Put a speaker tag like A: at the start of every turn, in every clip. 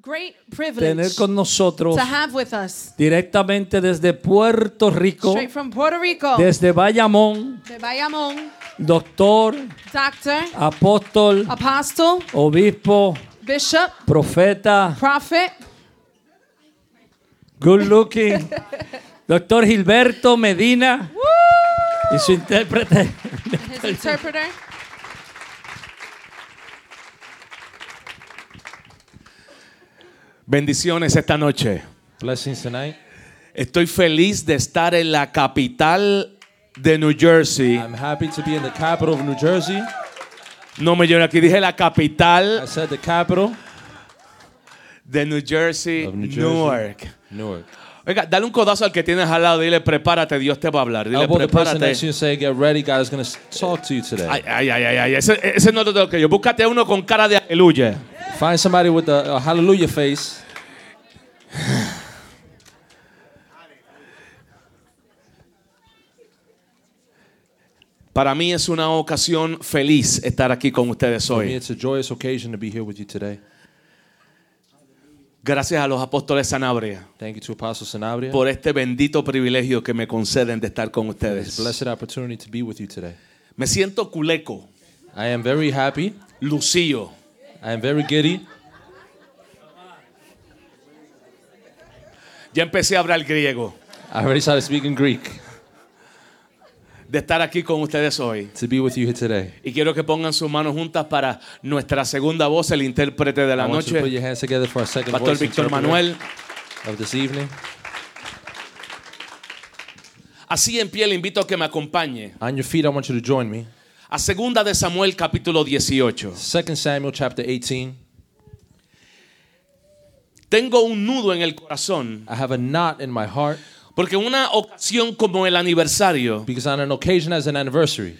A: great
B: tener
A: privilege
B: con nosotros
A: to have with us
B: directamente desde Puerto Rico,
A: straight from Puerto Rico,
B: desde Bayamón,
A: de Bayamón,
B: doctor,
A: doctor,
B: apóstol,
A: apostle,
B: obispo,
A: bishop,
B: profeta,
A: prophet,
B: good looking, doctor Gilberto Medina y su intérprete.
A: his interpreter.
C: Bendiciones esta noche.
D: Blessings tonight.
C: Estoy feliz de estar en la capital de New Jersey.
D: I'm happy to be in the capital of New Jersey.
C: No me lloré aquí, dije la
D: I
C: capital
D: said the capital
C: de New Jersey,
D: of New Jersey.
C: Newark.
D: Newark.
C: Oiga, dale un codazo al que tienes al lado, dile prepárate, Dios te va a hablar. Dile
D: Elbow the person
C: prepárate.
D: next to you and say, "Get ready, God is going to talk to you today."
C: Ay, ay, ay, ay, ay, Ese, ese no te toca yo. Búscate uno con cara de aleluya.
D: Find somebody with a, a hallelujah face.
C: Para mí es una ocasión feliz estar aquí con ustedes
D: For me,
C: hoy.
D: it's a joyous occasion to be here with you today.
C: Gracias a los apóstoles Sanabria
D: Thank you to Apostle Sanabria for
C: por este bendito privilegio que me conceden de estar con
D: this
C: ustedes.
D: blessed opportunity to be with you today.
C: Me siento culeco,
D: I am very happy.
C: lucío.
D: I am very giddy.
C: Ya empecé a hablar griego
D: I already started speaking Greek
C: de estar aquí con ustedes hoy.
D: to be with you here today.
C: Y quiero que pongan sus manos juntas para nuestra segunda voz, el intérprete de
D: I
C: la
D: want you to put
C: noche,
D: your hands together for our second
C: Pastor
D: voice
C: Víctor
D: interpreter
C: Manuel.
D: of this evening.
C: Así en pie le invito a que me acompañe
D: On your feet, I want you to join me.
C: a segunda de Samuel capítulo 18.
D: 2 Samuel chapter 18.
C: Tengo un nudo en el corazón
D: I have a knot in my heart
C: porque en una ocasión como el aniversario,
D: because on an occasion as an anniversary,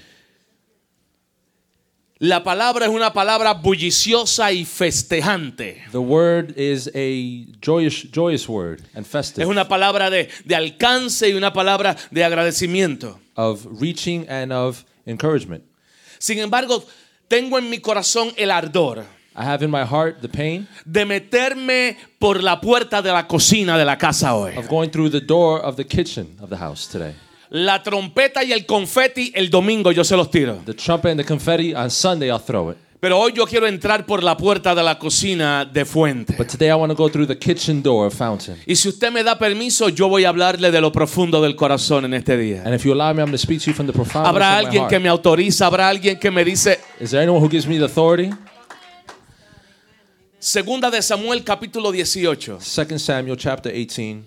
C: la palabra es una palabra bulliciosa y festejante.
D: the word is a joyous, joyous word and festive
C: Es una palabra de, de alcance y una palabra de agradecimiento.
D: of reaching and of encouragement.
C: Sin embargo, tengo en mi corazón el ardor
D: I have in my heart the pain
C: de meterme por la puerta de la cocina de la casa hoy.
D: of going through the door of the kitchen of the house today.
C: La trompeta y el confeti el domingo yo se los tiro.
D: The trumpet and the confetti on Sunday, I'll throw it.
C: Pero hoy yo quiero entrar por la puerta de la cocina de Fuente.
D: But today, I want to go through the kitchen door of Fountain.
C: Y si usted me da permiso, yo voy a hablarle de lo profundo del corazón en este día.
D: And if you allow me, I'm going to speak to you from the profound.
C: Habrá
D: of my
C: alguien
D: heart.
C: que me autoriza, habrá alguien que me dice,
D: Is there anyone who gives me the authority?
C: segunda de Samuel capítulo 18.
D: 2 Samuel chapter 18.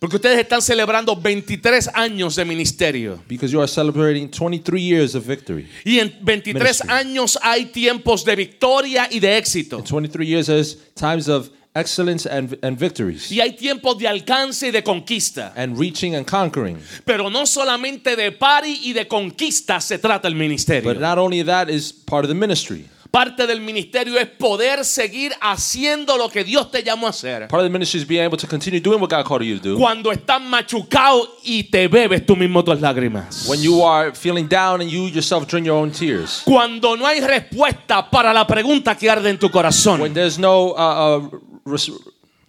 C: Porque ustedes están celebrando 23 años de ministerio.
D: Because you are celebrating 23 years of victory.
C: Y en 23
D: Ministry.
C: años hay tiempos de victoria y de éxito.
D: In 23 years, there's times of excellence and, and victories,
C: Y hay tiempos de alcance y de conquista.
D: and reaching and conquering.
C: Pero no solamente de pari y de conquista se trata el
D: But
C: ministerio.
D: not only that is part of the ministry.
C: Parte del ministerio es poder seguir haciendo lo que Dios te llamó a hacer.
D: Part of the ministry is being able to continue doing what God called you to do.
C: Cuando estás machucado y te bebes tú mismo tus lágrimas.
D: When you are feeling down and you yourself drink your own tears.
C: Cuando no hay respuesta para la pregunta que arde en tu
D: When
C: corazón.
D: there's no, uh, uh, res-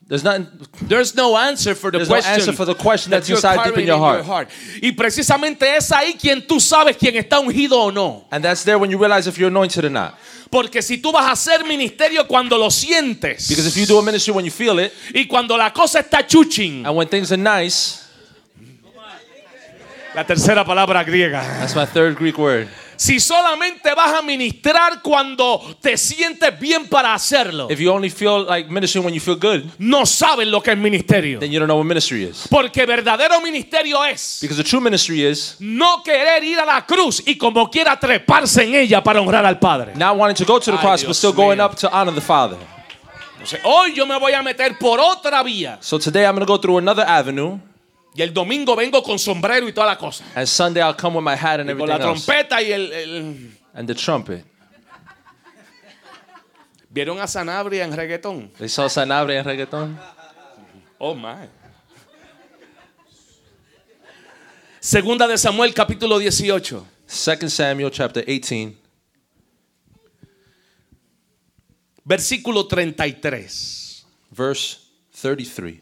D: there's not,
C: There's no answer for the
D: There's no
C: question
D: answer for the question that's
C: that you're
D: inside deep
C: carrying
D: in your heart.
C: Y precisamente es ahí quien tú sabes quién está ungido o no.
D: and that's there when you realize if you're anointed or not.
C: Porque si tú vas a hacer ministerio cuando lo sientes
D: Because if you do a ministry when you feel it,
C: y cuando la cosa está chuching,
D: and when things are nice,
C: La tercera palabra griega.
D: that's my third Greek word.
C: Si solamente vas a ministrar cuando te sientes bien para hacerlo,
D: If you only feel like ministry when you feel good,
C: no sabes lo que es ministerio.
D: then you don't know what ministry is.
C: Porque verdadero ministerio es
D: Because the true ministry is
C: no querer ir a la cruz y como quiera treparse en ella para honrar al Padre.
D: not wanting to go to the
C: Ay,
D: cross,
C: Dios
D: but still going
C: mío.
D: up to honor the Father.
C: Entonces, hoy yo me voy a meter por otra vía
D: So today I'm going to go through another avenue,
C: y el domingo vengo con sombrero y toda la cosa.
D: and Sunday I'll come with my hat and
C: Con
D: everything
C: la
D: else,
C: trompeta y el... el-
D: and the trumpet.
C: ¿Vieron a Sanabria en reggaetón?
D: They saw Sanabre and reggaeton.
C: Oh my. Segunda de Samuel capítulo 18.
D: 2 Samuel chapter 18,
C: versículo 33.
D: verse 33.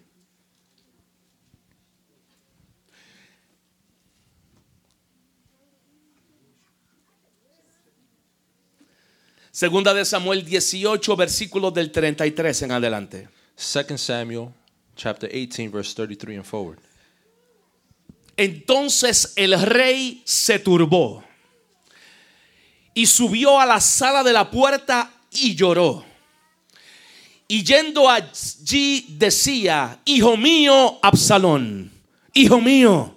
C: Segunda de Samuel 18, versículo del 33 en adelante.
D: 2 Samuel chapter 18 verse 33 and forward.
C: Entonces el rey se turbó y subió a la sala de la puerta y lloró. Y yendo allí decía, hijo mío, Absalón, hijo mío,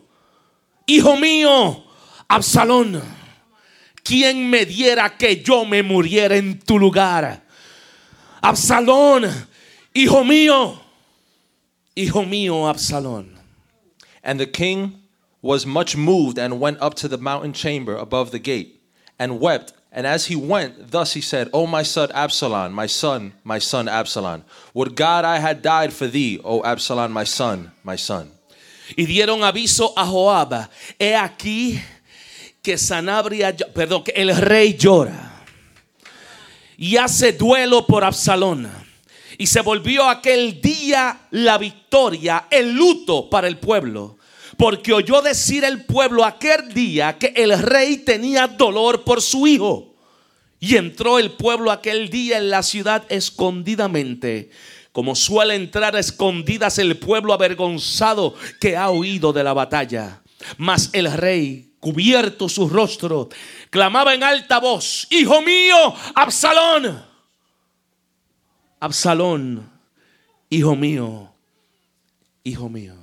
C: hijo mío, Absalón, ¿quién me diera que yo me muriera en tu lugar? Absalón, hijo mío, hijo mío, Absalón.
D: And the king was much moved and went up to the mountain chamber above the gate and wept. And as he went, thus he said, O my son Absalom, my son, my son Absalom, would God I had died for thee, O Absalom, my son, my son.
C: Y dieron aviso a Joab, he aquí que Sanabria, ll- perdón, que el rey llora y hace duelo por Absalón. Y se volvió aquel día la victoria, el luto para el pueblo, porque oyó decir el pueblo aquel día que el rey tenía dolor por su hijo. Y entró el pueblo aquel día en la ciudad escondidamente, como suele entrar a escondidas el pueblo avergonzado que ha huido de la batalla. Mas el rey, cubierto su rostro, clamaba en alta voz, Hijo mío, Absalón, Absalón, hijo mío, hijo mío.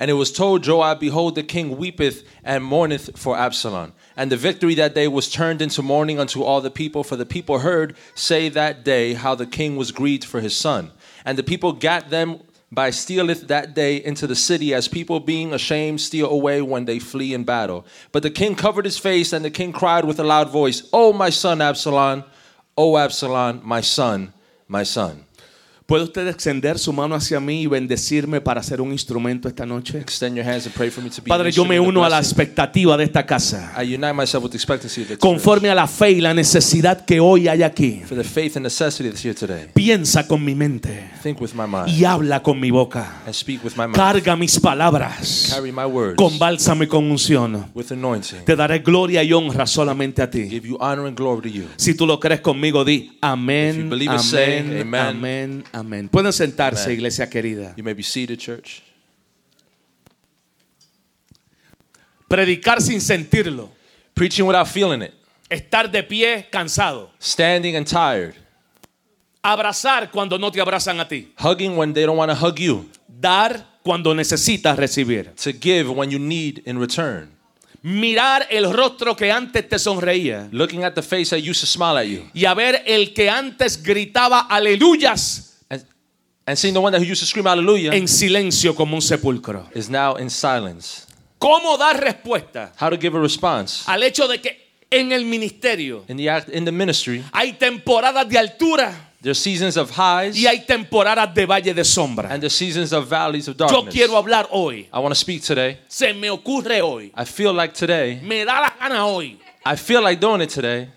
D: And it was told Joab, Behold, the king weepeth and mourneth for Absalom. And the victory that day was turned into mourning unto all the people, for the people heard say that day how the king was grieved for his son. And the people gat them by stealeth that day into the city, as people being ashamed steal away when they flee in battle. But the king covered his face, and the king cried with a loud voice, O my son Absalom, O Absalom, my son, my son.
C: ¿Puede usted extender su mano hacia mí y bendecirme para ser un instrumento esta noche?
D: Extend your hands and pray for me to be. an
C: Padre, yo me
D: instrument of
C: uno a la
D: blessing.
C: expectativa de esta casa.
D: I unite myself with expectancy of the church.
C: conforme a la fe y la necesidad que hoy hay aquí.
D: for the faith and necessity that's here today.
C: Piensa con mi mente
D: Think with my mind
C: y habla con mi boca.
D: and speak with my mouth.
C: Carga mis palabras
D: Carry my words
C: con bálsamo y con unción.
D: with anointing.
C: Te daré gloria y honra solamente a ti.
D: Give you honor and glory to you.
C: Si tú lo crees conmigo, di
D: If you
C: amén,
D: believe it, say
C: amén,
D: amen.
C: amén, amén. Pueden sentarse,
D: Amen.
C: iglesia querida.
D: You may be seated, church.
C: Predicar sin sentirlo.
D: Preaching without feeling it.
C: Estar de pie cansado.
D: Standing and tired.
C: Abrazar cuando no te abrazan a ti.
D: Hugging when they don't want to hug you.
C: Dar cuando necesitas recibir.
D: To give when you need in return.
C: Mirar el rostro que antes te sonreía.
D: Looking at the face that used to smile at you.
C: y a ver el que antes gritaba aleluyas
D: And, and seeing the one that who used to scream hallelujah
C: en silencio como un sepulcro.
D: is now in silence.
C: ¿Cómo dar respuesta
D: How to give a response.
C: al hecho de que en el ministerio
D: In the act in the ministry,
C: hay temporadas de altura
D: there's seasons of highs
C: y hay temporadas de valle de sombra?
D: and there's seasons of valleys of
C: Yo
D: darkness.
C: quiero hablar hoy,
D: I want to speak today.
C: se me ocurre hoy,
D: I feel like today.
C: me da la gana hoy.
D: I feel like doing it today.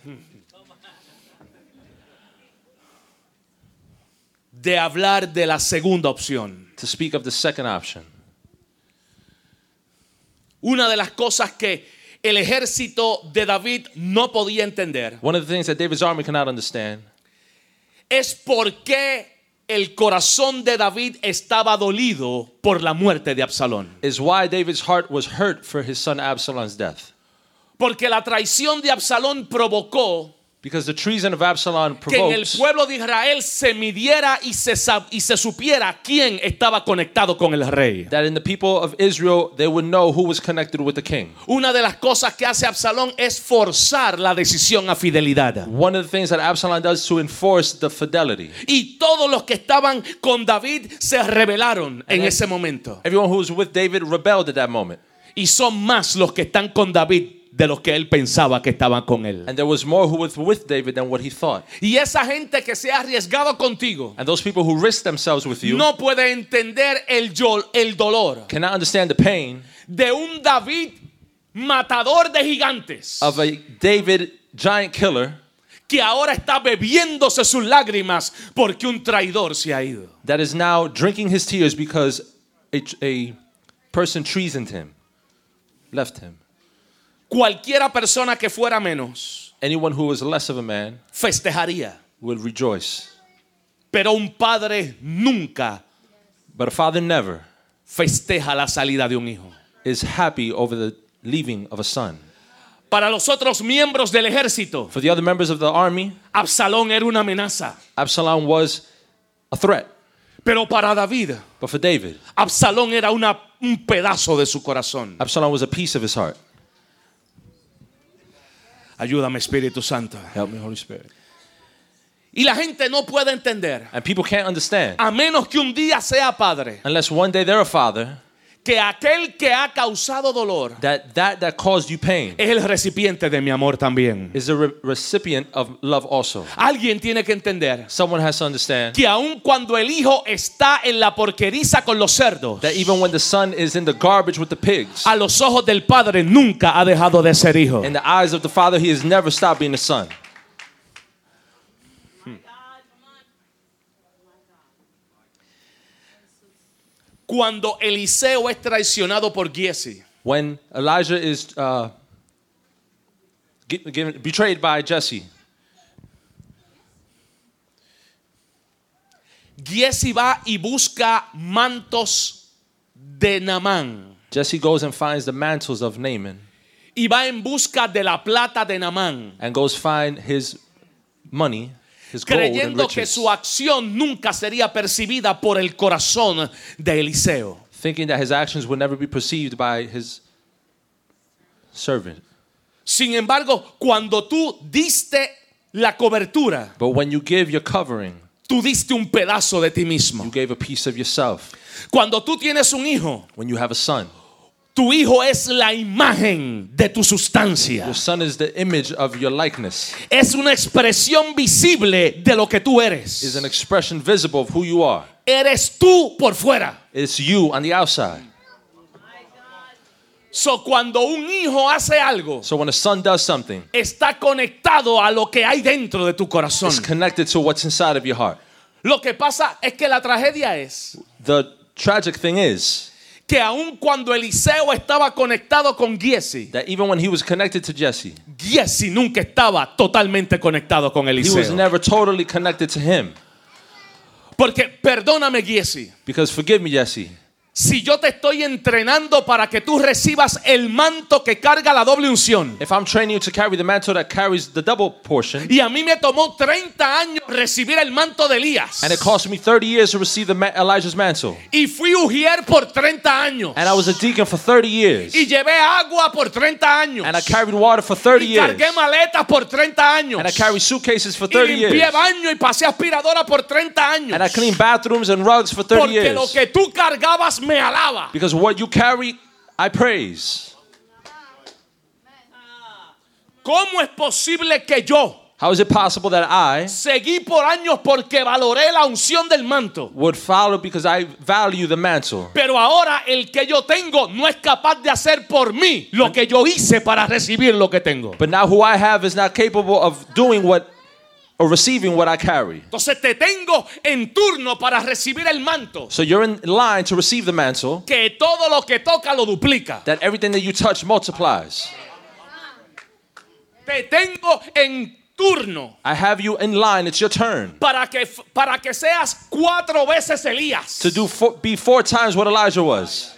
C: De hablar de la segunda opción.
D: To speak of the second option.
C: Una de las cosas que el ejército de David no podía entender
D: One of the things that David's army cannot understand
C: es por qué el corazón de David estaba dolido por la muerte de Absalón.
D: is why David's heart was hurt for his son Absalom's death.
C: Porque la traición de Absalón provocó
D: Because the treason of Absalom
C: que en el
D: provokes
C: pueblo de Israel se midiera y se, sab- y se supiera quién estaba conectado con el rey.
D: that in the people of Israel they would know who was connected with the king.
C: Una de las cosas que hace Absalón es forzar la decisión a fidelidad.
D: One of the things that Absalom does to enforce the fidelity.
C: Y todos los que estaban con David se rebelaron en
D: And-
C: ese momento.
D: Everyone who was with David rebelled at that moment.
C: Y son más los que están con David de los que él pensaba que estaban con él.
D: And there was more who was with David than what he thought.
C: Y esa gente que se ha arriesgado contigo
D: And those people who risked themselves with you
C: no puede entender el, yo- el dolor
D: cannot understand the pain
C: de un David matador de gigantes
D: of a David giant killer
C: que ahora está bebiéndose sus lágrimas porque un traidor se ha ido.
D: that is now drinking his tears because a, a person treasoned him, left him.
C: Cualquiera persona que fuera menos
D: Anyone who was less of a man
C: festejaría,
D: would rejoice,
C: pero un padre nunca
D: but a father never
C: festeja la salida de un hijo.
D: is happy over the leaving of a son.
C: Para los otros miembros del ejército,
D: For the other members of the army,
C: Absalón era una amenaza,
D: Absalom was a threat,
C: pero para David,
D: but for David,
C: Absalón era una- un pedazo de su corazón.
D: Absalom was a piece of his heart.
C: Ayúdame, Espíritu Santo.
D: Help me, Holy Spirit.
C: Y la gente no puede entender,
D: And people can't understand
C: a menos que un día sea padre,
D: unless one day they're a father
C: que aquel que ha causado dolor
D: that that that caused you pain
C: es el recipiente de mi amor también.
D: is a re- recipient of love also.
C: Alguien tiene que entender
D: Someone has to understand
C: que aun cuando el hijo está en la porqueriza con los cerdos,
D: that even when the son is in the garbage with the pigs,
C: a los ojos del padre nunca ha dejado de ser hijo.
D: in the eyes of the father, he has never stopped being a son.
C: Cuando Eliseo es traicionado por Giesi,
D: When Elijah is uh, gi- given, betrayed by Jesse,
C: Giesi va y busca mantos de Namán
D: Jesse goes and finds the mantles of Naaman
C: y va en busca de la plata de Namán,
D: and goes find his money, his gold and
C: creyendo que
D: riches,
C: su acción nunca sería percibida por el corazón de Eliseo.
D: thinking that his actions would never be perceived by his servant.
C: Sin embargo, cuando tú diste la cobertura,
D: But when you give your covering,
C: tú diste un pedazo de ti
D: you
C: mismo.
D: gave a piece of yourself.
C: Cuando tú tienes un hijo,
D: When you have a son,
C: tu hijo es la imagen de tu sustancia.
D: your son is the image of your likeness,
C: Es una expresión visible de lo que tú
D: is
C: eres.
D: an expression visible of who you are.
C: Eres tú por fuera.
D: It's you on the outside.
C: So, cuando un hijo hace algo,
D: So when a son does something,
C: está conectado a lo que hay dentro de tu corazón.
D: it's connected to what's inside of your heart.
C: Lo que pasa es que la tragedia es
D: The tragic thing is
C: que aun cuando Eliseo estaba conectado con Giesi,
D: that even when he was connected to Jesse,
C: Giesi nunca estaba totalmente conectado con
D: he was
C: Eliseo.
D: never totally connected to him.
C: Porque perdóname Giesi,
D: Because forgive me, Jesse,
C: si yo te estoy entrenando para que tú recibas el manto que carga la doble unción.
D: if I'm training you to carry the mantle that carries the double portion,
C: Y a mí me tomó 30 años recibir el manto de Elías.
D: and it cost me 30 years to receive the ma- Elijah's mantle,
C: Y fui Ujier por 30 años.
D: and I was a deacon for 30 years,
C: Y llevé agua por 30 años.
D: and I carried water for 30
C: y
D: years,
C: cargué maletas por 30 años.
D: and I carried suitcases for
C: y
D: 30
C: limpié
D: years,
C: baño y pasé aspiradora por 30 años.
D: and I cleaned bathrooms and rugs for 30
C: porque
D: years.
C: lo que tú cargabas me alaba.
D: Because what you carry, I praise.
C: ¿Cómo es posible que yo
D: How is it possible that I
C: seguí por años porque valoré la unción del manto?
D: would follow because I value the mantle?
C: Pero ahora el que yo tengo no es capaz de hacer por mí lo que yo hice para recibir lo que tengo.
D: But now who I have is not capable of doing what or receiving what I carry.
C: Entonces te tengo en turno para recibir el manto.
D: So you're in line to receive the mantle
C: Que todo lo que toca lo duplica.
D: that everything that you touch multiplies.
C: Te tengo en turno
D: I have you in line. It's your turn
C: para que, para que seas cuatro veces Elías.
D: to do four, be four times what Elijah was.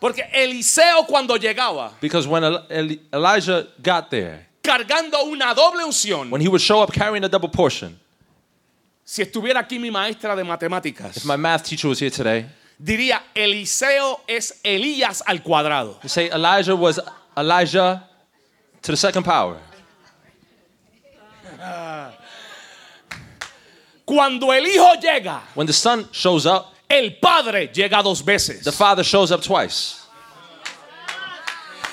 C: Porque Eliseo cuando llegaba
D: Because when El- El- Elijah got there,
C: cargando una doble unción,
D: when he would show up carrying a double portion,
C: si estuviera aquí mi maestra de matemáticas,
D: if my math teacher was here today,
C: diría Eliseo es Elías al cuadrado.
D: he'd say Elijah was Elijah to the second power.
C: Cuando el hijo llega,
D: When the son shows up,
C: el padre llega dos veces.
D: the father shows up twice.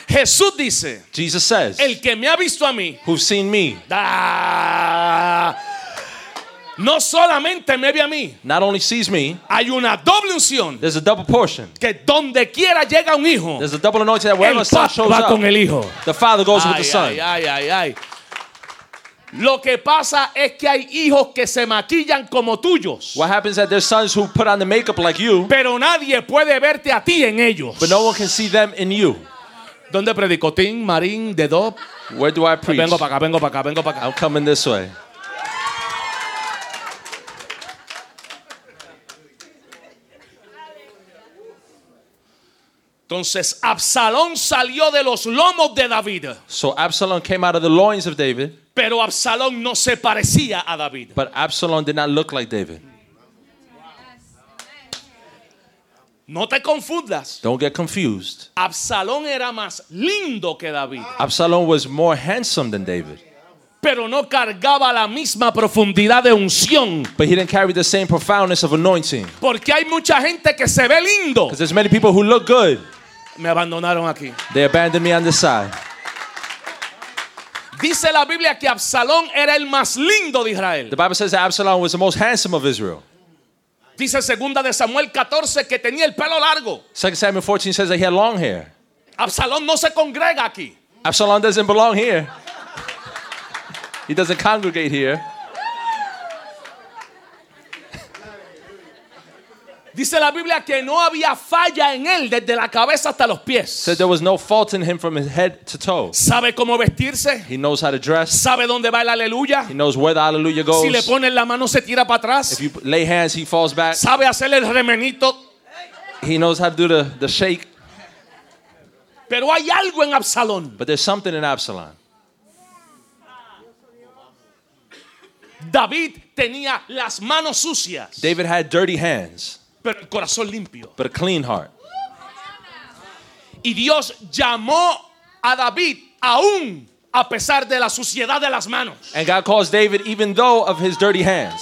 C: Jesús dice,
D: Jesus says,
C: el que me ha visto a mí,
D: who've seen me,
C: ah, no solamente me ve a mí,
D: not only sees me,
C: hay una doble unción
D: there's a double portion.
C: que donde quiera llega un hijo,
D: There's a double anointing that wherever
C: el
D: the son
C: papá
D: shows
C: va
D: up,
C: con el hijo.
D: the father goes with the
C: Ay,
D: son.
C: ay, ay, ay, ay. Lo que pasa es que hay hijos que se maquillan como tuyos,
D: What happens is that there's sons who put on the makeup like you,
C: pero nadie puede verte a ti en ellos.
D: but no one can see them in you.
C: Pues ¿Dónde predicó Tim, Marín, de Dob?
D: Where do I preach?
C: Vengo para acá, vengo para acá, vengo para acá.
D: I'm coming this way.
C: Entonces Absalón salió de los lomos de David,
D: So Absalom came out of the loins of David,
C: pero Absalón no se parecía a David.
D: but Absalom did not look like David.
C: No te confundas.
D: Don't get confused.
C: Absalón era más lindo que David,
D: Absalom was more handsome than David,
C: pero no cargaba la misma profundidad de unción.
D: but he didn't carry the same profoundness of anointing.
C: Porque hay mucha gente que se ve lindo.
D: Because there's many people who look good,
C: Me abandonaron aquí.
D: they abandon me on the side.
C: Dice la Biblia que Absalón era el más lindo de
D: The
C: Israel.
D: Bible says that Absalom was the most handsome of Israel.
C: Dice segunda de Samuel 14 que tenía el pelo largo.
D: 2 Samuel 14 says that he had long hair.
C: Absalón no se congrega aquí.
D: Absalom doesn't belong here. He doesn't congregate here.
C: Dice la Biblia que no había falla en él desde la cabeza hasta los pies.
D: Said there was no fault in him from his head to toe.
C: Sabe cómo vestirse.
D: He knows how to dress.
C: Sabe dónde va el aleluya.
D: He knows where the hallelujah
C: Si le
D: goes.
C: ponen la mano se tira para
D: If
C: atrás.
D: you lay hands, he falls back.
C: Sabe hacer el remenito.
D: He knows how to do the, the shake.
C: Pero hay algo en Absalón.
D: But there's something in Absalom.
C: David tenía las manos sucias,
D: David had dirty hands,
C: pero el corazón limpio.
D: but a clean heart.
C: Y Dios llamó a David aún a pesar de la suciedad de las manos.
D: And God calls David even though of his dirty hands.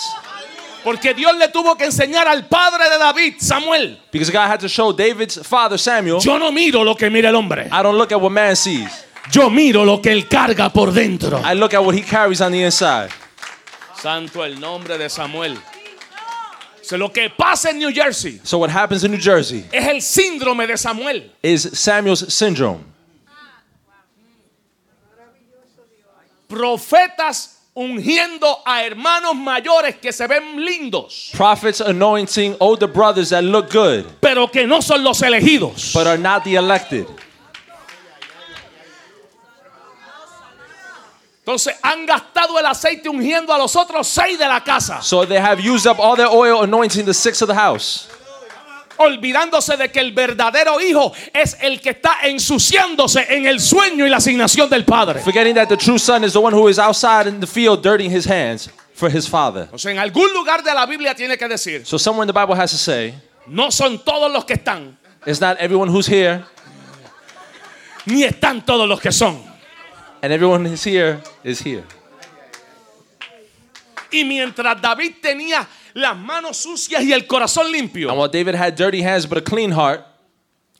C: Porque Dios le tuvo que enseñar al padre de David, Samuel.
D: Because God had to show David's father, Samuel,
C: Yo no miro lo que mira el hombre.
D: I don't look at what man sees.
C: Yo miro lo que él carga por dentro.
D: I look at what he carries on the inside.
C: Santo el nombre de Samuel. So, lo que pasa en New Jersey
D: So what happens in New Jersey
C: es el síndrome de Samuel.
D: is Samuel's syndrome.
C: Profetas ungiendo a hermanos mayores que se ven lindos,
D: Prophets anointing older brothers that look good,
C: pero que no son los elegidos.
D: but are not the elected.
C: Entonces han gastado el aceite ungiendo a los otros seis de la casa,
D: So they have used up all their oil anointing the six of the house.
C: olvidándose de que el verdadero hijo es el que está ensuciándose en el sueño y la asignación del padre.
D: Forgetting that the true son is the one who is outside in the field dirtying his hands for his father.
C: Entonces en algún lugar de la Biblia tiene que decir,
D: So somewhere in the Bible has to say,
C: no son todos los que están,
D: it's not everyone who's here
C: ni están todos los que son.
D: and everyone who's here is here.
C: Y mientras David tenía las manos sucias y el corazón
D: And
C: limpio,
D: while David had dirty hands but a clean heart,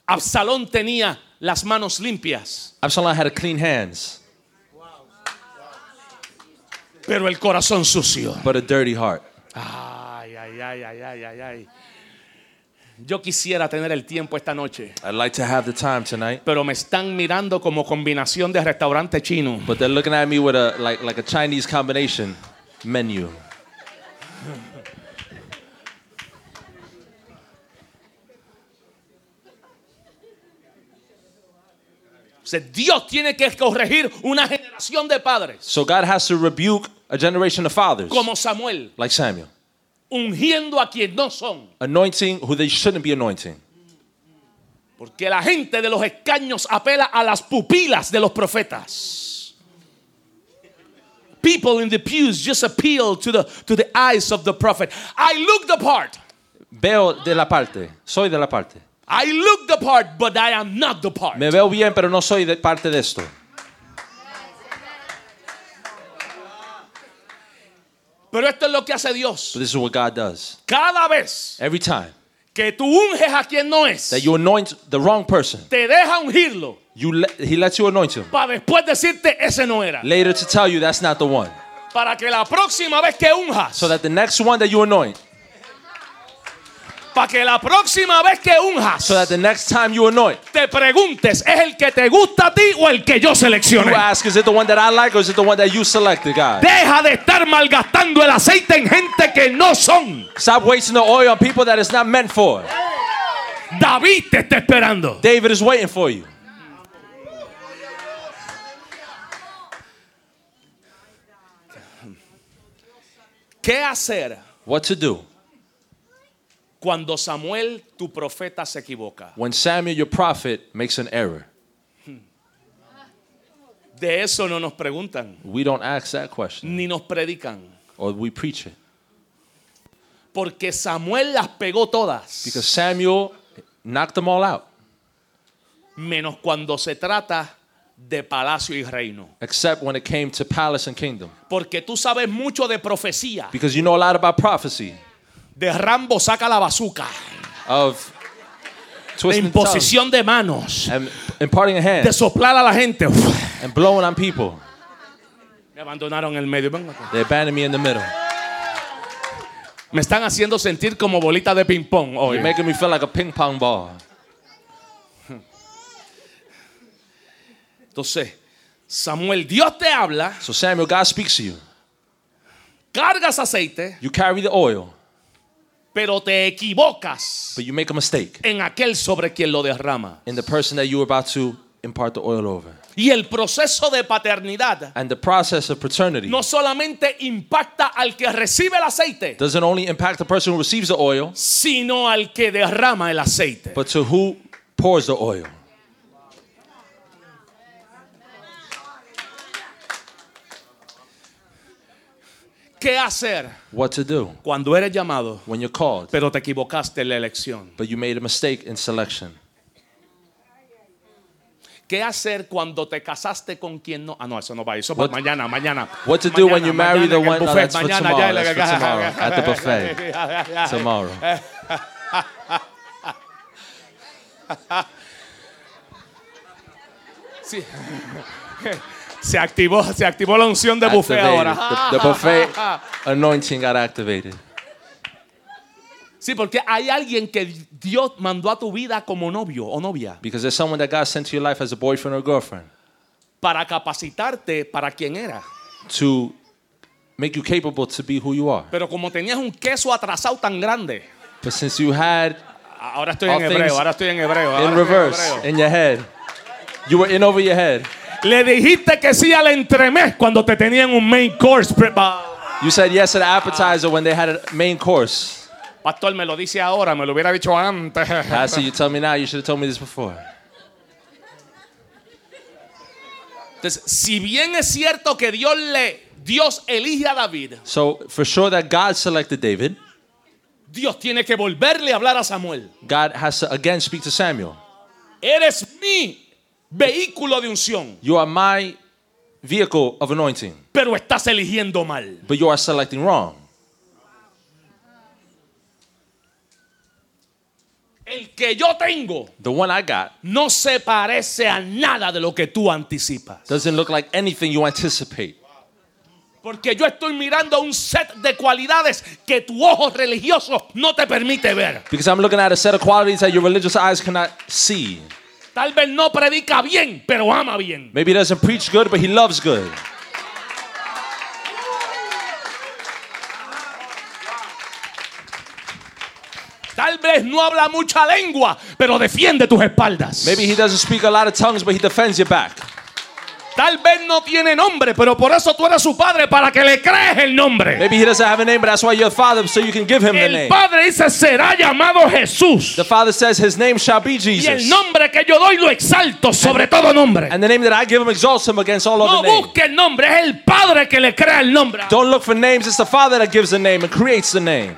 C: Absalón tenía las manos limpias,
D: Absalom had a clean hands
C: pero el corazón sucio.
D: but a dirty heart.
C: Ay, ay, ay, ay, ay, ay, ay. Yo quisiera tener el tiempo esta noche,
D: I'd like to have the time tonight,
C: pero me están mirando como combinación de restaurante chino.
D: but they're looking at me with a like like a Chinese combination menu.
C: O sea, Dios tiene que corregir una generación de padres
D: So God has to rebuke a generation of fathers
C: como Samuel,
D: like Samuel,
C: ungiendo a quien no son.
D: anointing who they shouldn't be anointing.
C: Porque la gente de los escaños apela a las pupilas de los profetas. People in the pews just appeal to the, to the eyes of the prophet. I look the part.
D: Veo de la parte, soy de la parte.
C: I look the part, but I am not the part.
D: Me veo bien, pero no soy de parte de esto.
C: Pero esto es lo que hace
D: But
C: Dios.
D: this is what God does.
C: Cada vez
D: Every time
C: que tú unges a quien no es,
D: that you anoint the wrong person,
C: te deja ungirlo
D: you let, he lets you anoint him.
C: para después decirte ese no era.
D: Later to tell you that's not the one.
C: Para que la próxima vez que unjas,
D: So that the next one that you anoint,
C: Para que la próxima vez que unjas,
D: so that the next time you anoint,
C: te preguntes, ¿es el que te gusta a ti o el que yo
D: you
C: seleccioné?
D: ask, is it the one that I like or is it the one that you selected, God?
C: Deja de estar malgastando el aceite en gente que no son.
D: Stop wasting the oil on people that it's not meant for.
C: David te está esperando.
D: David is waiting for you.
C: ¿Qué hacer
D: What to do
C: cuando Samuel, tu profeta, se equivoca?
D: when Samuel, your prophet, makes an error?
C: De eso no nos preguntan,
D: We don't ask that question
C: ni nos predican.
D: or we preach it.
C: Porque Samuel las pegó todas.
D: Because Samuel knocked them all out,
C: menos cuando se trata de palacio y reino.
D: except when it came to palace and kingdom.
C: Porque tú sabes mucho de profecía.
D: Because you know a lot about prophecy,
C: De Rambo saca la bazuca.
D: of
C: De
D: twisting tongues
C: imposición de manos.
D: and imparting a hand
C: De soplar a la gente. Uf.
D: and blowing on people.
C: Me abandonaron en el medio. Venga acá.
D: They abandoned me in the middle.
C: Me están haciendo sentir como bolita de ping-pong hoy.
D: You're making me feel like a ping pong ball.
C: Entonces, Samuel, Dios te habla.
D: So, Samuel, God speaks to you.
C: Cargas aceite,
D: You carry the oil,
C: pero te equivocas
D: but you make a mistake
C: en aquel sobre quien lo derrama.
D: in the person that you were about to impart the oil over.
C: Y el proceso de paternidad
D: And the process of paternity
C: no solamente impacta al que recibe el aceite,
D: doesn't only impact the person who receives the oil,
C: sino al que derrama el aceite.
D: but to who pours the oil.
C: ¿Qué hacer
D: What to do
C: cuando eres llamado,
D: when you're called,
C: pero te equivocaste en la elección?
D: but you made a mistake in selection.
C: ¿Qué hacer cuando te casaste con quien no? Ah, no, eso no va. Eso para
D: What-
C: mañana, mañana.
D: What to do when you
C: Mañana,
D: marry the
C: mañana
D: one?
C: en el
D: No,
C: buffet,
D: that's for
C: mañana,
D: tomorrow.
C: ya en la-
D: That's for tomorrow at the buffet tomorrow.
C: Sí. Se activó, se activó la unción de buffet
D: Activated.
C: ahora.
D: The, the buffet anointing got activated.
C: Sí, porque hay alguien que Dios mandó a tu vida como novio o novia
D: Because there's someone that God sent to your life as a boyfriend or girlfriend
C: para capacitarte para quien era.
D: to make you capable to be who you are.
C: Pero como tenías un queso atrasado tan grande,
D: But since you had
C: ahora estoy
D: All
C: en hebreo,
D: things
C: ahora estoy en hebreo. ahora
D: in
C: estoy en
D: reverse
C: hebreo.
D: in your head, you were in over your head.
C: Le dijiste que sí al entremés cuando te tenían un main course preparado.
D: You said yes to the appetizer when they had a main course.
C: Pastor, me lo dice ahora, me lo hubiera dicho antes.
D: Pastor, you tell me now. You should have told me this before.
C: Entonces, si bien es cierto que Dios le, Dios elige a David,
D: So for sure that God selected David.
C: Dios tiene que volverle a hablar a Samuel.
D: God has to again speak to Samuel.
C: Eres mi vehículo de unción,
D: You are my vehicle of anointing,
C: pero estás eligiendo mal.
D: but you are selecting wrong.
C: El que yo tengo
D: The one I got
C: no se parece a nada de lo que tú anticipas.
D: doesn't look like anything you anticipate.
C: Porque yo estoy mirando un set de cualidades que tu ojo religioso no te permite ver.
D: Because I'm looking at a set of qualities that your religious eyes cannot see.
C: Tal vez no predica bien, pero ama bien.
D: Maybe he doesn't preach good, but he loves good.
C: Tal vez no habla mucha lengua, pero defiende tus espaldas.
D: Maybe he doesn't speak a lot of tongues, but he defends your back.
C: Tal vez no tiene nombre, pero por eso tú eres su padre, para que le crees el nombre.
D: Maybe he doesn't have a name, but that's why you're the father, so you can give him the
C: El
D: name.
C: padre dice, será llamado Jesús.
D: The father says his name shall be
C: Y el
D: Jesus.
C: nombre que yo doy lo exalto sobre todo nombre.
D: And the name that I give him exalts him against all
C: No
D: other names.
C: busque el nombre, es el padre que le crea el nombre.
D: Don't look for names, it's the father that gives the name and creates the name.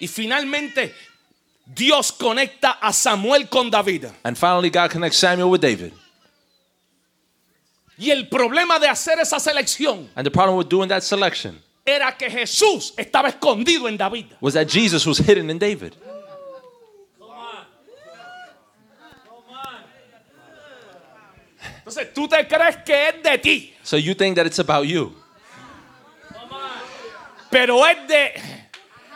C: Y finalmente, Dios conecta a Samuel con David.
D: And finally, God connects Samuel with David.
C: Y el problema de hacer esa selección
D: And the problem with doing that selection
C: era que Jesús estaba escondido en David.
D: was that Jesus was hidden in David.
C: Entonces, Entonces tú te crees que es de ti,
D: So you think that it's about you,
C: pero es de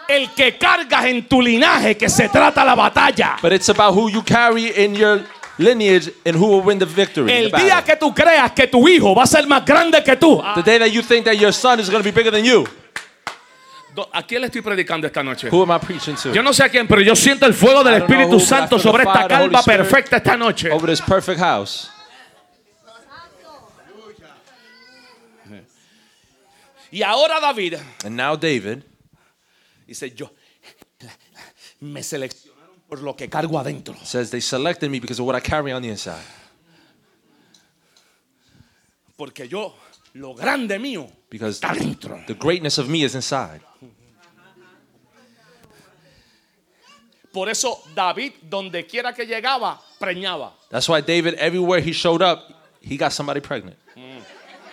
C: el que cargas en tu linaje que se trata la batalla.
D: but it's about who you carry in your lineage and who will win the victory. in
C: El
D: the
C: día
D: battle.
C: que tú creas que tu hijo va a ser más grande que tú.
D: The day that you think that your son is going to be bigger than you.
C: ¿A quién le estoy predicando esta noche?
D: Who am I preaching to?
C: Yo no sé a quién, pero yo siento el fuego del
D: I don't know
C: Espíritu
D: who, but I
C: Santo
D: feel the
C: sobre
D: fire
C: esta
D: of the Holy
C: calva
D: Spirit.
C: perfecta esta noche.
D: Over this perfect house.
C: Y ahora David
D: And now David,
C: dice, yo me seleccionaron por lo que cargo adentro.
D: says they selected me because of what I carry on the inside.
C: Porque yo, lo grande mío,
D: Because
C: está adentro.
D: the greatness of me is inside.
C: Por eso David, donde quiera que llegaba, preñaba.
D: That's why David, everywhere he showed up, he got somebody pregnant.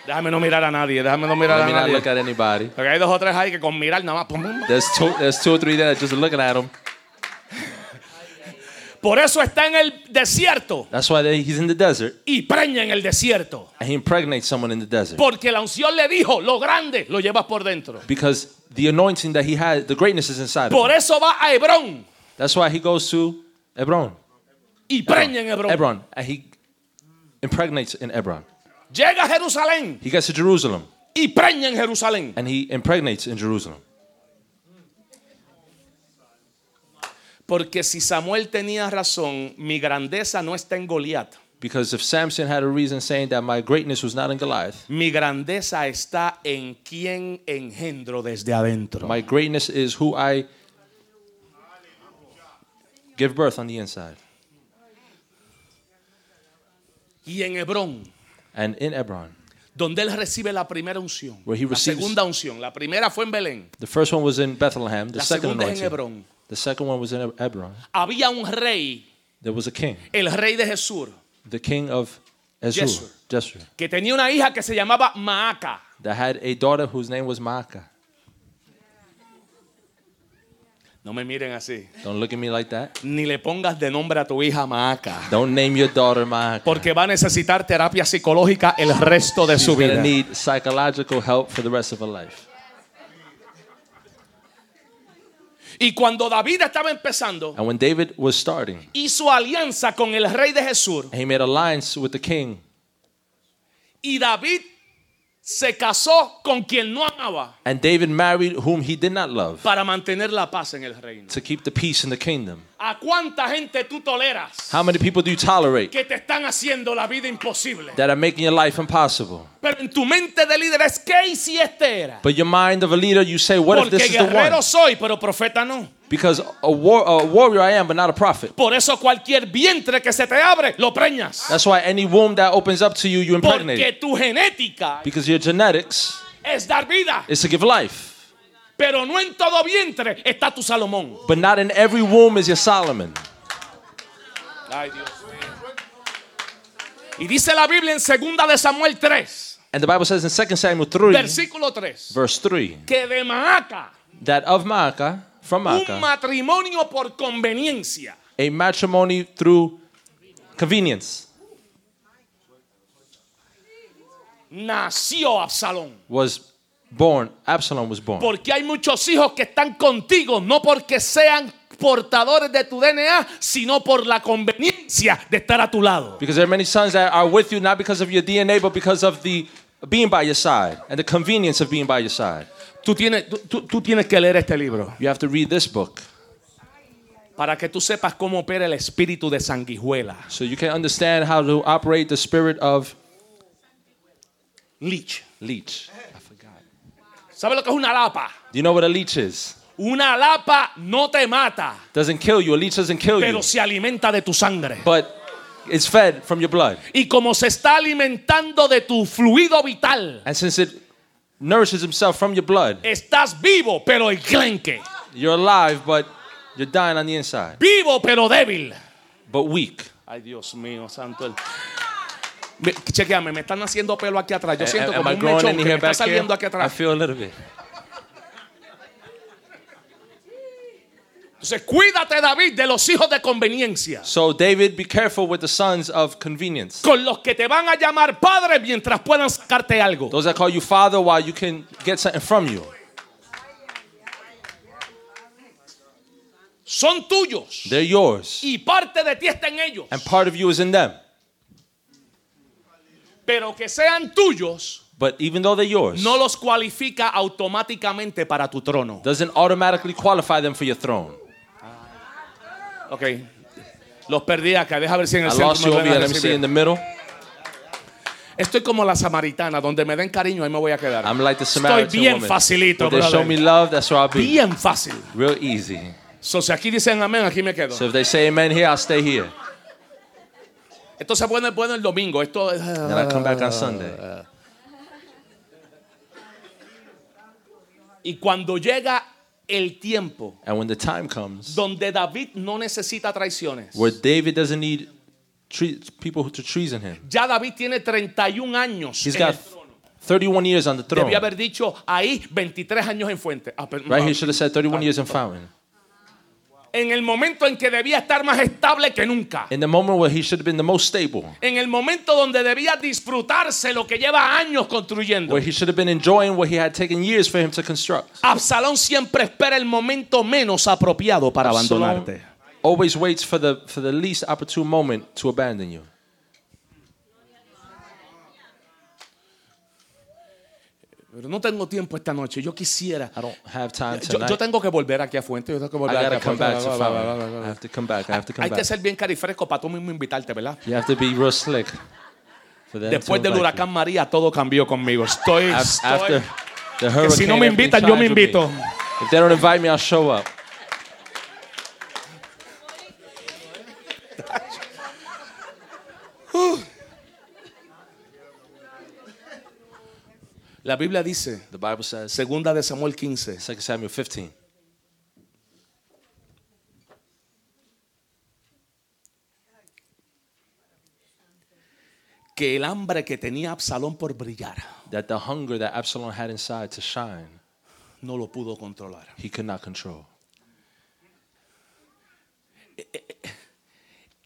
C: Déjame no mirar a nadie, déjame no mirar
D: I
C: a
D: mean, not look
C: nadie.
D: at anybody.
C: Porque hay dos o tres ahí que con mirar nada más. pum, pum, pum.
D: There's two, there's two or three there just looking at him.
C: Por eso está en el desierto
D: That's why they, he's in the desert
C: y preña en el desierto.
D: and he impregnates someone in the desert.
C: Porque la unción le dijo, lo grande lo llevas por dentro.
D: Because the anointing that he had, the greatness is inside. Of him.
C: Por eso va a Hebrón
D: That's why he goes to Hebron.
C: y preña en Hebrón.
D: Hebron. And he impregnates in Hebron.
C: Llega a Jerusalén
D: He gets to Jerusalem
C: y preña en Jerusalén.
D: and he impregnates in Jerusalem.
C: Porque si Samuel tenía razón, mi grandeza no está en Goliat.
D: Because if Samson had a reason saying that my greatness was not in Goliath,
C: Mi grandeza está en quien engendro desde adentro.
D: my greatness is who I give birth on the inside.
C: Y en Hebrón,
D: And in Hebron,
C: donde él recibe la primera unción.
D: Where he
C: la
D: receives-
C: segunda unción. La primera fue en Belén.
D: the first one was in Bethlehem, the
C: La
D: second
C: segunda es en
D: anointing.
C: Hebrón.
D: The second one was in Hebron.
C: Había un rey,
D: There was a king,
C: el rey de Jesús,
D: the king of Ezur,
C: Jeshur.
D: Jeshur,
C: que tenía una hija que se llamaba Maaca.
D: that had a daughter whose name was Maacah.
C: No me miren así.
D: Don't look at me like that.
C: Ni le pongas de nombre a tu hija Maaca.
D: Don't name your daughter Maacah.
C: Porque va a necesitar terapia psicológica el resto de
D: She's
C: su vida.
D: gonna need psychological help for the rest of her life.
C: Y cuando David estaba empezando,
D: And when David was starting,
C: hizo alianza con el rey de Jesús.
D: he made alliance with the king
C: Y David se casó con quien no amaba
D: And David married whom he did not love
C: para mantener la paz en el reino.
D: to keep the peace in the kingdom.
C: ¿A cuánta gente tú toleras
D: How many people do you tolerate
C: que te están haciendo la vida imposible?
D: that are making your life impossible?
C: Pero en tu mente de líder es que si este era.
D: But your mind of a leader, you say, What if
C: Porque
D: this is the
C: guerrero
D: one?
C: soy, pero profeta no.
D: Because a, war, a warrior I am, but not a prophet.
C: Por eso cualquier vientre que se te abre, lo preñas.
D: That's why any womb that opens up to you, you impregnate.
C: Porque
D: it.
C: tu genética
D: Because your genetics
C: es dar vida.
D: is to give life.
C: Pero no en todo vientre está tu Salomón.
D: But not in every womb is your Solomon.
C: Ay, Dios. Y dice la Biblia en 2 de Samuel 3,
D: And the Bible says in 2 Samuel 3,
C: versículo 3,
D: verse 3,
C: que de Maaca,
D: that of Maacah, from
C: un
D: Maacah,
C: matrimonio por conveniencia,
D: a matrimony through convenience,
C: nació Absalón.
D: was born, Absalom was born.
C: Porque hay muchos hijos que están contigo, no porque sean portadores de tu DNA, sino por la conveniencia de estar a tu lado.
D: Because there are many sons that are with you not because of your DNA, but because of the being by your side and the convenience of being by your side.
C: Tú tienes, tú- tú- tú tienes que leer este libro
D: You have to read this book
C: para que tú sepas cómo opera el espíritu de sanguijuela.
D: so you can understand how to operate the spirit of
C: Leech.
D: leech. I forgot.
C: ¿Sabes lo que es una lapa?
D: Do you know what a leech is?
C: Una lapa no te mata,
D: Doesn't kill you. A leech doesn't kill you,
C: pero se alimenta de tu sangre.
D: but it's fed from your blood.
C: Y como se está alimentando de tu fluido vital,
D: And since it nourishes itself from your blood,
C: estás vivo pero enclenque,
D: you're alive, but you're dying on the inside,
C: vivo pero débil.
D: but weak.
C: Ay, Dios mío, santo. el- Me- Chequeame, me están haciendo pelo aquí atrás. Yo siento
D: Am- am
C: como
D: I
C: un
D: growing
C: mechón
D: any
C: que
D: hair
C: me está
D: back here?
C: saliendo aquí
D: I
C: atrás.
D: feel a little bit.
C: Entonces, cuídate, David, de los hijos de conveniencia.
D: So, David, be careful with the sons of convenience.
C: Con los que te van a llamar padre mientras puedan sacarte algo.
D: Those that call you father while you can get something from you.
C: Son tuyos.
D: They're yours.
C: Y parte de ti está en ellos.
D: And part of you is in them.
C: Pero que sean tuyos
D: But even though they're yours,
C: no los cualifica automáticamente para tu trono.
D: doesn't automatically qualify them for your throne.
C: Ok. Los perdí acá. Deja ver si en el
D: I
C: centro
D: lost
C: me
D: you over
C: vuelven a
D: here. Let me see
C: recibir.
D: in the middle.
C: Estoy como la samaritana, donde me den cariño, ahí me voy a quedar.
D: I'm like the Samaritan
C: Estoy bien
D: woman.
C: facilito,
D: If they show
C: brother.
D: me love, that's where I'll be.
C: Bien fácil.
D: Real easy.
C: So, si aquí dicen amén, aquí me quedo.
D: So if they say amen here, I'll stay here.
C: Esto se pone bueno el domingo. Esto es-
D: Then I come back on Sunday.
C: Y cuando llega el tiempo
D: And when the time comes
C: donde David no necesita traiciones.
D: where David doesn't need tre- people to treason him,
C: Ya David tiene 31 años.
D: he's
C: en
D: got
C: el trono.
D: 31 years on the throne.
C: Debía haber dicho ahí 23 años en fuente. Ah, per-
D: Right
C: ah.
D: here should have said 31 years in fountain.
C: En el momento en que debía estar más estable que nunca.
D: In the moment where he should have been the most stable,
C: En el momento donde debía disfrutarse lo que lleva años construyendo.
D: where he should have been enjoying what he had taken years for him to construct.
C: Absalón siempre espera el momento menos apropiado para abandonarte.
D: Absalom always waits for the for the least opportune moment to abandon you.
C: Pero no tengo tiempo esta noche. Yo quisiera.
D: I don't have time
C: Yo,
D: tonight.
C: yo tengo que volver aquí a Fuente. Yo tengo que
D: I
C: volver aquí
D: gotta
C: a
D: come
C: Fuente.
D: back to
C: Va, va, va, va,
D: Fallon.
C: va,
D: I
C: va.
D: have to come back. I have to come
C: Hay que
D: back.
C: ser bien carifresco para tú mismo invitarte, ¿verdad?
D: You have to be real slick. For them
C: Después
D: to
C: del
D: invite
C: huracán María todo cambió conmigo. Estoy,
D: you. Af-
C: estoy-
D: After the hurricane,
C: si no me
D: everything
C: invitan, yo me
D: changed with
C: invito.
D: me. If they don't invite me, I'll show up.
C: La Biblia dice,
D: The Bible says,
C: segunda de Samuel 15,
D: 2 Samuel 15.
C: que el hambre que tenía Absalón por brillar
D: That the hunger that Absalom had inside to shine,
C: no lo pudo controlar.
D: he could not control.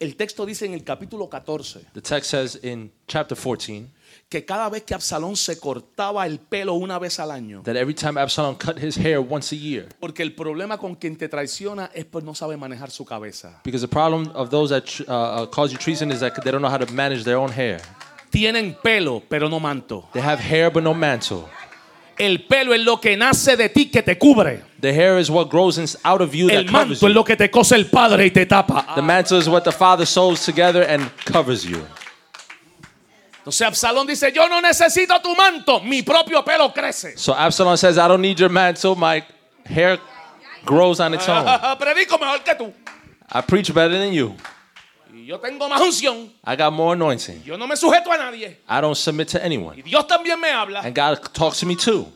C: El texto dice en el capítulo 14
D: The text says in chapter 14
C: que cada vez que Absalón se cortaba el pelo una vez al año,
D: that every time Absalom cut his hair once a year,
C: porque el problema con quien te traiciona es pues no sabe manejar su cabeza.
D: because the problem of those that tr- uh, uh, cause you treason is that they don't know how to manage their own hair.
C: Tienen pelo, pero no manto.
D: They have hair but no mantle.
C: El pelo es lo que nace de ti que te cubre.
D: The hair is what grows ins- out of you that
C: El
D: covers
C: manto es
D: you.
C: lo que te cose el padre y te tapa.
D: The mantle is what the Father sews together and covers you.
C: Entonces Absalón dice, yo no necesito tu manto, mi propio pelo crece.
D: So Absalom says, I don't need your mantle. My hair grows on its own.
C: Predico mejor que tú.
D: I preach better than you.
C: Y yo tengo más unción.
D: I got more anointing.
C: Yo no me sujeto a nadie.
D: I don't submit to
C: Y
D: anyone.
C: Dios también me habla.
D: And God talks to me too.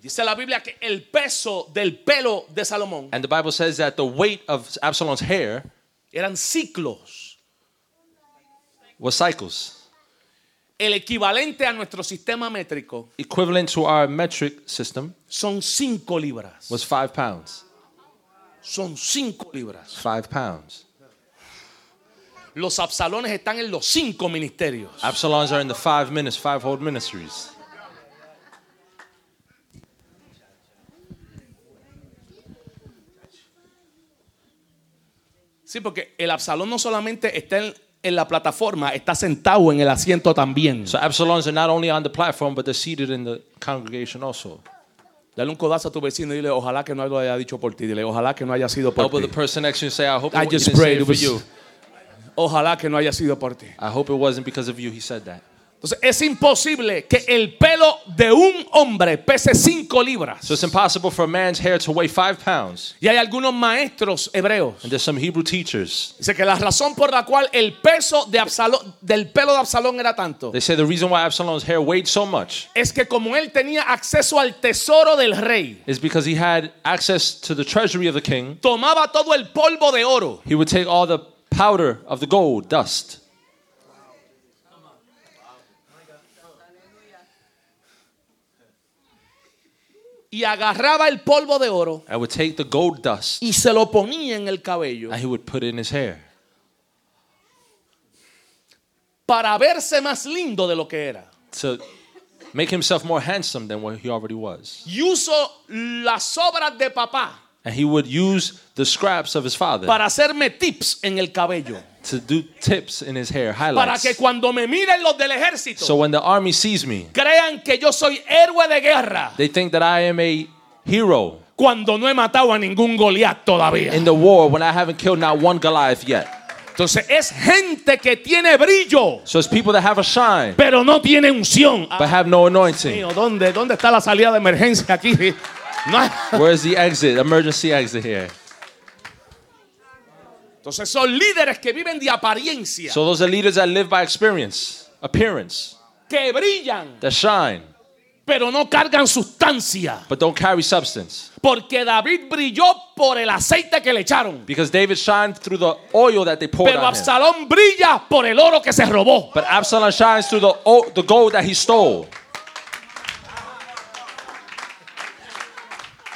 C: Dice la Biblia que el peso del pelo de Salomón
D: And the Bible says that the weight of Absalom's hair
C: eran ciclos.
D: was cycles,
C: El equivalente a nuestro sistema métrico
D: equivalent to our metric system,
C: son cinco libras.
D: was five pounds.
C: Son cinco libras.
D: Five pounds.
C: Los Absalones están en los cinco ministerios.
D: Absalom's are in the five minutes, five hold ministries.
C: Sí, porque el Absalón no solamente está en, en la plataforma, está sentado en el asiento también.
D: So Absalom's are not only on the platform, but they're seated in the congregation also.
C: Dale un codazo a tu vecino y dile, ojalá que no lo haya dicho por ti. Dile, ojalá que no haya sido por
D: Elbow
C: ti.
D: the person next to you and say, I hope
C: I
D: it, wa- he
C: just
D: didn't say
C: prayed
D: it
C: it
D: for
C: was-
D: you.
C: Ojalá que no haya sido por ti.
D: I hope it wasn't because of you he said that.
C: Entonces, es imposible que el pelo de un hombre pese 5 libras.
D: So it's impossible for a man's hair to weigh five pounds.
C: Y hay algunos maestros hebreos.
D: And there's some Hebrew teachers.
C: Dice que la razón por la cual el peso de Absalón, del pelo de Absalón era tanto
D: They say the reason why Absalom's hair weighed so much
C: es que como él tenía acceso al tesoro del rey,
D: is because he had access to the treasury of the king.
C: tomaba todo el polvo de oro.
D: He would take all the powder of the gold, dust.
C: y agarraba el polvo de oro
D: and would take the gold dust
C: y se lo ponía en el cabello
D: and he would put it in his hair
C: para verse más lindo de lo que era.
D: to make himself more handsome than what he already was.
C: Y uso las obras de papá
D: And he would use the scraps of his father
C: para hacerme tips en el cabello.
D: to do tips in his hair,
C: Para
D: highlights.
C: que cuando me miren los del ejército,
D: So when the army sees me,
C: crean que yo soy héroe de guerra
D: they think that I am a hero
C: cuando no he matado a ningún Goliat todavía.
D: in the war when I haven't killed not one Goliath yet.
C: Entonces es gente que tiene brillo,
D: So it's people that have a shine
C: pero no tiene unción.
D: but have no anointing.
C: Mío, ¿dónde, ¿Dónde está la salida de emergencia aquí? No hay-
D: Where's the exit? Emergency exit here.
C: Entonces son líderes que viven de apariencia,
D: So those are leaders that live by experience, appearance,
C: que brillan,
D: that shine,
C: pero no cargan sustancia.
D: but don't carry substance.
C: Porque David brilló por el aceite que le echaron.
D: Because David shined through the oil that they poured
C: Pero
D: on him.
C: Absalón brilla por el oro que se robó.
D: But Absalom shines through the, o- the gold that he stole.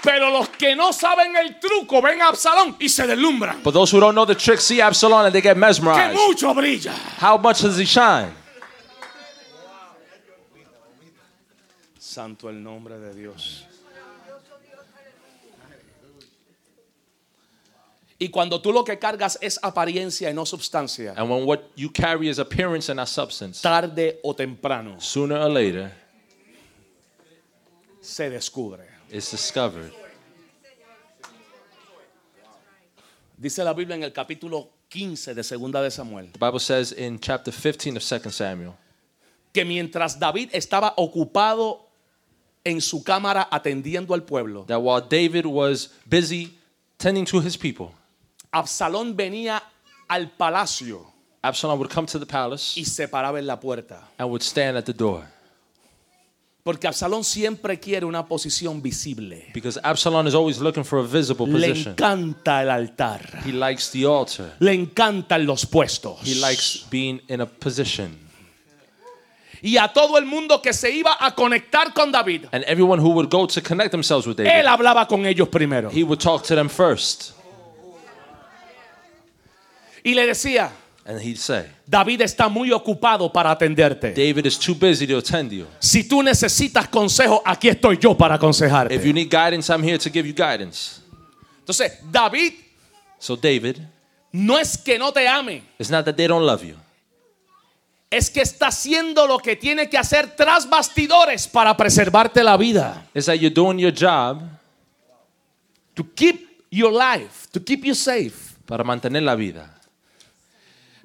C: Pero los que no saben el truco ven a Absalón y se deslumbran.
D: But those who don't know the trick see Absalom and they get
C: Que
D: mesmerized.
C: mucho brilla.
D: How much does he shine?
C: Santo el nombre de Dios. Y cuando tú lo que cargas es apariencia y no sustancia,
D: And when what you carry is appearance and not substance,
C: tarde o temprano
D: sooner or later,
C: se descubre.
D: it's discovered.
C: Dice la Biblia en el capítulo 15 de Segunda de Samuel
D: The Bible says in chapter 15 of 2 Samuel
C: que mientras David estaba ocupado en su cámara atendiendo al pueblo,
D: that while David was busy tending to his people,
C: Absalón venía al palacio
D: Absalom would come to the palace
C: y se paraba en la puerta.
D: and would stand at the door.
C: Porque Absalón siempre quiere una posición visible.
D: Because Absalom is always looking for a visible
C: Le
D: position.
C: encanta el altar.
D: He likes the altar,
C: Le encantan los puestos.
D: he likes being in a position.
C: Y a todo el mundo que se iba a conectar con David,
D: And everyone who would go to connect themselves with David,
C: él hablaba con ellos primero.
D: he would talk to them first.
C: Y le decía,
D: And he'd say,
C: David está muy ocupado para atenderte.
D: David is too busy to attend you.
C: Si tú necesitas consejo, aquí estoy yo para
D: If you
C: aconsejarte.
D: need guidance, I'm here to give you guidance.
C: Entonces, David
D: So, David,
C: no es que no te ame,
D: it's not that they don't love you,
C: es que está haciendo lo que tiene que hacer tras bastidores para preservarte la vida.
D: it's that you're doing your job
C: To keep your life, to keep you safe.
D: para mantener la vida.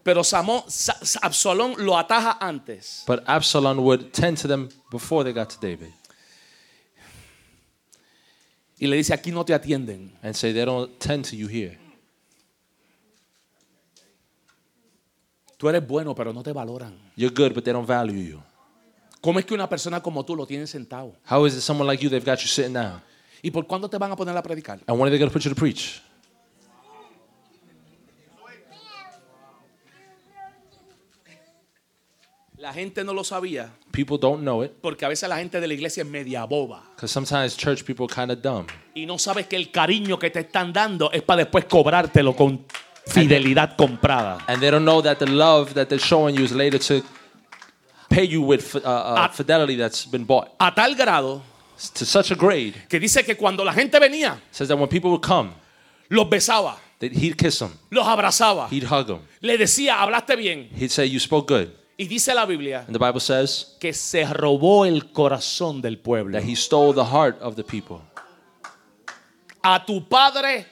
C: Pero Samo- Sa- Sa- Absalón lo ataja antes.
D: But Absalom would tend to them before they got to David
C: Y le dice, aquí no te atienden.
D: and say, They don't tend to you here.
C: Tú eres bueno, pero no te valoran.
D: You're good, but they don't value you.
C: ¿Cómo es que una persona como tú lo tiene sentado?
D: How is it someone like you, they've got you sitting down?
C: ¿Y por cuándo te van a poner a predicar?
D: And when are they going to put you to preach?
C: La gente no lo sabía
D: People don't know it
C: porque a veces la gente de la iglesia es media boba.
D: because sometimes church people are kind of dumb.
C: Y no sabes que el cariño que te están dando es para después cobrártelo con fidelidad comprada.
D: and they don't know that the love that they're showing you is later to pay you with uh, uh,
C: Ah.
D: fidelity that's been bought
C: A tal grado
D: S- to such a grade
C: que dice que cuando la gente venía,
D: says that when people would come
C: los besaba,
D: that he'd kiss them
C: los abrazaba,
D: he'd hug them
C: le decía, hablaste bien.
D: he'd say you spoke good
C: Y dice la Biblia
D: and the bible says
C: que se robó el corazón del pueblo.
D: that he stole the heart of the people
C: A tu padre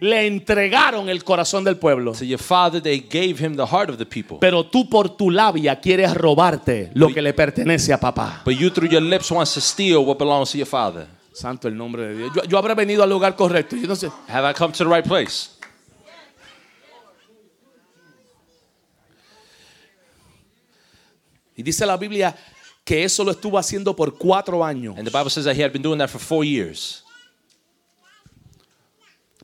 C: le entregaron el corazón del pueblo.
D: to your father they gave him the heart of the people
C: Pero tú por tu labia quieres robarte lo que le pertenece a papá.
D: but you through your lips wants to steal what belongs to your father
C: Santo el nombre de Dios. Yo, yo habré venido al lugar correcto. Yo no sé.
D: have i come to the right place
C: Y dice la Biblia que eso lo estuvo haciendo por cuatro años.
D: and the bible says that he had been doing that for four years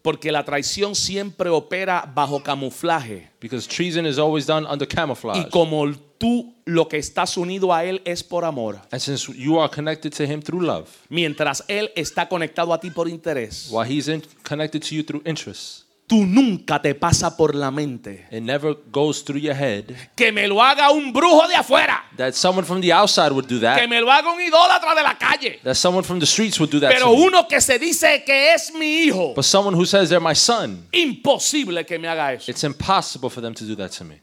C: Porque la traición siempre opera bajo camuflaje.
D: because treason is always done under
C: Y
D: camouflage.
C: como tú lo que estás unido a él es por amor,
D: And since you are connected to him through love,
C: mientras él está conectado a ti por interés,
D: while he's in, connected to you through interests,
C: tú nunca te pasa por la mente
D: it never goes through your head
C: que me lo haga un brujo de afuera,
D: that someone from the outside would do
C: que
D: that,
C: me lo haga un idólatra de la calle,
D: that someone from the streets would do that.
C: pero
D: to me.
C: uno que se dice que es mi hijo,
D: But someone who says they're my son,
C: imposible que me haga eso.
D: it's impossible for them to do that to me.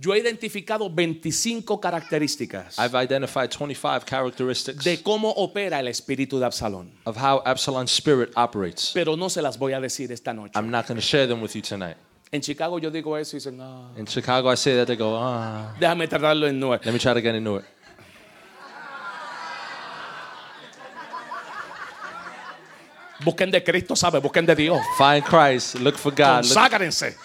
C: Yo he identificado 25 características
D: I've identified 25 characteristics
C: de cómo opera el espíritu de Absalón,
D: of how Absalom's spirit operates.
C: pero no se las voy a decir esta noche.
D: I'm not going to share them with you tonight.
C: En Chicago yo digo eso y dicen, "Ah,
D: In Chicago, I say that they go, ah.
C: déjame tratarlo en nueve.
D: Let me try to get into it.
C: Busquen de Cristo, sabe, busquen de Dios.
D: Find Christ, look for God. Look,
C: Conságrense.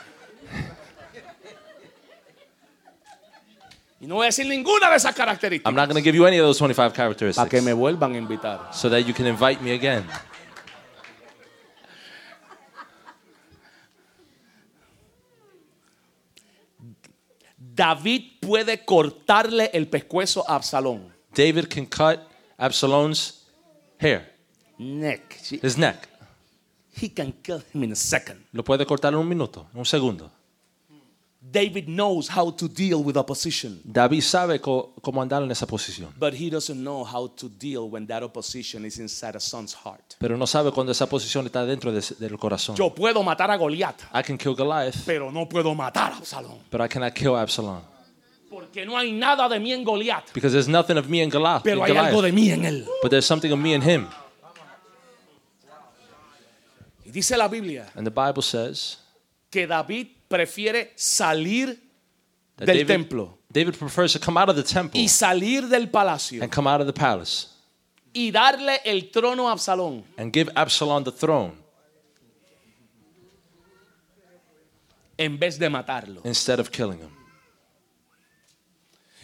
C: Y no voy a decir ninguna de esas
D: I'm
C: características.
D: not going to give you any of those 25
C: Para que me
D: characteristics
C: vuelvan a invitar.
D: so that you can invite me again.
C: David puede cortarle el pescuezo a Absalón.
D: David can cut Absalom's hair,
C: Neck. She-
D: his neck.
C: He can kill him in a second.
D: Lo puede cortar en un minuto, en un segundo.
C: David knows how to deal with opposition,
D: David sabe co- cómo andar en esa posición,
C: but he doesn't know how to deal when that opposition is inside a son's heart.
D: pero no sabe cuando esa posición está dentro de s- del corazón.
C: Yo puedo matar a Goliat,
D: I can kill Goliath,
C: pero no puedo matar a Absalón,
D: but I cannot kill Absalom
C: porque no hay nada de mí en Goliat,
D: because there's nothing of me in Goliath. in
C: pero hay algo
D: Goliath,
C: de mí en él.
D: but there's something of me in him.
C: Y dice la Biblia
D: And the Bible says
C: que David prefiere salir
D: that
C: del
D: David,
C: templo
D: David prefers to come out of the temple
C: y salir del palacio
D: and come out of the palace
C: y darle el trono a Absalón.
D: and give Absalom the throne
C: en vez de matarlo.
D: instead of killing him.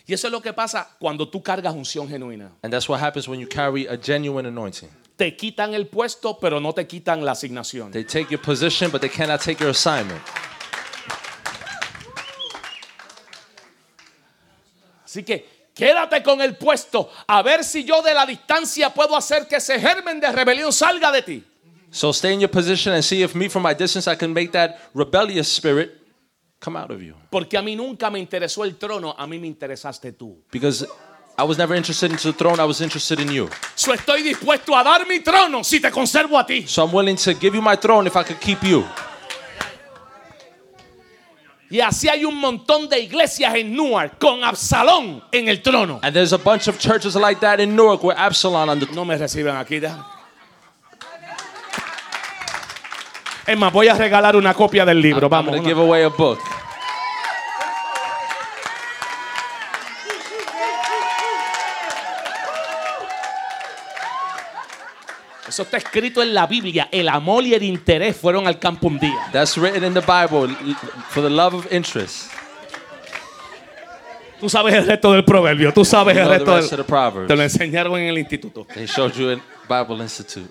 C: Y eso es lo que pasa cuando tú cargas unción genuina.
D: And that's what happens when you carry a genuine anointing.
C: Te quitan el puesto, pero no te quitan la asignación.
D: They take your position, but they cannot take your assignment.
C: Así que quédate con el puesto a ver si yo de la distancia puedo hacer que ese germen de rebelión salga de ti.
D: So stay in your position and see if me from my distance I can make that rebellious spirit come out of you.
C: Porque a mí nunca me interesó el trono, a mí me interesaste tú.
D: Because I was never interested in the throne, I was interested in you.
C: So estoy dispuesto a dar mi trono si te conservo a ti.
D: So I'm willing to give you my throne if I could keep you.
C: Y así hay un montón de iglesias en Newark con Absalón en el trono.
D: And there's a bunch of churches like that in Newark where Absalom on the
C: No me reciben aquí. déjame. Es más, voy a regalar una copia del libro.
D: I'm
C: Vamos.
D: gonna
C: una.
D: give away a book.
C: Eso está escrito en la Biblia. El amor y el interés fueron al campo un día.
D: That's written in the Bible l- for the love of interest.
C: Tú sabes el resto del proverbio. Tú sabes
D: You
C: el
D: know the
C: resto
D: rest of
C: del.
D: the Proverbs.
C: Te lo enseñaron en el instituto.
D: They showed you in Bible Institute.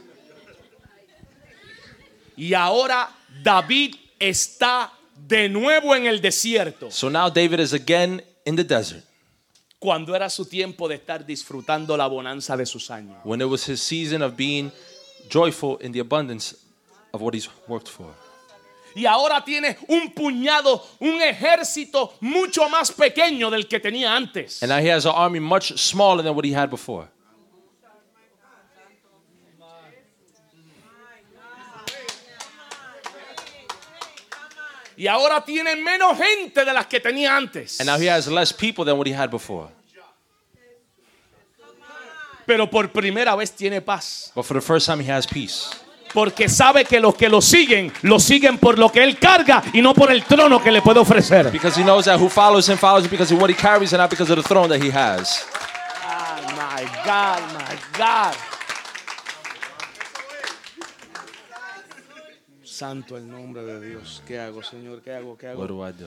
C: Y ahora David está de nuevo en el desierto.
D: So now David is again in the desert
C: Cuando era su tiempo de estar disfrutando la bonanza de sus años.
D: when it was his season of being joyful in the abundance of what he's worked for.
C: Y ahora tiene un puñado, un ejército mucho más pequeño del que tenía antes.
D: And now he has an army much smaller than what he had before.
C: Y ahora tiene menos gente de las que tenía antes.
D: And now he has less people than what he had before.
C: Pero por primera vez tiene paz.
D: But for the first time, he has peace.
C: Porque sabe que los que lo siguen, lo siguen por lo que él carga y no por el trono que le puede ofrecer.
D: Because he knows that who follows him follows him because of what he carries and not because of the throne that he has.
C: Oh my God, my God. Santo el nombre de Dios. ¿Qué hago, Señor? ¿Qué hago? ¿Qué hago?
D: What do I do?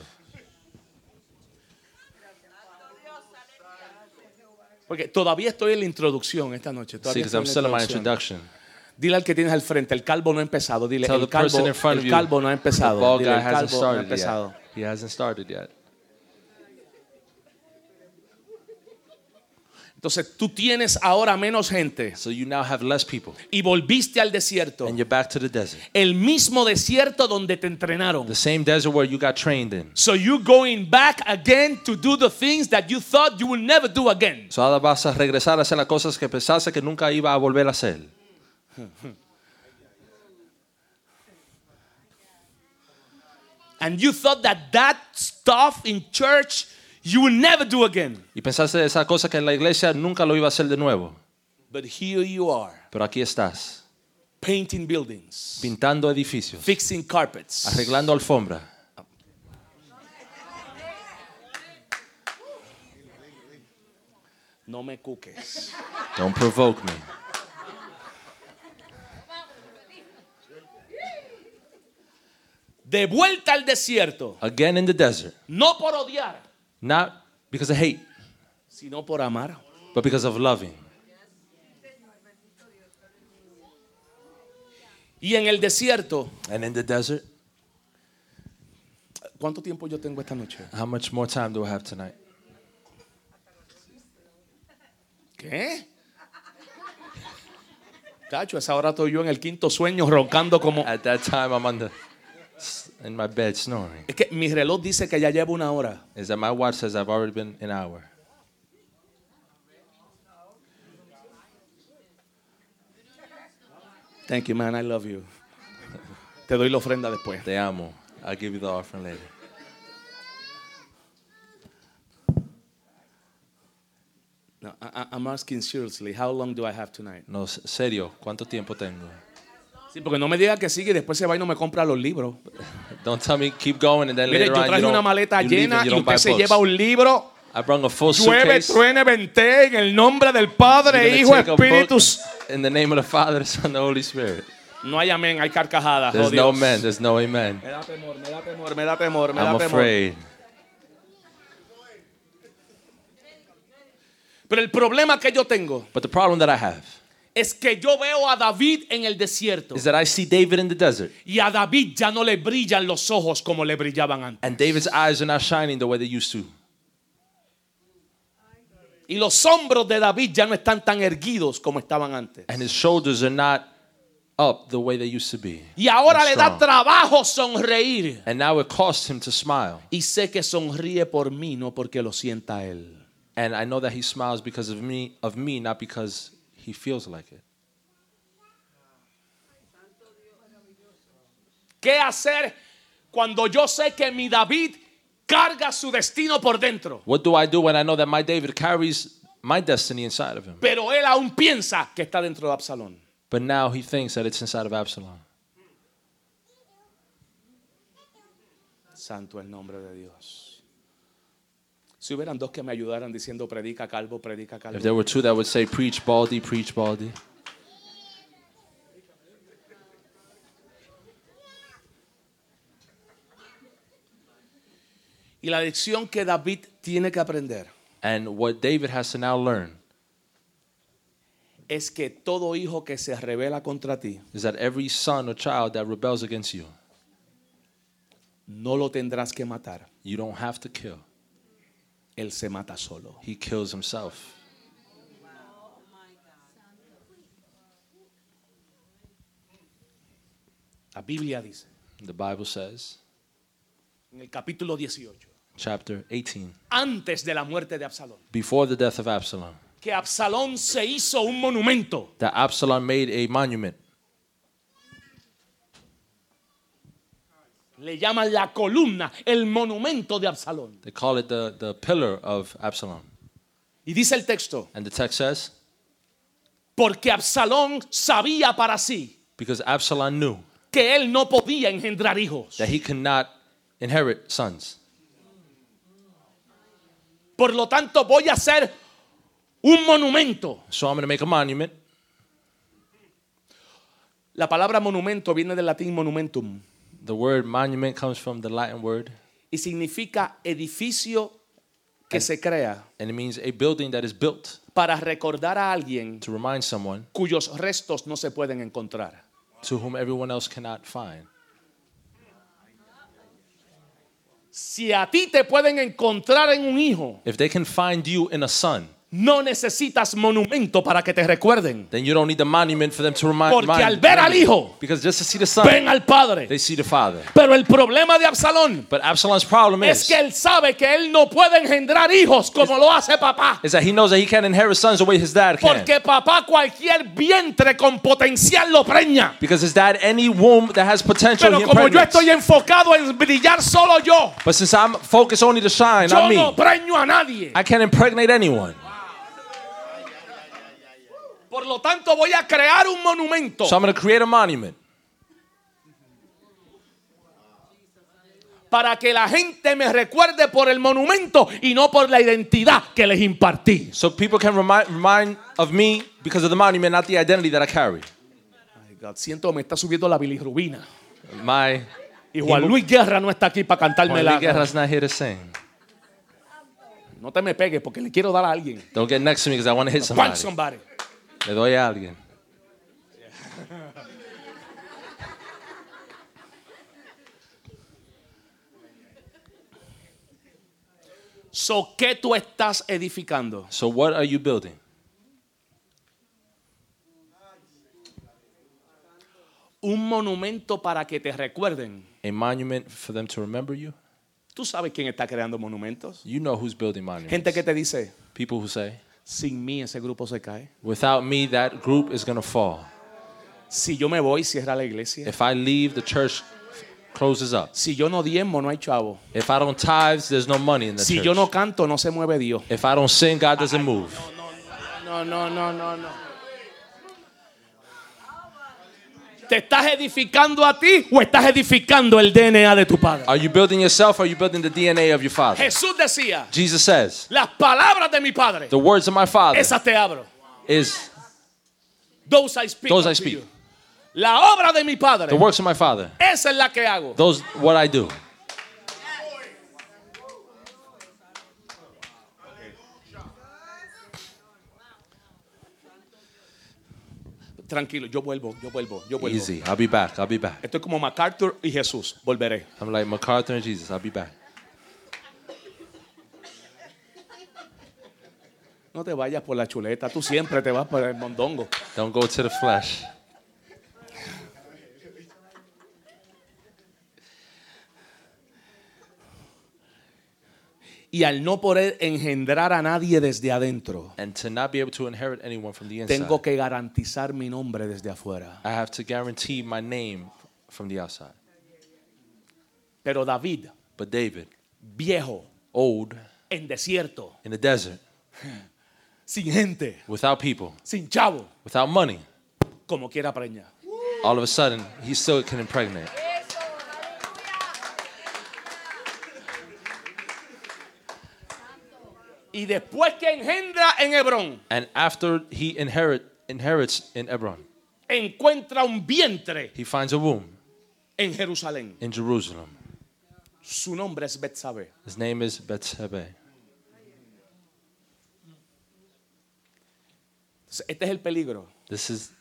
C: Porque todavía estoy en la introducción esta noche.
D: See,
C: todavía
D: because
C: estoy
D: I'm
C: en la
D: still in my
C: introducción.
D: introduction.
C: Dile al que tienes al frente, el calvo no ha empezado. Dile,
D: Tell
C: el
D: the person
C: calvo,
D: in front of
C: el
D: you.
C: calvo no ha
D: The
C: empezado.
D: bald
C: Dile,
D: guy
C: el
D: hasn't
C: calvo no ha
D: started
C: empezado.
D: yet. He hasn't started yet.
C: Entonces tú tienes ahora menos gente
D: So you now have less people,
C: y volviste al desierto.
D: and you're back to the desert.
C: El mismo desierto donde te entrenaron.
D: The same desert where you got trained in.
C: So you're going back again to do the things that you thought you will never do again.
D: So ahora vas a regresar a hacer las cosas que pensaste que nunca iba a volver a hacer.
C: And you thought that that stuff in church you will never do again.
D: Y pensaste esas cosas que en la iglesia nunca lo iba a hacer de nuevo.
C: But here you are,
D: Pero aquí estás,
C: painting buildings,
D: pintando edificios,
C: fixing carpets,
D: arreglando alfombras,
C: no me cuques,
D: Don't provoke me.
C: de vuelta al desierto,
D: Again in the desert.
C: no por odiar,
D: Not because of hate,
C: sino por amar.
D: but because of loving.
C: Y en el desierto,
D: And in the desert,
C: ¿cuánto tiempo yo tengo esta noche?
D: how much more time do I have tonight?
C: ¿Qué? Cacho, a esa hora estoy yo en el quinto sueño roncando como...
D: At that time, I'm on the, in my bed snoring.
C: Es que mi reloj dice que ya llevo una hora.
D: Is that my watch says I've already been an hour.
C: Thank you, man, I love you. Te doy la ofrenda después.
D: Te amo. I'll give you the offering later.
C: No, I- I- I'm asking seriously, how long do I have tonight?
D: No, s- serio, ¿cuánto tiempo tengo?
C: Sí, porque no me diga que sigue y después se va y no me compra los libros.
D: Don't tell me keep going and then
C: Mire,
D: later
C: yo
D: on you
C: traje una
D: don't-
C: maleta
D: you leave
C: llena
D: and
C: y
D: you don't buy
C: usted se
D: books.
C: lleva un libro.
D: I brought a full
C: Llueve,
D: suitcase.
C: truene, vente en el nombre del
D: You're
C: Padre,
D: gonna
C: Hijo,
D: take a book
C: Espíritu.
D: In the name of the Father, the Son, and the Holy Spirit.
C: No hay amén, hay carcajadas. oh
D: There's no
C: Dios.
D: man. There's no amen.
C: Me da temor, me da temor, me da temor, me da
D: I'm
C: temor.
D: afraid.
C: Pero el problema que yo tengo
D: But the problem that I have
C: es que yo veo a David en el desierto
D: is that I see David in the desert,
C: y a David ya no le brillan los ojos como le brillaban antes.
D: and David's eyes are not shining the way they used to,
C: Y los hombros de David ya no están tan erguidos como estaban antes.
D: and his shoulders are not up the way they used to be.
C: Y ahora
D: and
C: le da
D: strong.
C: trabajo sonreír.
D: And now it costs him to smile,
C: Y sé que sonríe por mí, no porque lo sienta él.
D: and I know that he smiles because of me, of me, not because he feels like it.
C: ¿Qué hacer cuando yo sé que mi David carga su destino por dentro?
D: What do I do when I know that my David carries my destiny inside of him,
C: Pero él aún piensa que está dentro de Absalón.
D: but now he thinks that it's inside of Absalom?
C: Santo el nombre de Dios. Si hubieran dos que me ayudaran diciendo predica calvo, predica
D: If
C: calvo.
D: there were two that would say, "Preach, Baldy, preach, Baldy,"
C: Y la lección que David tiene que aprender
D: and what David has to now learn
C: es que todo hijo que se revela contra ti
D: is that every son or child that rebels against you,
C: no lo tendrás que matar.
D: you don't have to kill.
C: Él se mata solo.
D: He kills himself.
C: La Biblia dice,
D: The Bible says,
C: en el capítulo 18,
D: chapter 18,
C: antes de la muerte de Absalón,
D: before the death of Absalom,
C: que Absalón se hizo un monumento.
D: that Absalom made a monument.
C: Le llaman la columna, el monumento de Absalón.
D: They call it the, the pillar of Absalom.
C: Y dice el texto,
D: And the text says,
C: porque Absalón sabía para sí
D: because Absalom knew
C: que él no podía engendrar hijos.
D: that he cannot inherit sons.
C: Por lo tanto, voy a hacer un monumento.
D: So I'm going to make a monument.
C: La palabra monumento viene del latín monumentum
D: The word monument comes from the Latin word
C: y significa edificio que se crea
D: and it means a building that is built
C: para recordar a alguien
D: to remind someone
C: cuyos restos no se pueden encontrar.
D: to whom everyone else cannot find.
C: Si a ti te pueden encontrar en un hijo,
D: If they can find you in a son,
C: no necesitas monumento para que te recuerden.
D: then you don't need a monument for them to remind.
C: Porque
D: mind-
C: al ver al hijo,
D: because just to see the son,
C: Ven al padre.
D: they see the father.
C: Pero el problema de Absalón
D: But Absalom's problem
C: es
D: is,
C: que él sabe que él no puede engendrar hijos como lo hace papá.
D: is that he knows that he can't inherit sons the way his dad can.
C: Porque papá cualquier vientre con potencial lo preña.
D: Because his dad, any womb that has potential,
C: Pero
D: he
C: como yo
D: impregnates.
C: estoy enfocado en brillar solo yo,
D: But since I'm focused only to shine
C: yo
D: on
C: no
D: me,
C: preño a nadie.
D: I can't impregnate anyone.
C: Por lo tanto voy a crear un monumento
D: So I'm going to create a monument
C: para que la gente me recuerde por el monumento y no por la identidad que les impartí.
D: so people can remind, remind of me because of the monument, not the identity that I carry.
C: Ay, God, siento me está subiendo la bilirrubina.
D: My
C: Y Juan Luis Guerra no está aquí para cantarme
D: Juan Luis
C: la.
D: Guerra's not here to sing.
C: No te me pegues porque le quiero dar a alguien.
D: Don't get next to me because I want to hit
C: Punch somebody.
D: somebody. Le doy a alguien.
C: So, ¿qué tú estás edificando?
D: So what are you building?
C: Un monumento para que te recuerden.
D: A monument for them to remember you?
C: ¿Tú sabes quién está creando monumentos?
D: You know who's building monuments.
C: Gente que te dice,
D: People who say,
C: sin mí ese grupo se cae.
D: without me, that group is going to fall.
C: Si yo me voy, cierra la iglesia.
D: If I leave, the church closes up.
C: Si yo no diezmo, no hay chavo.
D: If I don't tithes, there's no money in the
C: Si
D: church.
C: yo no canto, no se mueve Dios.
D: if I don't sing, God doesn't move.
C: No, no, no, no, no. ¿Te estás edificando a ti o estás edificando el DNA de tu padre?
D: Are you building yourself or are you building the DNA of your father?
C: Jesús decía,
D: Jesus says,
C: las palabras de mi padre,
D: the words of my father
C: esas te abro.
D: is
C: Those I speak.
D: Those I
C: unto
D: speak.
C: you. La obra de mi padre.
D: the works of my father.
C: Esa es la que hago.
D: Those what I do.
C: Tranquilo, yo vuelvo, yo vuelvo, yo vuelvo.
D: Easy. I'll be back. I'll be back.
C: Estoy como MacArthur y Jesús. Volveré.
D: I'm like MacArthur and Jesus. I'll be back.
C: No te vayas por la chuleta. Tú siempre te vas por el mondongo.
D: Don't go to the flesh.
C: Y al no poder engendrar a nadie desde adentro,
D: And to not be able to inherit anyone from the inside,
C: tengo que garantizar mi nombre desde afuera.
D: I have to guarantee my name from the outside.
C: Pero David,
D: But David,
C: viejo,
D: old,
C: en desierto,
D: in the desert,
C: sin gente,
D: without people,
C: sin chavo,
D: without money,
C: como quiera preña.
D: all of a sudden, he still can impregnate.
C: Y después que engendra en Hebrón,
D: And after he inherit, inherits in Hebron,
C: encuentra un vientre
D: he finds a womb
C: en Jerusalén.
D: in Jerusalem.
C: Su nombre es Betsabe.
D: His name is Bethsebe.
C: Entonces, Este es el peligro.
D: This is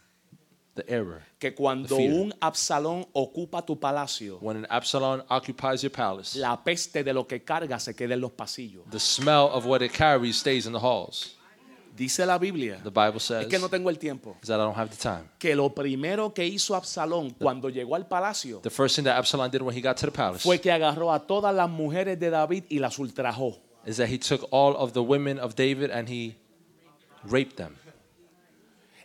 D: the error.
C: que cuando
D: The fear.
C: un Absalón ocupa tu palacio,
D: When an Absalom occupies your palace,
C: la peste de lo que carga se queda en los pasillos.
D: the smell of what it carries stays in the halls.
C: Dice la Biblia,
D: The Bible says
C: es que no tengo el tiempo,
D: is that I don't have the time.
C: que lo primero que hizo Absalón cuando llegó al palacio
D: The first thing that Absalom did when he got to the palace
C: fue que agarró a todas las mujeres de David y las ultrajó.
D: is that he took all of the women of David and he raped them.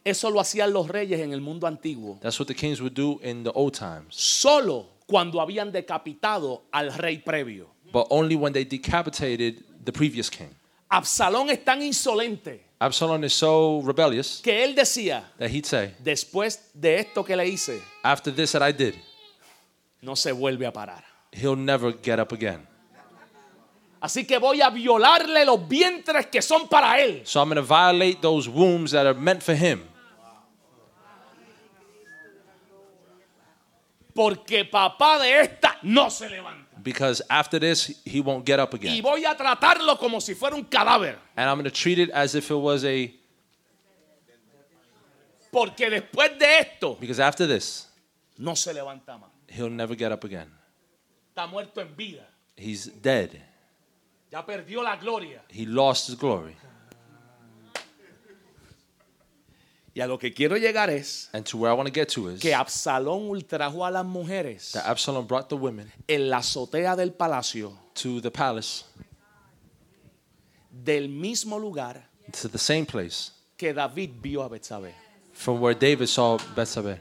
C: Eso lo hacían los reyes en el mundo antiguo,
D: That's what the kings would do in the old times,
C: solo cuando habían decapitado al rey previo.
D: but only when they decapitated the previous king.
C: Absalón es tan insolente
D: Absalom is so rebellious
C: que él decía,
D: that he'd say,
C: después de esto que le hice,
D: After this that I did,
C: no se vuelve a parar.
D: he'll never get up again.
C: Así que voy a violarle los vientres que son para él.
D: So I'm going to violate those wombs that are meant for him
C: Porque papá de esta no se levanta.
D: because after this, he won't get up
C: y
D: again.
C: voy a tratarlo como si fuera un cadáver.
D: And I'm going to treat it as if it was a,
C: Porque después de esto
D: because after this,
C: no se levanta más.
D: he'll never get up again.
C: Está muerto en vida.
D: He's dead.
C: Ya perdió la gloria.
D: He lost his glory.
C: Y a lo que quiero llegar es
D: And to where I want to get to is
C: que
D: that
C: Absalón ultrajó a las mujeres
D: Absalom brought the women
C: en la azotea del palacio,
D: to the palace,
C: del mismo lugar
D: to the same place
C: que David vio a Betsabé.
D: from where David saw Bethsabe,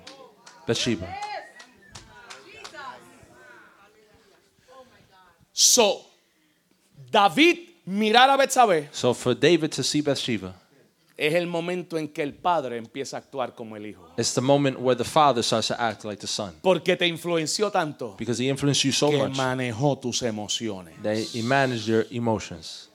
D: Bathsheba.
C: So, David mirar a Betsabé
D: So for David to see Bathsheba,
C: es el momento en que el padre empieza a actuar como el hijo.
D: it's the moment where the father starts to act like the son
C: Porque te influenció tanto
D: because he influenced you so
C: que
D: much
C: manejó tus emociones.
D: that he managed your emotions.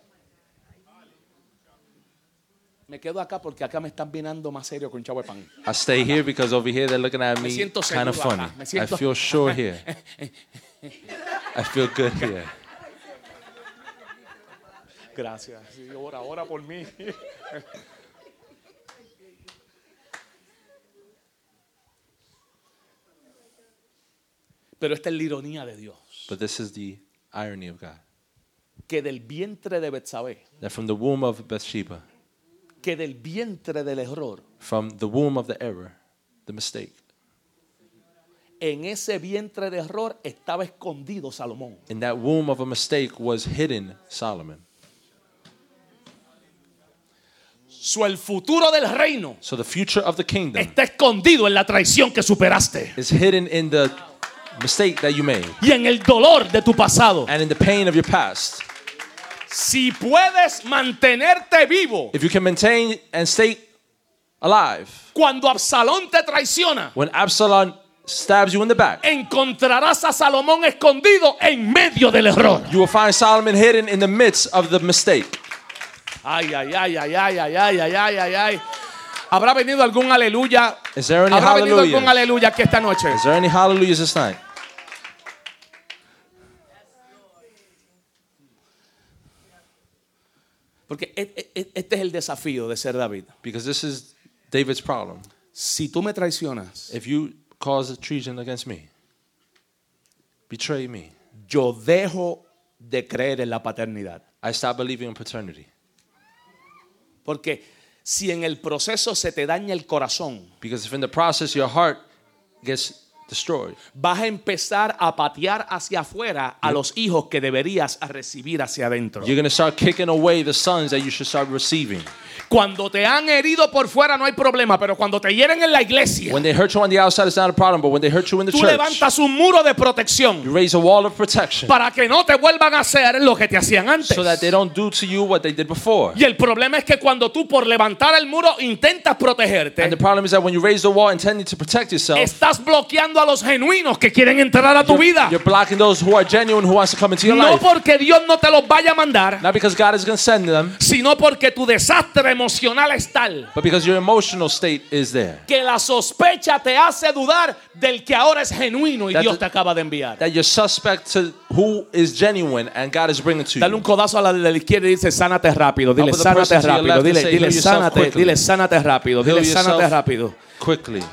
C: Me quedo acá porque acá me están vinando más serio con chavo de pan.
D: I stay here because over here they're looking at
C: Me
D: me
C: siento
D: kind of
C: seguro
D: funny.
C: acá. Me
D: I
C: siento-
D: feel sure here. I feel good here.
C: Gracias. Sí, ora, ora por mí. Pero esta es la ironía de Dios,
D: But this is the irony of God.
C: que del vientre de Betsabé,
D: That from the womb of Bathsheba,
C: que del vientre del error,
D: from the womb of the error, the mistake,
C: en ese vientre de error estaba escondido Salomón.
D: in that womb of a mistake was hidden Solomon.
C: So, el futuro del reino
D: So the future of the kingdom
C: está escondido en la traición que superaste
D: is hidden in the mistake that you made
C: y en el dolor de tu pasado.
D: and in the pain of your past.
C: Si puedes mantenerte vivo
D: If you can maintain and stay alive,
C: cuando Absalón te traiciona,
D: when Absalom stabs you in the back,
C: encontrarás a Salomón escondido en medio del error.
D: you will find Solomon hidden in the midst of the mistake.
C: Ay, ay, ay, ay, ay, ay, ay, ay, ay, ay, ay. ¿Habrá venido algún aleluya?
D: Is there any
C: ¿Habrá venido
D: hallelujahs?
C: algún aleluya aquí esta noche?
D: Is there any hallelujahs this night?
C: Porque e- e- este es el desafío de ser David.
D: Because this is David's problem.
C: Si tú me traicionas,
D: If you cause a treason against me, betray me,
C: yo dejo de creer en la paternidad.
D: I stop believing in paternity.
C: Porque si en el proceso se te daña el corazón,
D: Because if in the process your heart gets destroyed,
C: vas a empezar a patear hacia afuera a los hijos que deberías a recibir hacia adentro.
D: you're going to start kicking away the sons that you should start receiving.
C: Cuando te han herido por fuera no hay problema, pero cuando te hieren en la iglesia,
D: When they hurt you on the outside, it's not a problem, but when they hurt you in the
C: tú
D: church,
C: levantas un muro de
D: you
C: protección
D: raise a wall of protection
C: para que no te vuelvan a hacer lo que te hacían antes.
D: so that they don't do to you what they did before.
C: y el problema es que cuando tú por levantar el muro intentas protegerte,
D: And the problem is that when you raise the wall intending to protect yourself,
C: estás bloqueando a los genuinos que quieren entrar a tu vida.
D: you're blocking those who are genuine who wants to come into your
C: No
D: life.
C: porque Dios no te los vaya a mandar,
D: Not because God is going to send them,
C: sino porque tu desastre emocional es tal
D: but because your emotional state is there.
C: que la sospecha te hace dudar del que ahora es genuino y
D: That's
C: Dios
D: a-
C: te acaba de enviar.
D: That you're suspect to who is genuine and God is bringing to
C: Dale un
D: you.
C: codazo a la de la izquierda y dice, sánate rápido, dile,
D: Up with Ah, pues
C: sánate
D: the person to your
C: rápido,
D: left
C: dile,
D: and say,
C: dile,
D: "Heal yourself
C: sánate,
D: quickly."
C: dile, sánate rápido,
D: Heal
C: dile, sánate
D: yourself
C: rápido.
D: Quickly.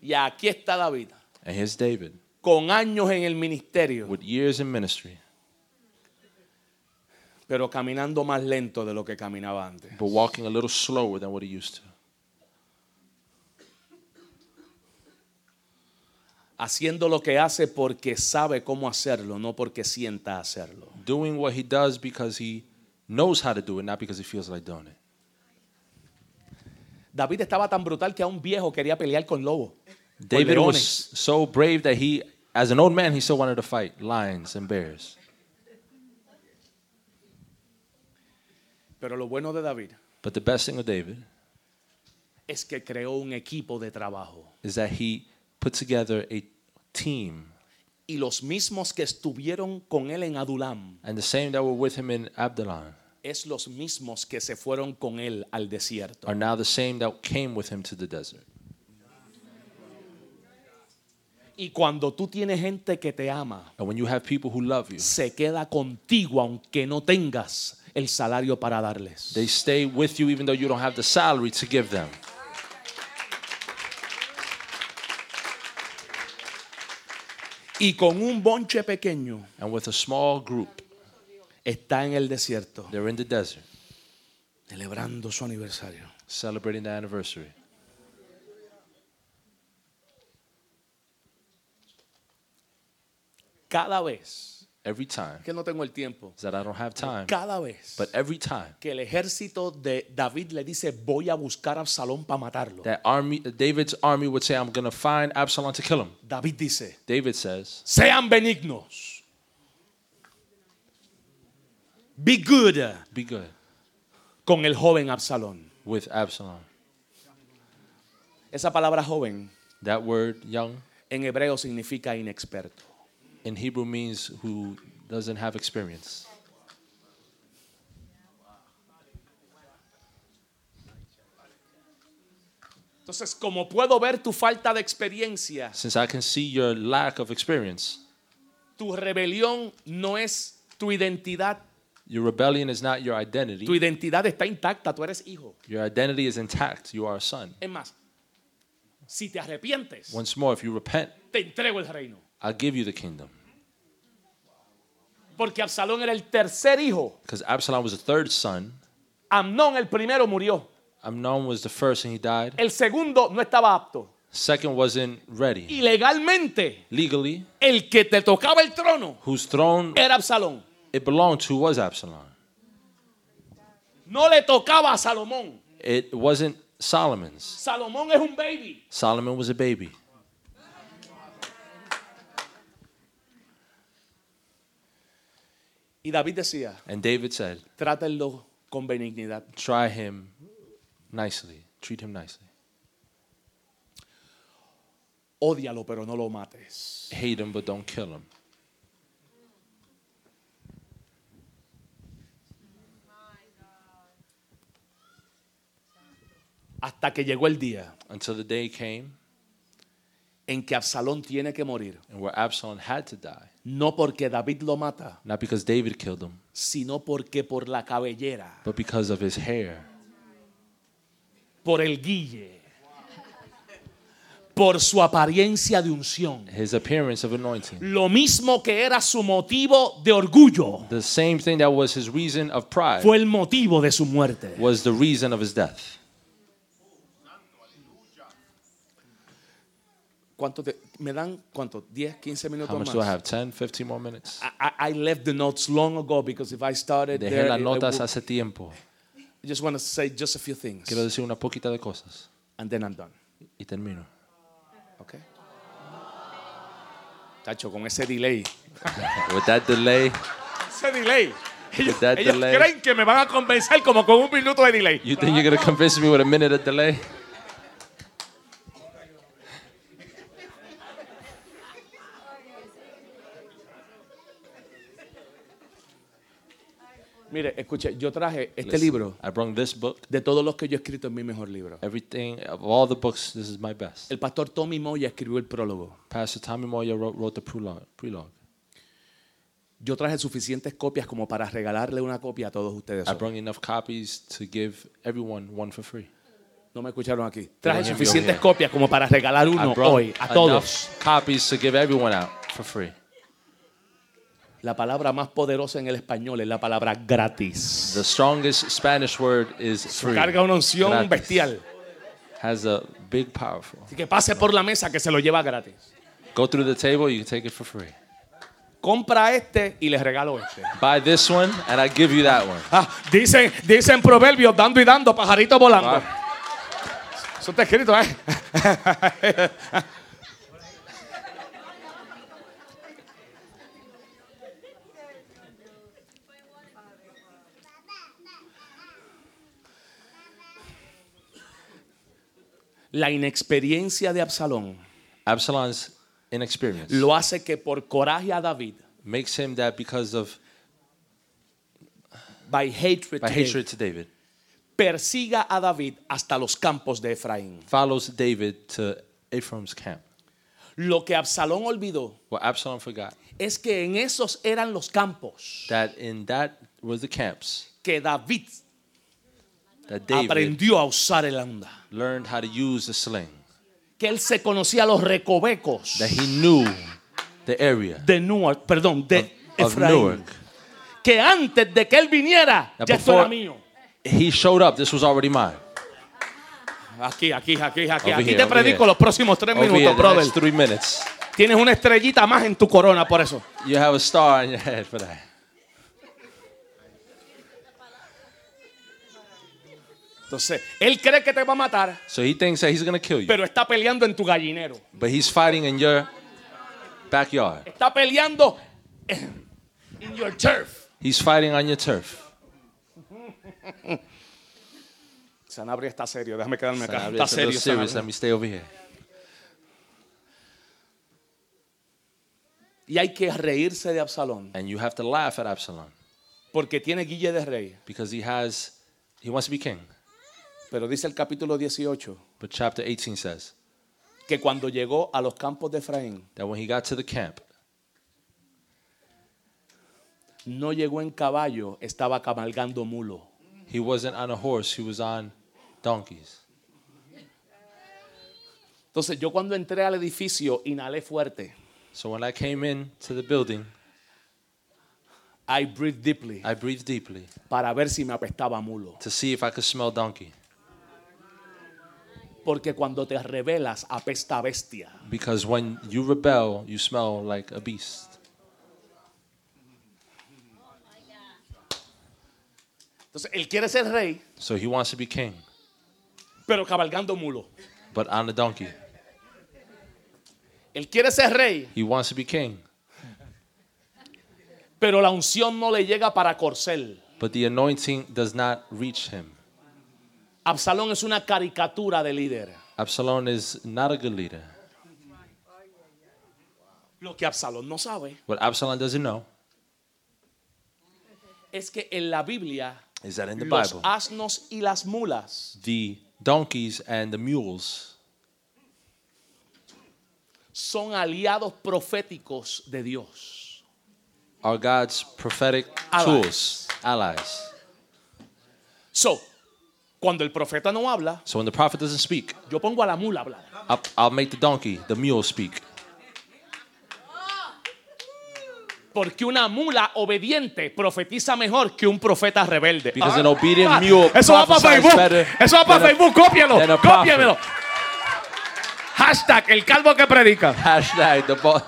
C: Y aquí está David,
D: And here's David
C: con años en el ministerio,
D: with years in ministry,
C: pero caminando más lento de lo que caminaba antes.
D: but walking a little slower than what he used to,
C: Haciendo lo que hace porque sabe cómo hacerlo, no porque sienta hacerlo.
D: doing what he does because he knows how to do it, not because he feels like doing it.
C: David estaba tan brutal que a un viejo quería pelear con lobo.
D: David was
C: leones.
D: so brave that he, as an old man, he still wanted to fight lions and bears.
C: Pero lo bueno de David
D: But the best thing of David
C: es que creó un equipo de trabajo.
D: is that he put together a team,
C: Y los mismos que estuvieron con él en Adulam
D: and the same that were with him in Abdullam
C: es los mismos que se fueron con él al desierto.
D: are now the same that came with him to the desert.
C: Y cuando tú tienes gente que te ama,
D: And when you have people who love you,
C: se queda contigo aunque no tengas el salario para darles.
D: they stay with you even though you don't have the salary to give them.
C: Y con un bonche pequeño
D: And with a small group,
C: está en el desierto
D: they're in the desert
C: celebrando su aniversario.
D: celebrating the anniversary.
C: Cada vez,
D: Every time
C: que no tengo el tiempo,
D: is that I don't have time,
C: cada vez
D: but every time
C: que el ejército de David le dice voy a buscar a Absalón para matarlo,
D: that army, David's army would say, "I'm gonna find Absalom to kill him."
C: David dice,
D: David says,
C: sean benignos. Be good
D: "Be good
C: con el joven Absalón.
D: with Absalom."
C: Esa palabra joven
D: That word "young"
C: en hebreo significa inexperto.
D: in Hebrew means who doesn't have experience.
C: Entonces, como puedo ver tu falta de experiencia,
D: Since I can see your lack of experience,
C: tu rebelión no es tu identidad.
D: your rebellion is not your identity.
C: Tu identidad está intacta, tú eres hijo.
D: Your identity is intact. You are a son.
C: Es más, si te arrepientes,
D: Once more, if you repent,
C: te entrego el reino.
D: I'll give you the kingdom.
C: Porque Absalón era el tercer hijo.
D: Because Absalom was the third son.
C: Amnón, el primero, murió.
D: Amnon was the first and he died.
C: El segundo no estaba apto.
D: Second wasn't ready.
C: Y legalmente,
D: Legally,
C: el que te tocaba el trono
D: whose throne
C: era Absalón.
D: it belonged to was Absalom.
C: No le tocaba a Salomón.
D: It wasn't Solomon's.
C: Salomón es un baby.
D: Solomon was a baby.
C: Y David decía,
D: And David said,
C: trátenlo con benignidad.
D: Try him nicely. Treat him nicely.
C: Ódialo, pero no lo mates.
D: Hate him, but don't kill him.
C: Hasta que llegó el día
D: Until the day came
C: en que Absalón tiene que morir.
D: and where Absalom had to die.
C: No porque David lo mata,
D: Not because David killed him,
C: sino porque por la cabellera,
D: but because of his hair,
C: por el guille, por su apariencia de unción.
D: his appearance of anointing.
C: Lo mismo que era su motivo de orgullo,
D: The same thing that was his reason of pride
C: fue el motivo de su muerte.
D: was the reason of his death.
C: ¿Cuánto te- me dan cuánto? 10, 15
D: How
C: minutos
D: much
C: más.
D: do I have? 10, 15 more minutes?
C: I- I, I left the notes long ago because if I started there,
D: Dejé las
C: I- I
D: notas
C: would-
D: hace tiempo.
C: I just want to say just a few things
D: Quiero decir una poquita de cosas
C: and then I'm done.
D: y termino.
C: Okay. Tacho, con ese delay.
D: With that delay,
C: Ese delay. Ellos,
D: that
C: ellos
D: delay.
C: creen que me van a convencer como con un minuto de delay.
D: you think you're going to convince me with a minute of delay?
C: Mire, escuche, yo traje este
D: Listen,
C: libro
D: I brought this book.
C: de todos los que yo he escrito, es mi mejor libro.
D: Everything, of all the books, this is my best.
C: El pastor Tommy Moya escribió el prólogo.
D: Pastor Tommy Moya wrote, wrote the prologue, prologue.
C: Yo traje suficientes copias como para regalarle una copia a todos ustedes.
D: I brought enough copies to give everyone one for free.
C: No me escucharon aquí. Traje
D: Yo- yo-
C: suficientes
D: yo-
C: copias como para regalar
D: I
C: uno
D: brought
C: hoy a todos.
D: enough copies to give everyone out for free.
C: La palabra más poderosa en el español es la palabra gratis.
D: The strongest Spanish word is free.
C: Carga una unción
D: Gratis.
C: bestial.
D: Has a big, powerful.
C: Así que pase por la mesa que se lo lleva gratis.
D: Go through the table, you can take it for free.
C: Compra este y les regalo este.
D: Buy this one, and I give you that one.
C: Ah, dicen, dicen proverbios, dando y dando, pajarito volando.
D: Ah.
C: Eso está escrito, ¿eh? La inexperiencia de Absalón
D: Absalom's inexperience
C: lo hace que por coraje a David
D: makes him that because of
C: by hatred, to
D: by
C: David.
D: hatred to David.
C: Persiga a David hasta los campos de Efraín.
D: Follows David to Ephraim's camp.
C: Lo que Absalón olvidó
D: What Absalom forgot
C: es que en esos eran los campos
D: that in that was the camps
C: que David
D: that David
C: aprendió a usar el anda.
D: learned how to use the sling.
C: Que él se conocía los recovecos
D: That he knew the area
C: de Newark, perdón, de
D: of
C: Efraín.
D: Newark.
C: Que antes de que él viniera,
D: That
C: ya esto era
D: before-
C: mío.
D: He showed up. This was already mine.
C: Aquí, aquí, aquí, aquí.
D: Over
C: aquí
D: here,
C: te
D: over
C: predico
D: here.
C: los próximos tres
D: Over here,
C: minutos,
D: the
C: brother.
D: next three minutes.
C: Tienes una estrellita más en tu corona por eso.
D: You have a star on your head for that.
C: Entonces, él cree que te va a matar,
D: So he thinks that he's gonna kill you,
C: pero está peleando en tu gallinero.
D: but he's fighting in your backyard.
C: Está peleando en your turf.
D: He's fighting on your turf.
C: Sanabria está serio, déjame quedarme acá.
D: Sanabria,
C: está
D: it's a little
C: serio,
D: serious. Let
C: Sanabria.
D: me stay over here.
C: Y hay que reírse de Absalón,
D: And you have to laugh at Absalom
C: porque tiene guille de rey.
D: because he has, he wants to be king.
C: Pero dice el capítulo 18
D: But chapter 18 says
C: que cuando llegó a los campos de Efraín,
D: that when he got to the camp,
C: no llegó en caballo, estaba cabalgando mulo.
D: he wasn't on a horse. He was on donkeys.
C: Entonces yo cuando entré al edificio, inhalé fuerte.
D: So when I came in to the building,
C: I breathed deeply
D: I breathed deeply
C: para ver si me apestaba mulo.
D: to see if I could smell donkey.
C: Porque cuando te revelas, apesta a bestia.
D: Because when you rebel, you smell like a beast.
C: Entonces, él quiere ser rey,
D: So he wants to be king,
C: pero cabalgando mulo.
D: but on a donkey.
C: Él quiere ser rey,
D: He wants to be king,
C: pero la unción no le llega para corcel.
D: but the anointing does not reach him.
C: Absalón es una caricatura de líder.
D: Absalom is not a good leader.
C: Lo que Absalón no sabe
D: What Absalom doesn't know
C: es que en la Biblia,
D: is that in the
C: los
D: Bible,
C: asnos y las mulas
D: the donkeys and the mules
C: son aliados proféticos de Dios.
D: are God's prophetic
C: Allies.
D: tools, allies.
C: So, cuando el profeta no habla,
D: So when the prophet doesn't speak,
C: yo pongo a la mula a hablar.
D: I'll, I'll make the donkey, the mule, speak.
C: Porque una mula obediente profetiza mejor que un profeta rebelde.
D: Because
C: Ah,
D: an obedient
C: ah,
D: mule
C: Eso va para
D: prophesies
C: Facebook.
D: better
C: Eso va para
D: than a-
C: Facebook. Cópialo.
D: than a prophet.
C: Cópiamelo. Hashtag el calvo que predica.
D: Hashtag the ball.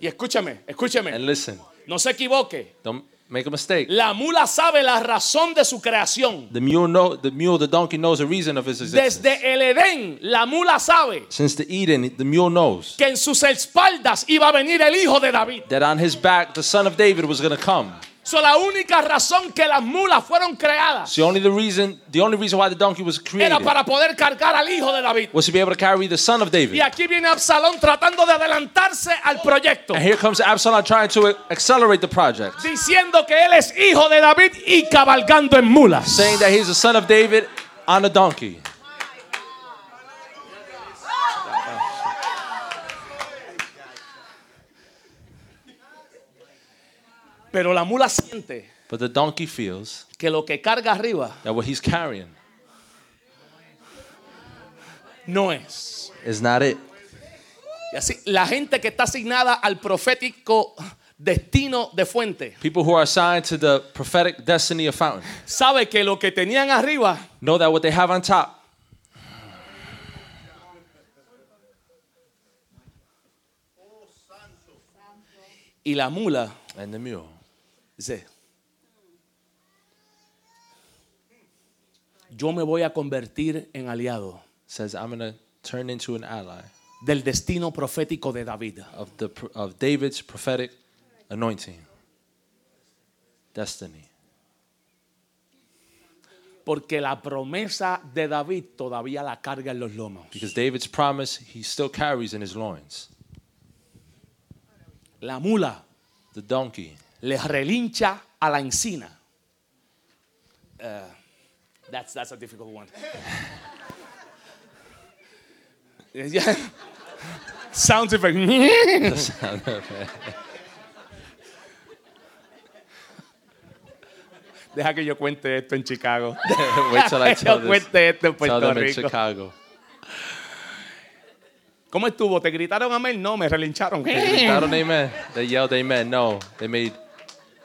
C: Y escúchame, escúchame.
D: And listen,
C: No se equivoque.
D: don't make a mistake.
C: La mula sabe la razón de su creación.
D: The mule, know, the mule, the donkey knows the reason of his existence.
C: Desde el Edén, la mula sabe
D: Since the Eden, the mule knows
C: que en sus espaldas iba a venir el hijo de David.
D: that on his back the son of David was going to come.
C: So, la única razón que las mulas fueron creadas
D: So only the reason, the only reason why the donkey was
C: era
D: created
C: para poder cargar al hijo de David.
D: was to be able to carry the son of David.
C: Y aquí viene Absalón tratando de adelantarse al proyecto,
D: And here comes Absalom trying to accelerate the project.
C: diciendo que él es hijo de David y cabalgando en mulas.
D: saying that he's the son of David on a donkey.
C: Pero la mula siente
D: But the donkey feels
C: que lo que carga arriba
D: that what he's carrying
C: no es.
D: is not it.
C: Y así, la gente que está asignada al profético destino de fuente
D: People who are assigned to the prophetic destiny of Fountain
C: sabe que lo que tenían arriba
D: know that what they have on top
C: y la mula
D: and the mule.
C: dice, yo me voy a convertir en aliado
D: Says, I'm going to turn into an ally
C: del destino profético de David.
D: of, the, of David's prophetic anointing, destiny.
C: Porque la promesa de David todavía la carga en los lomos.
D: Because David's promise he still carries in his loins.
C: la mula
D: the donkey.
C: le relincha a la encina. Uh, that's, that's a difficult one. Yeah. Sounds effect. Deja que yo cuente esto en Chicago.
D: Wait till I tell
C: Yo
D: this.
C: cuente esto en
D: Tell
C: Puerto
D: them in
C: Rico.
D: Chicago.
C: ¿Cómo estuvo? ¿Te gritaron amén? No, me relincharon.
D: Gritaron amen. They yelled amen. No, they made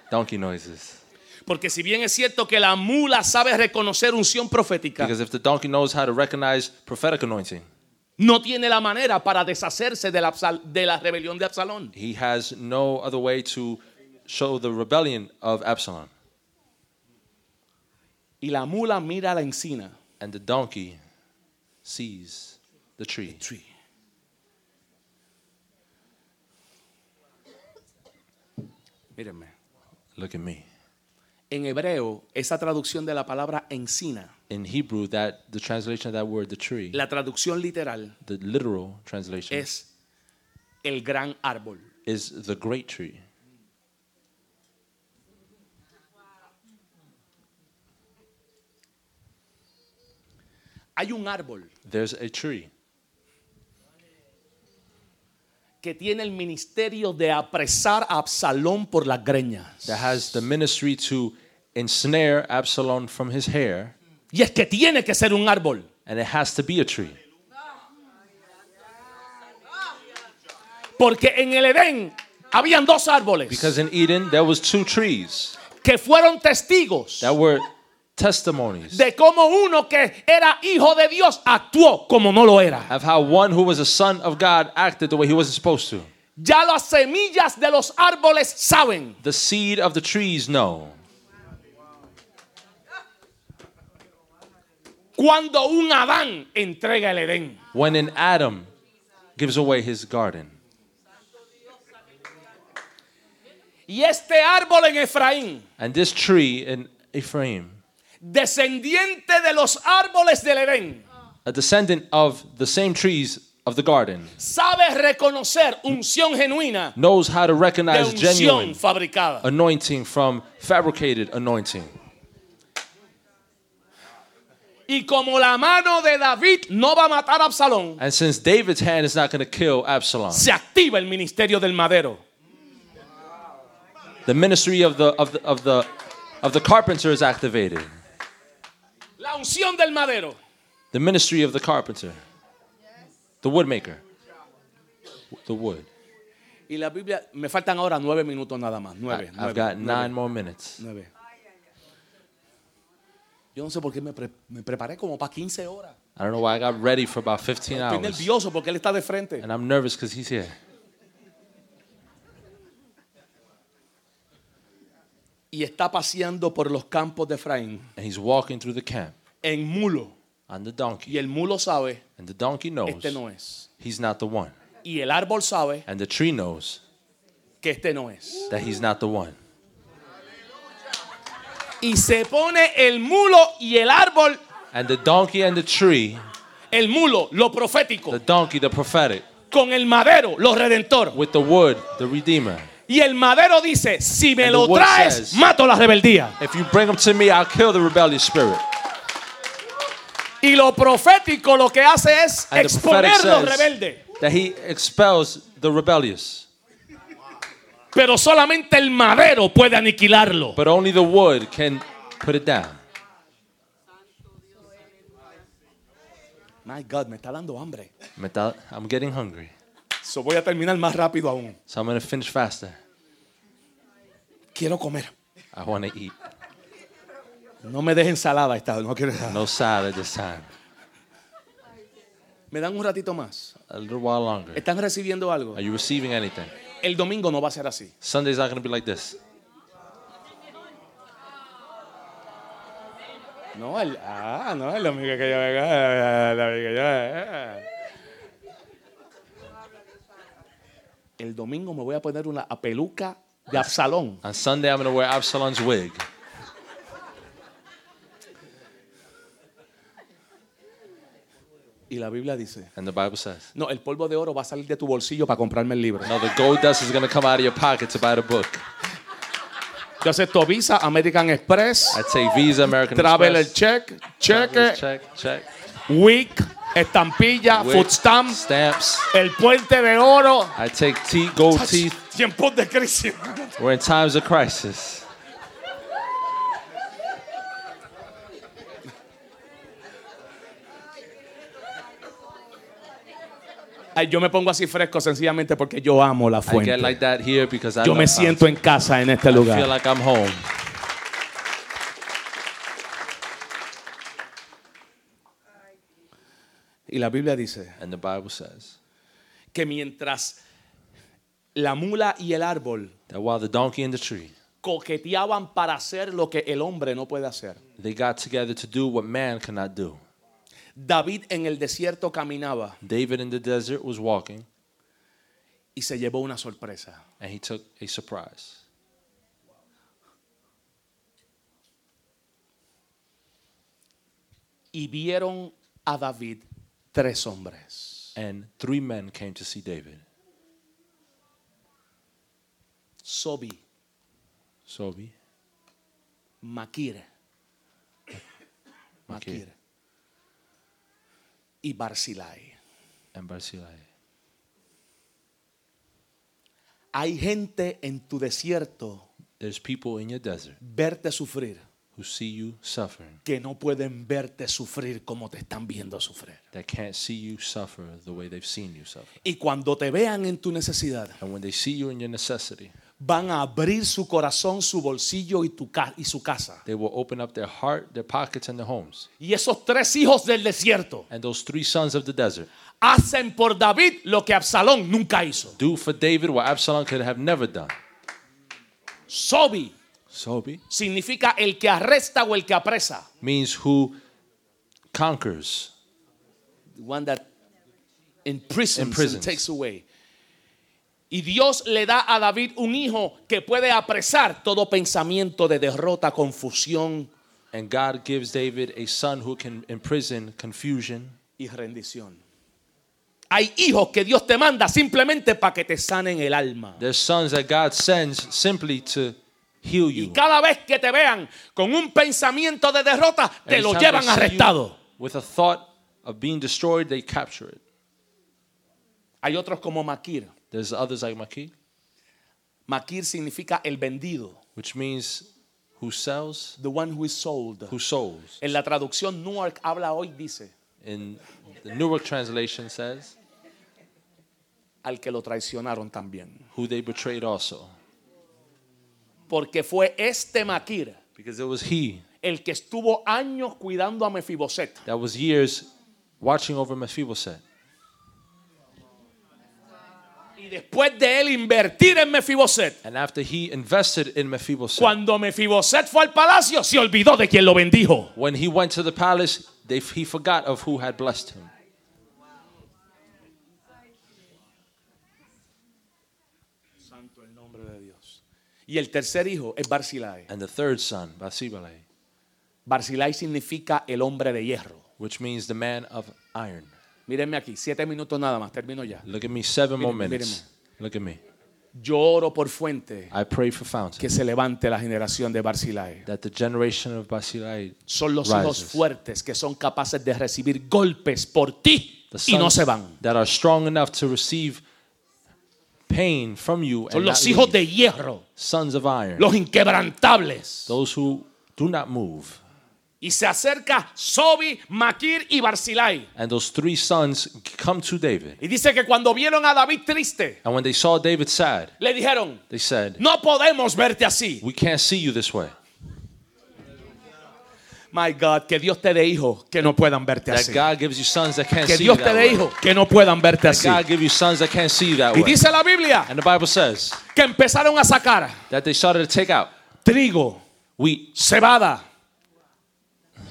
D: donkey noises.
C: Porque si bien es cierto que la mula sabe reconocer unción profética,
D: Because if the donkey knows how to recognize prophetic anointing,
C: no tiene la manera para deshacerse de la, Absal- de la rebelión de Absalón.
D: he has no other way to show the rebellion of Absalom.
C: Y la mula mira a la encina.
D: And the donkey sees the tree.
C: Tree. Mírenme.
D: Look at me.
C: En hebreo, esa traducción de la palabra encina,
D: In Hebrew, that the translation of that word, the tree,
C: la traducción literal
D: the literal translation
C: es el gran árbol.
D: is the great tree.
C: Hay un árbol
D: There's a tree
C: que tiene el ministerio de apresar a Absalón por las greñas.
D: that has the ministry to ensnare Absalom from his hair,
C: Y es que tiene que ser un árbol.
D: and it has to be a tree.
C: Porque en el Edén habían dos árboles
D: Because in Eden, there was two trees
C: que fueron testigos
D: that were testimonies
C: de cómo uno que era hijo de Dios actuó como no lo era.
D: of how one who was a son of God acted the way he wasn't supposed to.
C: Ya las semillas de los árboles saben.
D: The seed of the trees know.
C: Cuando un Adán entrega el Edén,
D: When an Adam gives away his garden,
C: y este árbol en Efraín,
D: and this tree in Ephraim,
C: descendiente de los árboles del Edén,
D: a descendant of the same trees of the garden,
C: sabe reconocer unción genuina
D: knows how to
C: de
D: recognize genuine
C: unción fabricada.
D: anointing from fabricated anointing.
C: Y como la mano de David no va a matar a Absalón,
D: And since David's hand is not going to kill Absalom,
C: se activa el ministerio del madero.
D: the ministry of the of the of the of the carpenter is activated.
C: La unción del madero.
D: The ministry of the carpenter, the woodmaker, the wood.
C: Y la Biblia, me faltan ahora nueve minutos nada más. Nueve.
D: I,
C: nueve,
D: have got
C: nueve,
D: nine more minutes.
C: nueve. Yo no sé por qué me, pre- me preparé como para 15 horas.
D: I don't know why I got ready for about 15
C: Estoy
D: hours,
C: nervioso porque él está de frente.
D: and I'm nervous because he's here.
C: Y está paseando por los campos de Efraín
D: And he's walking through the camp
C: en mulo.
D: on the
C: Y
D: donkey,
C: el mulo sabe,
D: and the donkey knows
C: este no es.
D: he's not the one,
C: Y el árbol sabe
D: and the tree knows
C: que este no es.
D: that he's not the one.
C: Y se pone el mulo y el árbol,
D: And the donkey and the tree,
C: el mulo, lo profético.
D: the donkey, the prophetic,
C: con el madero, los redentor.
D: with the wood, the redeemer.
C: Y el madero dice, si me
D: And
C: lo
D: the wood
C: traes,
D: says-
C: mato la rebeldía.
D: If you bring him to me, I'll kill the rebellious spirit.
C: Y lo profético lo que hace es
D: And the prophetic
C: exponer los
D: says
C: rebeldes.
D: that he expels the rebellious,
C: Pero solamente el madero puede aniquilarlo.
D: but only the wood can put it down.
C: My God, me está dando hambre.
D: Me está- I'm getting hungry,
C: So voy a terminar más rápido aún.
D: so I'm gonna finish faster.
C: Quiero comer.
D: I wanna eat.
C: No me dejen ensalada esta no quiero ensalada.
D: No salad this time.
C: Me dan un ratito más.
D: A little while longer.
C: ¿Están recibiendo algo?
D: Are you receiving anything?
C: El domingo no va a ser así.
D: Sunday's not gonna be like this.
C: No, el, ah, no, el domingo que yo venga, el domingo que yo venga. El domingo me voy a poner una peluca de Absalón.
D: On Sunday, I'm gonna wear Absalom's wig.
C: Y la Biblia dice,
D: And the Bible says,
C: no, el polvo de oro va a salir de tu bolsillo para comprarme el libro.
D: No, the gold dust is going to come out of your pocket to buy the book.
C: Yo acepto Visa, American Express,
D: I'd say Visa, American
C: Traveler
D: Express.
C: Check,
D: Travelers
C: Cheque,
D: check, check.
C: Wick, Estampilla,
D: Wick,
C: Food Stamp,
D: Stamps.
C: El Puente de Oro.
D: I take tea, gold teeth.
C: Tiempos de crisis.
D: We're in times of crisis.
C: Ay, yo me pongo así fresco sencillamente porque yo amo la
D: I
C: fuente.
D: get like that here because I
C: yo
D: love
C: me
D: fountain.
C: siento en casa en este
D: I feel
C: lugar.
D: like I'm home.
C: Y la Biblia dice
D: And the Bible says
C: que mientras la mula y el árbol
D: that while the donkey and the tree,
C: coqueteaban para hacer lo que el hombre no puede hacer,
D: they got together to do what man cannot do.
C: David en el desierto caminaba
D: David in the desert was walking
C: y se llevó una sorpresa.
D: and he took a surprise.
C: Y vieron a David tres hombres.
D: And three men came to see David.
C: Sobi,
D: Sobi,
C: Maquir,
D: Maquir,
C: Maquir y Barzilai.
D: and Barzillai.
C: Hay gente en tu desierto
D: There's people in your desert
C: verte sufrir
D: who see you suffering
C: que no pueden verte sufrir como te están viendo sufrir.
D: that can't see you suffer the way they've seen you suffer.
C: Y cuando te vean en tu necesidad,
D: And when they see you in your necessity,
C: van a abrir su corazón, su bolsillo y, tu ca- y su casa.
D: they will open up their heart, their pockets, and their homes.
C: Y esos tres hijos del desierto
D: And those three sons of the desert
C: hacen por David lo que Absalón nunca hizo.
D: do for David what Absalom could have never done.
C: Sobi
D: Sobi
C: significa el que arresta o el que apresa.
D: means who conquers.
C: The one that imprisons
D: Imprisons.
C: and takes away. Y Dios le da a David un hijo que puede apresar todo pensamiento de derrota, confusión
D: And God gives David a son who can imprison confusion.
C: y rendición. Hay hijos que Dios te manda simplemente para que te sanen el alma.
D: There's sons that God sends simply to heal
C: Y
D: you.
C: cada vez que te vean con un pensamiento de derrota, te
D: Every
C: lo
D: time they
C: llevan
D: see you
C: arrestado.
D: With a thought of being destroyed, they capture it.
C: Hay otros como Maquir.
D: There's others like Maki,
C: Maquir significa el vendido,
D: which means who sells,
C: the one who is sold.
D: who souls.
C: En la traducción Newark habla hoy dice,
D: In the Newark translation says,
C: al que lo traicionaron también.
D: who they betrayed also.
C: Porque fue este Maquir
D: Because it was he
C: el que estuvo años cuidando a Mefiboset.
D: that was years watching over Mephibosheth.
C: Y después de él invertir en Mefiboset,
D: And after he invested in Mephibosheth,
C: cuando Mefiboset fue al palacio, se olvidó de quien lo bendijo.
D: when he went to the palace, they, he forgot of who had blessed him.
C: Santo el nombre de Dios. Y el tercer hijo es Barzilai.
D: And the third son, Bathsheba,
C: Barzilai significa el hombre de hierro.
D: which means the man of iron.
C: Mírenme aquí, siete minutos nada más, termino ya.
D: Look at me, seven more
C: Míreme,
D: minutes. Look at me.
C: Yo oro por fuente
D: I pray for
C: que
D: fountain
C: se levante la generación de Barzilai.
D: that the generation of Basilai,
C: Son los hijos
D: Rises.
C: fuertes que son capaces de recibir golpes por ti
D: the
C: y no
D: sons
C: se van.
D: that are strong enough to receive pain from you,
C: Son
D: and
C: los
D: not
C: hijos
D: leave.
C: de hierro,
D: sons of iron,
C: los inquebrantables.
D: those who do not move.
C: Y se acerca Sobi, Maquir y Barzilai.
D: And those three sons come to David.
C: Y dice que cuando vieron a David triste,
D: And when they saw David sad,
C: le dijeron,
D: they said,
C: no podemos verte así.
D: We can't see you this way.
C: My God, que Dios te dé hijos que no puedan verte
D: That
C: así.
D: God gives you sons that can't
C: Que
D: see you
C: Dios te
D: that
C: dé
D: way.
C: hijos que no puedan verte así.
D: God give you sons that can't see you that
C: Y
D: way.
C: dice la Biblia
D: And the Bible says
C: que empezaron a sacar
D: that they started to take out
C: trigo,
D: wheat,
C: cebada,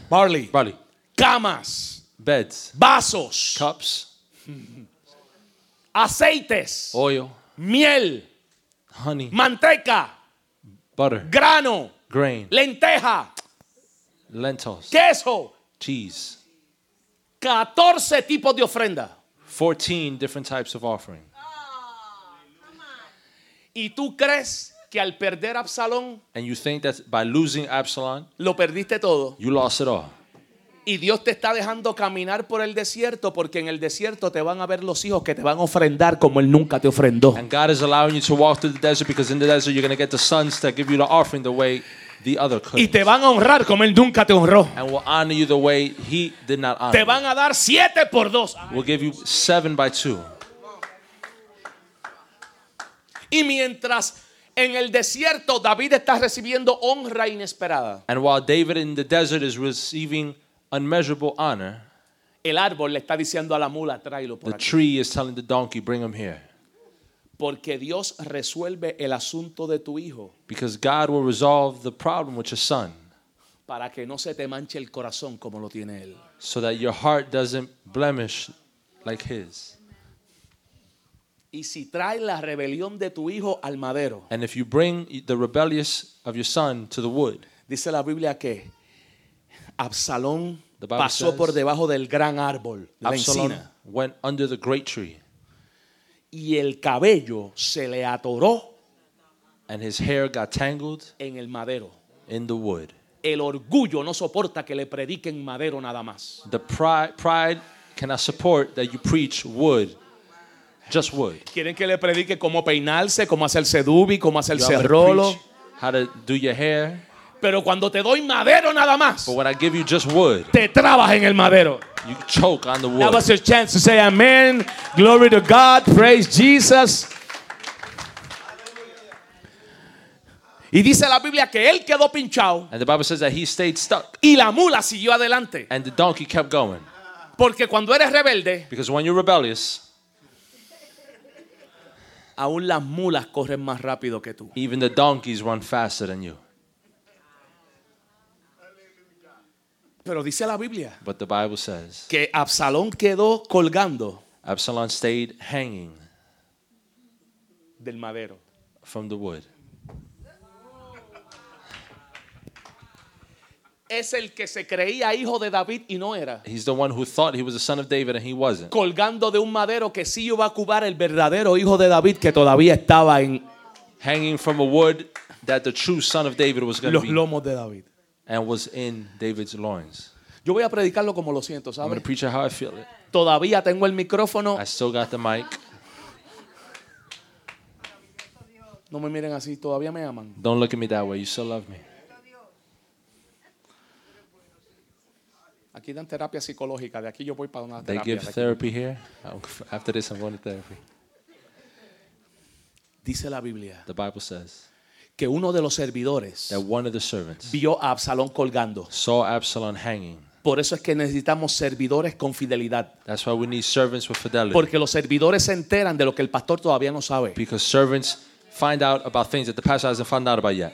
C: barley,
D: barley,
C: camas,
D: beds,
C: vasos,
D: cups,
C: aceites,
D: oil,
C: miel,
D: honey,
C: manteca,
D: butter,
C: grano,
D: grain,
C: lenteja,
D: lentils,
C: queso,
D: cheese,
C: 14 tipos de ofrenda.
D: 14 different types of offering.
C: Y tú crees que al perder Absalón
D: And you think that by losing Absalom,
C: lo perdiste todo.
D: you lost it all.
C: Y Dios te está dejando caminar por el desierto porque en el desierto te van a ver los hijos que te van a ofrendar como Él nunca te ofrendó.
D: And God is allowing you to walk through the desert because in the desert you're going to get the sons that give you the offering the way the other
C: Y
D: could.
C: te van a honrar como Él nunca te honró.
D: And will honor you the way he did not honor.
C: Te
D: you.
C: van a dar siete por dos.
D: We'll give you seven by two.
C: Y mientras en el desierto David está recibiendo honra inesperada,
D: And while David in the desert is receiving unmeasurable honor,
C: el árbol le está diciendo a la mula, tráelo
D: the
C: por aquí.
D: tree is telling the donkey, bring him here.
C: Porque Dios resuelve el asunto de tu hijo
D: Because God will resolve the problem with your son
C: para que no se te manche el corazón como lo tiene él.
D: so that your heart doesn't blemish like his.
C: Y si traes la rebelión de tu hijo al madero,
D: And if you bring the rebellious of your son to the wood,
C: dice la Biblia que Absalón
D: The Bible
C: pasó
D: says-
C: por debajo del gran árbol, la
D: Absalom
C: encina,
D: went under the great tree
C: y el cabello se le atoró
D: and his hair got tangled
C: en el madero.
D: in the wood.
C: El orgullo no soporta que le prediquen madero nada más.
D: The pride, pride cannot support that you preach wood, just wood.
C: Quieren que le predique cómo peinarse, cómo hacerse dubi, cómo
D: You
C: hacerse
D: want me to
C: rolo.
D: preach how to do your hair.
C: Pero cuando te doy madero nada más,
D: But when I give you just wood,
C: te trabas en el madero.
D: you choke on the
C: That was
D: wood.
C: your chance to say amen. Glory to God. Praise Jesus. Y dice la Biblia que él quedó pinchado
D: And the Bible says that he stayed stuck
C: y la mula siguió adelante.
D: and the donkey kept going.
C: Porque cuando eres rebelde,
D: Because when you're rebellious,
C: aún las mulas corren más rápido que tú.
D: even the donkeys run faster than you.
C: Pero dice la Biblia
D: But the Bible says
C: que Absalón quedó colgando
D: Absalom stayed hanging
C: del madero.
D: from the wood.
C: Es el que se creía hijo de David y no era.
D: He's the one who thought he was the son of David and he wasn't.
C: Colgando de un madero que sí iba a cubar el verdadero hijo de David que todavía estaba en
D: Hanging from a wood that the true son of David was going to
C: los
D: be
C: lomos de David.
D: and was in David's loins.
C: Yo voy a predicarlo como lo siento,
D: I'm going
C: ¿sabes?
D: to preach it how I feel it.
C: Todavía tengo el micrófono.
D: I still got the mic.
C: No me miren así, todavía me aman.
D: Don't look at me that way. You still love me.
C: Aquí dan terapia psicológica, de aquí yo voy para una
D: They
C: terapia.
D: give
C: de aquí.
D: therapy here. I'm- After this, I'm going to therapy.
C: Dice la Biblia
D: The Bible says
C: que uno de los servidores
D: that one of the servants
C: vio a Absalón colgando.
D: saw Absalom hanging.
C: Por eso es que necesitamos servidores con fidelidad.
D: That's why we need servants with fidelity.
C: Porque los servidores se enteran de lo que el pastor todavía no sabe.
D: Because servants find out about things that the pastor hasn't found out about yet.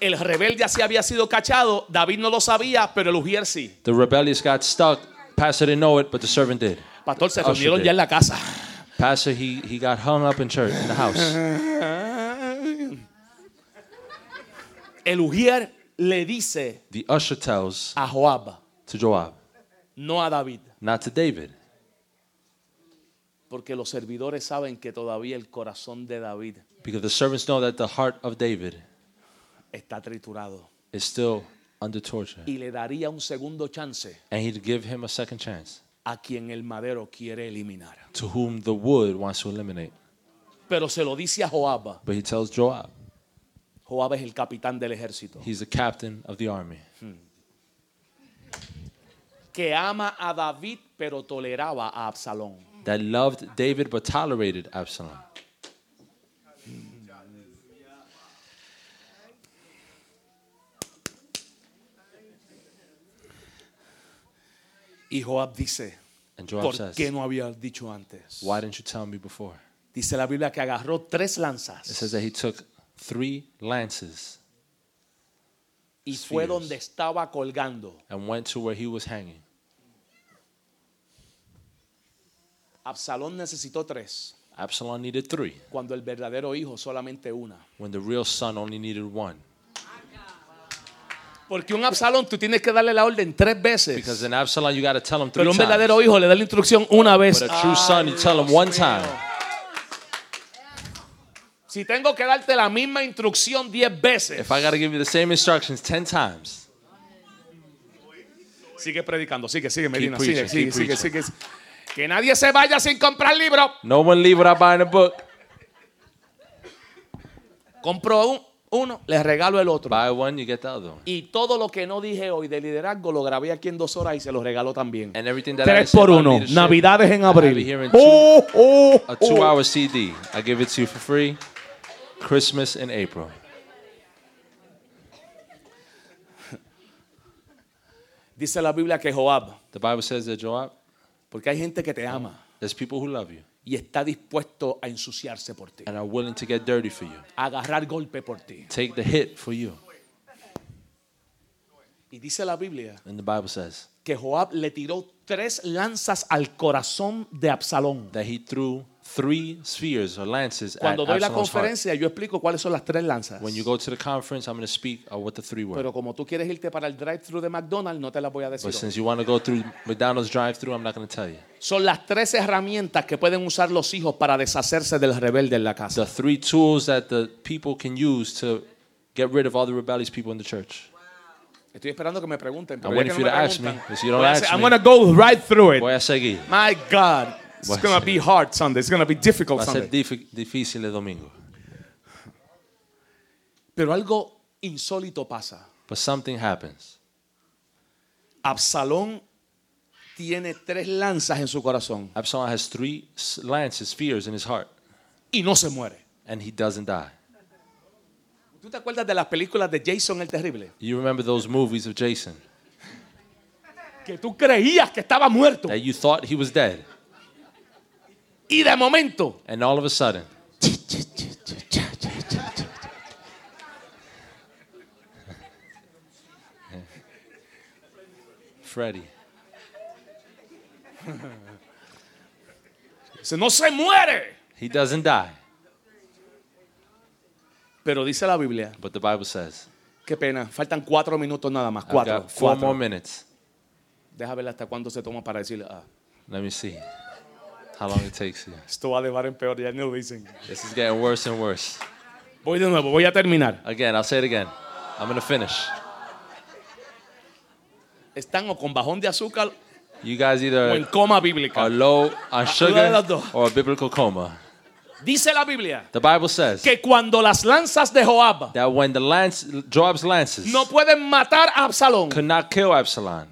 C: El rebelde así había sido cachado, David no lo sabía, pero el Ujier sí.
D: The rebellious got stuck. Pastor didn't know it, but the servant did.
C: Pastor, se
D: Usher
C: reunieron
D: did.
C: ya en la casa.
D: Pastor, he, he got hung up in church, in the house.
C: El Ujier le dice
D: The usher tells
C: a Joab,
D: to Joab,
C: no a David.
D: not to David.
C: Porque los servidores saben que todavía el corazón de David
D: Because the servants know that the heart of David
C: está triturado.
D: is still under torture.
C: Y le daría un segundo chance
D: And he'd give him a second chance
C: a quien el madero quiere eliminar.
D: to whom the wood wants to eliminate.
C: Pero se lo dice a Joab.
D: But he tells Joab,
C: Joab es el capitán del ejército.
D: he's the captain of the army.
C: Que ama a David pero toleraba a Absalón.
D: that loved David but tolerated Absalom.
C: Y Joab dice,
D: And Joab
C: ¿por qué
D: says,
C: no había dicho antes?
D: Why didn't you tell me before?
C: Dice la Biblia que agarró tres
D: It says
C: lanzas
D: that he took three lances
C: y fue
D: spheres.
C: donde estaba colgando.
D: and went to where he was hanging.
C: Absalón necesitó tres
D: Absalom needed three
C: cuando el verdadero hijo solamente una.
D: when the real son only needed one.
C: Porque un Absalón tú tienes que darle la orden tres
D: Because
C: veces.
D: in Absalom, you got to tell him three
C: Pero un
D: times.
C: verdadero hijo le da la instrucción una vez.
D: But a true son, you tell him one time.
C: Si tengo que darte la misma instrucción diez veces.
D: If I got to give you the same instructions 10 times,
C: Sigue predicando, sigue, sigue, Medina,
D: preaching,
C: sigue, sigue,
D: keep
C: sigue, sigue. Que nadie se vaya sin comprar libro.
D: no one leave without buying a book.
C: Compro un- uno, le regalo el otro.
D: Buy one, you get the other one.
C: Y todo lo que no dije hoy de liderazgo lo grabé aquí en dos horas y se lo regaló también.
D: And everything that I
C: Tres
D: said
C: por
D: about
C: uno,
D: leadership,
C: Navidades en
D: I have it here
C: abril.
D: in two-
C: Oh, oh,
D: a
C: oh.
D: two-hour CD. I give it to you for free. Christmas in April.
C: Dice la Biblia que Joab,
D: The Bible says that Joab,
C: porque hay gente que te ama
D: there's people who love you
C: y está dispuesto a ensuciarse por ti,
D: and are willing to get dirty for you,
C: a agarrar golpe por ti.
D: take the hit for you.
C: Y dice la Biblia
D: And the Bible says
C: que Joab le tiró tres lanzas al corazón de Absalón.
D: that he threw three spheres or lances
C: Cuando
D: at
C: doy la
D: Absalom's heart.
C: conferencia, yo explico cuáles son las tres lanzas.
D: When you go to the conference, I'm going to speak of what the three were.
C: Pero como tú quieres irte para el drive-thru de McDonald's, no te las voy a decir.
D: But
C: hoy.
D: since you want to go through McDonald's drive-through, I'm not going to tell you.
C: Son las tres herramientas que pueden usar los hijos para deshacerse del rebelde en la casa.
D: The three tools that the people can use to get rid of all the rebellious people in the church.
C: Estoy esperando que me pregunten. Pero
D: I'm
C: ya
D: waiting
C: que
D: for
C: no
D: you
C: me
D: to ask me.
C: preguntan,
D: Because you don't
C: voy a hacer-
D: ask
C: I'm
D: me.
C: gonna go right through it.
D: Voy a seguir.
C: My God, it's
D: Voy a
C: gonna be
D: seguir.
C: hard Sunday. It's gonna be difficult
D: Va a ser
C: Sunday.
D: dif- difícil el domingo.
C: Pero algo insólito pasa.
D: But something happens.
C: Absalón tiene tres lanzas en su corazón
D: Absalom has three s- lances, spears in his heart,
C: y no se muere.
D: and he doesn't die.
C: ¿Tú te acuerdas de las películas de Jason el Terrible?
D: You remember those movies of Jason
C: Que tú creías que estaba muerto
D: that you thought he was dead,
C: y de momento
D: and all of a sudden, Freddy,
C: dice, no se muere.
D: he doesn't die.
C: Pero dice la Biblia,
D: But the Bible says,
C: qué pena, faltan cuatro minutos nada más.
D: I've
C: Cuatro.
D: got four
C: cuatro.
D: more minutes.
C: Deja ver hasta cuándo se toma para decir, ah,
D: Let me see how long it takes you.
C: esto va de bar en peor, ya ni lo dicen.
D: This is getting worse and worse.
C: Voy de nuevo, voy a terminar.
D: Again, I'll say it again. I'm going to finish.
C: Están o con bajón de azúcar
D: You guys
C: o en
D: either
C: coma bíblica.
D: are low on
C: las
D: sugar
C: dos.
D: or a biblical coma.
C: Dice la Biblia
D: The Bible says
C: que cuando las lanzas de Joab
D: that when the lance, Joab's lances
C: no pueden matar a Absalón,
D: could not kill Absalom,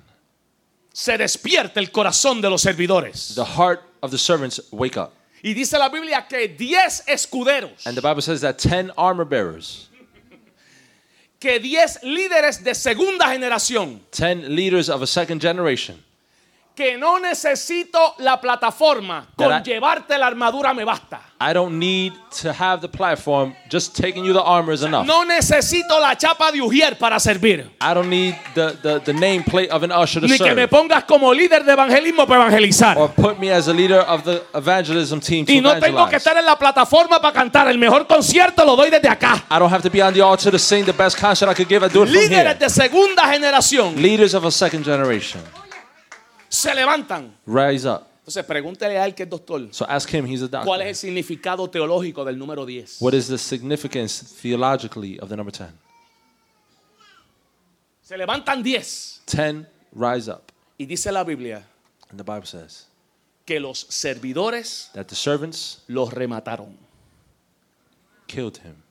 C: se despierta el corazón de los servidores.
D: the heart of the servants wake up.
C: Y dice la Biblia que 10 escuderos,
D: And the Bible says that 10 armor bearers,
C: que 10 líderes de segunda generación,
D: 10 leaders of a second generation,
C: que no necesito la plataforma, con
D: That I-
C: llevarte la armadura me basta.
D: I don't need to have the platform, just taking you the armor is enough.
C: No necesito la chapa de Ujier para servir.
D: I don't need the, the, the nameplate of an usher to
C: Ni que me
D: serve.
C: pongas como líder de evangelismo para evangelizar.
D: Or put me as a leader of the evangelism team to
C: Y no tengo que
D: evangelize.
C: estar en la plataforma para cantar. El mejor concierto lo doy desde acá.
D: I don't have to be on the altar to sing the best concert I could give. I do it from
C: Líderes
D: here.
C: de segunda generación
D: Leaders of a second generation,
C: se levantan.
D: rise up.
C: Entonces pregúntele a él que es doctor.
D: So ask him, he's a doctor.
C: ¿Cuál es el significado teológico del número 10?
D: What is the significance theologically of the number 10?
C: Se levantan 10.
D: 10, rise up.
C: Y dice la Biblia
D: And the Bible says
C: que los servidores
D: that the servants
C: los remataron.
D: killed him.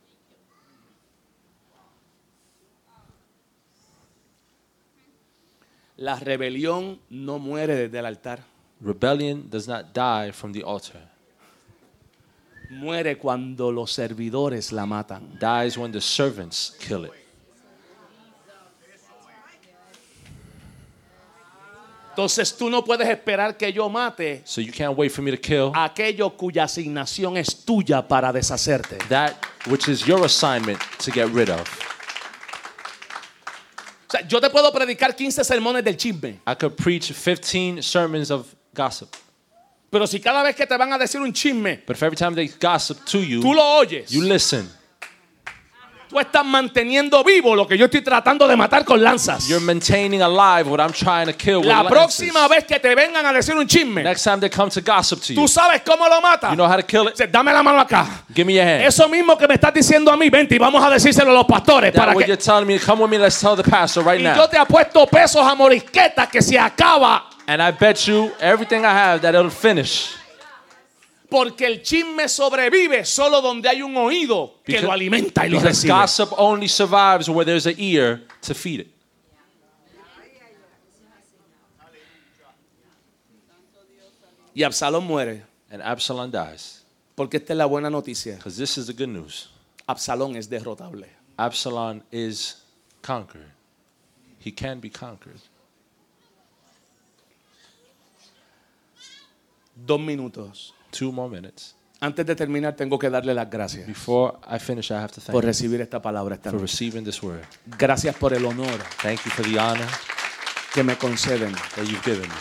C: La rebelión no muere desde el altar.
D: Rebellion does not die from the altar,
C: Muere cuando los servidores la matan.
D: dies when the servants kill it.
C: Entonces tú no puedes esperar que yo mate
D: So you can't wait for me to kill
C: aquello cuya asignación es tuya para deshacerte.
D: that which is your assignment to get rid of.
C: O sea, yo te puedo predicar 15 sermones del chisme,
D: I could preach 15 sermons of gossip,
C: pero si cada vez que te van a decir un chisme,
D: but if every time they gossip to you,
C: tú lo oyes,
D: you listen.
C: Tú estás manteniendo vivo lo que yo estoy tratando de matar con lanzas.
D: You're maintaining alive what I'm trying to kill with
C: La
D: lances.
C: próxima vez que te vengan a decir un chisme,
D: Next time they come to gossip to you,
C: tú sabes cómo lo matas.
D: you know how to kill it?
C: Dice, Dame la mano acá.
D: Give me your hand.
C: Eso mismo que me estás diciendo a mí, vente y vamos a decírselo a los pastores
D: That
C: para
D: what
C: que
D: you're telling me, come with me, let's tell the pastor right
C: Y yo
D: now.
C: te apuesto pesos a morisqueta que se acaba
D: And I bet you everything I have that it'll finish.
C: porque el chisme sobrevive solo donde hay un oído que
D: Because-
C: lo alimenta y lo
D: Because
C: recibe.
D: gossip only survives where there's an ear to feed it.
C: Y Absalón muere
D: And Absalom dies.
C: porque esta es la buena noticia.
D: Because this is the good news.
C: Absalón es derrotable.
D: Absalom is conquered. He can be conquered.
C: Dos minutos.
D: Two more minutes.
C: Antes de terminar tengo que darle las gracias
D: Before I finish, I have to thank
C: por
D: you
C: recibir esta palabra esta
D: for
C: noche.
D: receiving this word.
C: Gracias por el honor
D: Thank you for the honor
C: que me conceden.
D: that you've given me.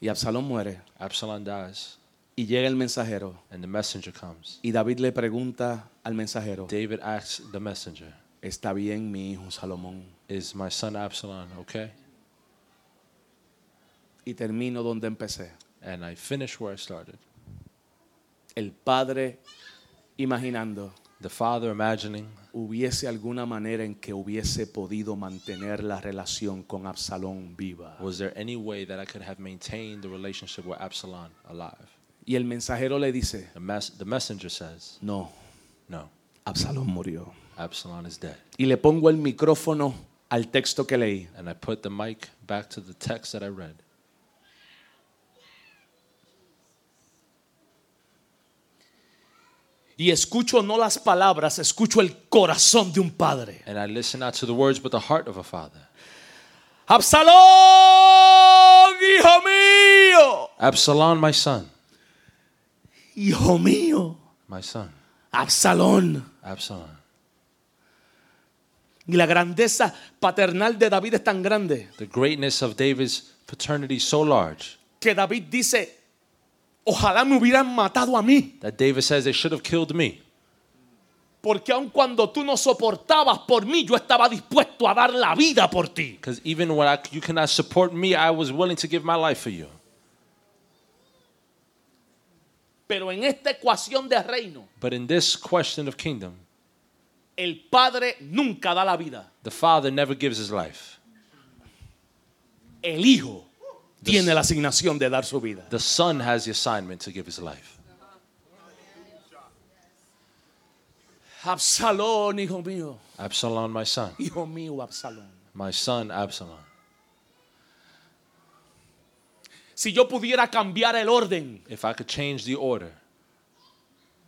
C: Y Absalón muere
D: Absalom dies,
C: y llega el mensajero
D: and the messenger comes.
C: y David le pregunta al mensajero,
D: David asks the messenger,
C: ¿está bien mi hijo Salomón?
D: Is my son Absalom okay?
C: Y termino donde empecé.
D: And I finish where I started.
C: el padre imaginando
D: The father imagining
C: hubiese alguna manera en que hubiese podido mantener la relación con Absalón viva.
D: Was there any way that I could have maintained the relationship with Absalom alive?
C: Y el mensajero le dice,
D: The, mes- the messenger says,
C: no,
D: No,
C: Absalón murió.
D: Absalom is dead.
C: Y le pongo el micrófono al texto que leí.
D: And I put the mic back to the text that I read.
C: Y escucho no las palabras, escucho el corazón de un padre.
D: And I listen not to the words, but the heart of a father.
C: Absalón, hijo mío,
D: Absalom, my son,
C: hijo mío,
D: my son,
C: Absalón.
D: Absalom.
C: Y la grandeza paternal de David es tan grande
D: The greatness of David's paternity is so large
C: que David dice, ojalá me hubieran matado a mí,
D: that David says they should have killed me.
C: porque aun cuando tú no soportabas por mí, yo estaba dispuesto a dar la vida por ti.
D: Because even when I, you cannot support me, I was willing to give my life for you.
C: Pero en esta ecuación de reino,
D: But in this question of kingdom,
C: el padre nunca da la vida,
D: the father never gives his life.
C: el hijo tiene la asignación de dar su vida.
D: The son has the assignment to give his life.
C: Absalón, hijo mío,
D: Absalom, my son.
C: hijo mío, Absalón.
D: My son, Absalom.
C: Si yo pudiera cambiar el orden
D: If I could change the order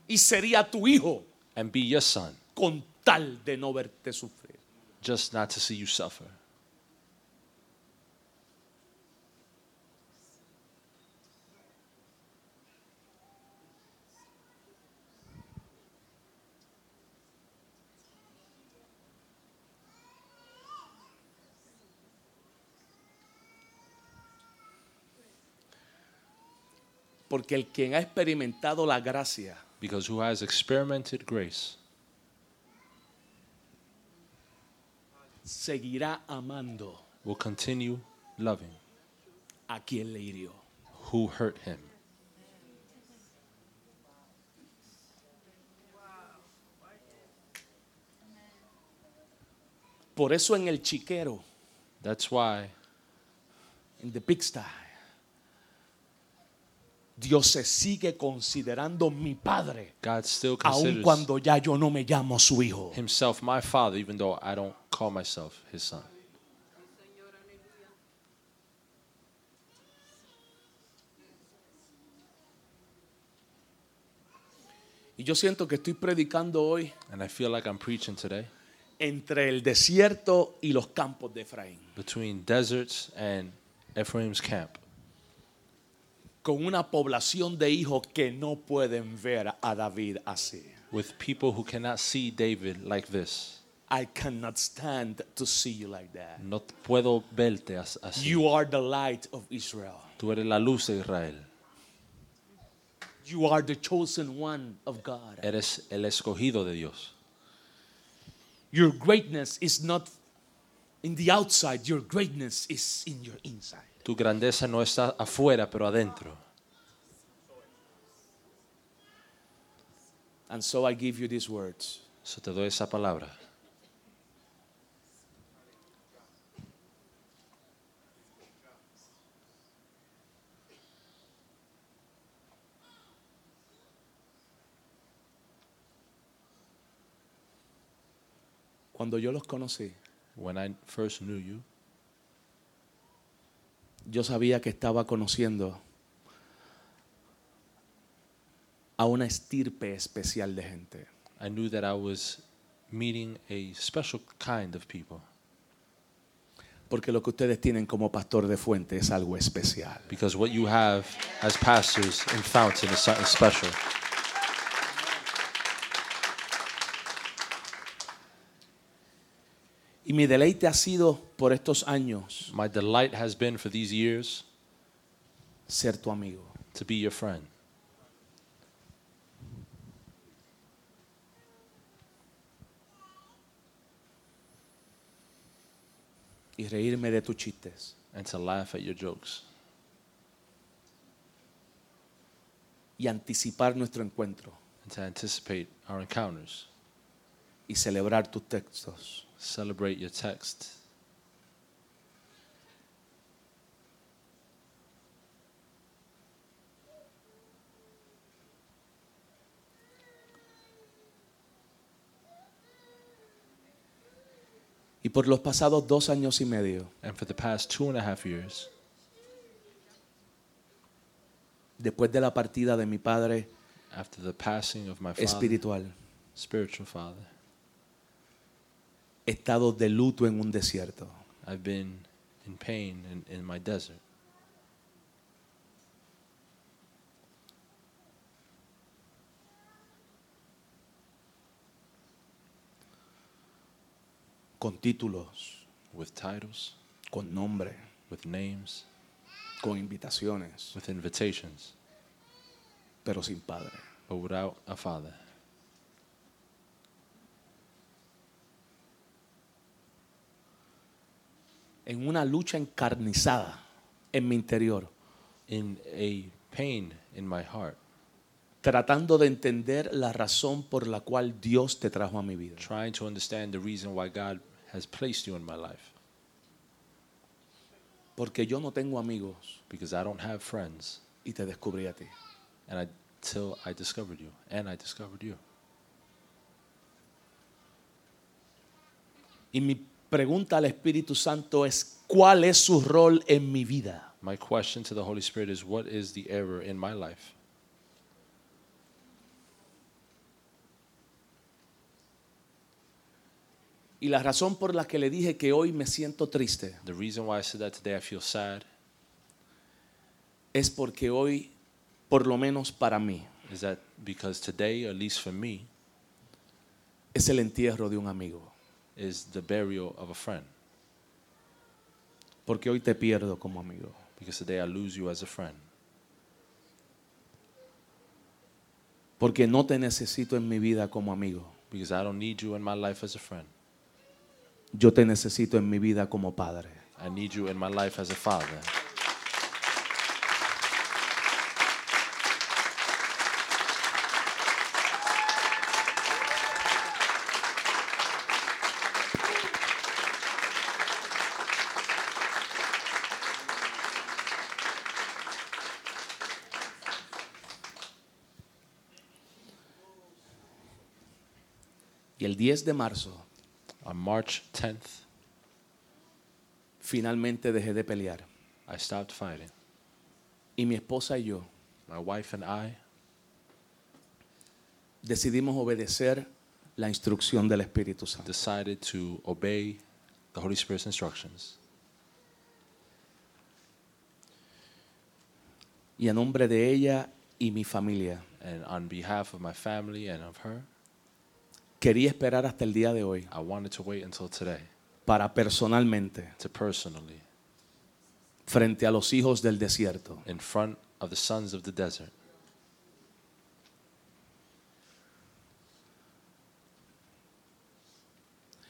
C: y sería tu hijo
D: and be your son,
C: con tal de no verte sufrir.
D: just not to see you suffer.
C: Porque el quien ha experimentado la gracia
D: Because who has experimented grace
C: seguirá amando
D: will continue loving
C: a quien le hirió.
D: who hurt him.
C: Por eso en el chiquero,
D: That's why
C: en the pigsty, Dios se sigue considerando mi padre,
D: God still
C: aun
D: considers
C: cuando ya yo no me llamo su hijo.
D: himself my father, even though I don't call myself his son.
C: Y yo siento que estoy predicando hoy
D: And I feel like I'm preaching today
C: entre el desierto y los campos de Efraín,
D: between deserts and Ephraim's camp
C: con una población de hijos que no pueden ver a David así.
D: with people who cannot see David like this.
C: I cannot stand to see you like that.
D: No puedo verte as- así.
C: You are the light of Israel.
D: Tú eres la luz de Israel.
C: You are the chosen one of God.
D: Eres el escogido de Dios.
C: Your greatness is not in the outside, your greatness is in your inside.
D: Tu grandeza no está afuera, pero adentro.
C: And so I give you these words
D: So te doy esa palabra.
C: Cuando yo los conocí,
D: When I first knew you,
C: yo sabía que estaba conociendo a una estirpe especial de gente.
D: I knew that I was meeting a special kind of people
C: Porque lo que ustedes tienen como pastor de fuente es algo especial.
D: because what you have as pastors in Fountain is something special.
C: Y mi deleite ha sido por estos años
D: My delight has been for these years
C: ser tu amigo.
D: to be your friend.
C: y reírme de tus chistes
D: and to laugh at your jokes
C: y anticipar nuestro encuentro
D: and to anticipate our encounters,
C: y celebrar tus textos.
D: celebrate your text.
C: Y por los pasados dos años y medio,
D: And for the past two and a half years,
C: después de la partida de mi padre
D: after the passing of my father,
C: espiritual,
D: spiritual father,
C: he estado de luto en un desierto.
D: I've been in pain and in my desert.
C: con títulos,
D: with titles,
C: con nombre,
D: with names,
C: con invitaciones,
D: with invitations,
C: pero sin padre.
D: but without a father.
C: En una lucha encarnizada en mi interior,
D: In a pain in my heart,
C: tratando de entender la razón por la cual Dios te trajo a mi vida.
D: trying to understand the reason why God has placed you in my life,
C: Porque yo no tengo amigos
D: because I don't have friends,
C: y te descubrí a ti.
D: and I till I discovered you, and I discovered you.
C: Y mi pregunta al Espíritu Santo es, ¿cuál es su rol en mi vida?
D: My question to the Holy Spirit is what is the error in my life?
C: Y la razón por la que le dije que hoy me siento triste
D: The reason why I said that today, I feel sad,
C: es porque hoy, por lo menos para mí,
D: is that because today, at least for me,
C: es el entierro de un amigo.
D: is the burial of a friend.
C: Porque hoy te pierdo como amigo.
D: Because today I lose you as a friend.
C: Porque no te necesito en mi vida como amigo.
D: Because I don't need you in my life as a friend.
C: Yo te necesito en mi vida como padre.
D: I need you in my life as a father.
C: Y el 10 de marzo,
D: On March 10th,
C: finalmente dejé de pelear.
D: I stopped fighting.
C: Y mi esposa y yo
D: My wife and I
C: decidimos obedecer la instrucción del Espíritu Santo.
D: decided to obey the Holy Spirit's instructions.
C: Y en nombre de ella y mi familia,
D: And on behalf of my family and of her,
C: quería esperar hasta el día de hoy
D: I wanted to wait until today
C: para personalmente,
D: to personally,
C: frente a los hijos del desierto,
D: in front of the sons of the desert,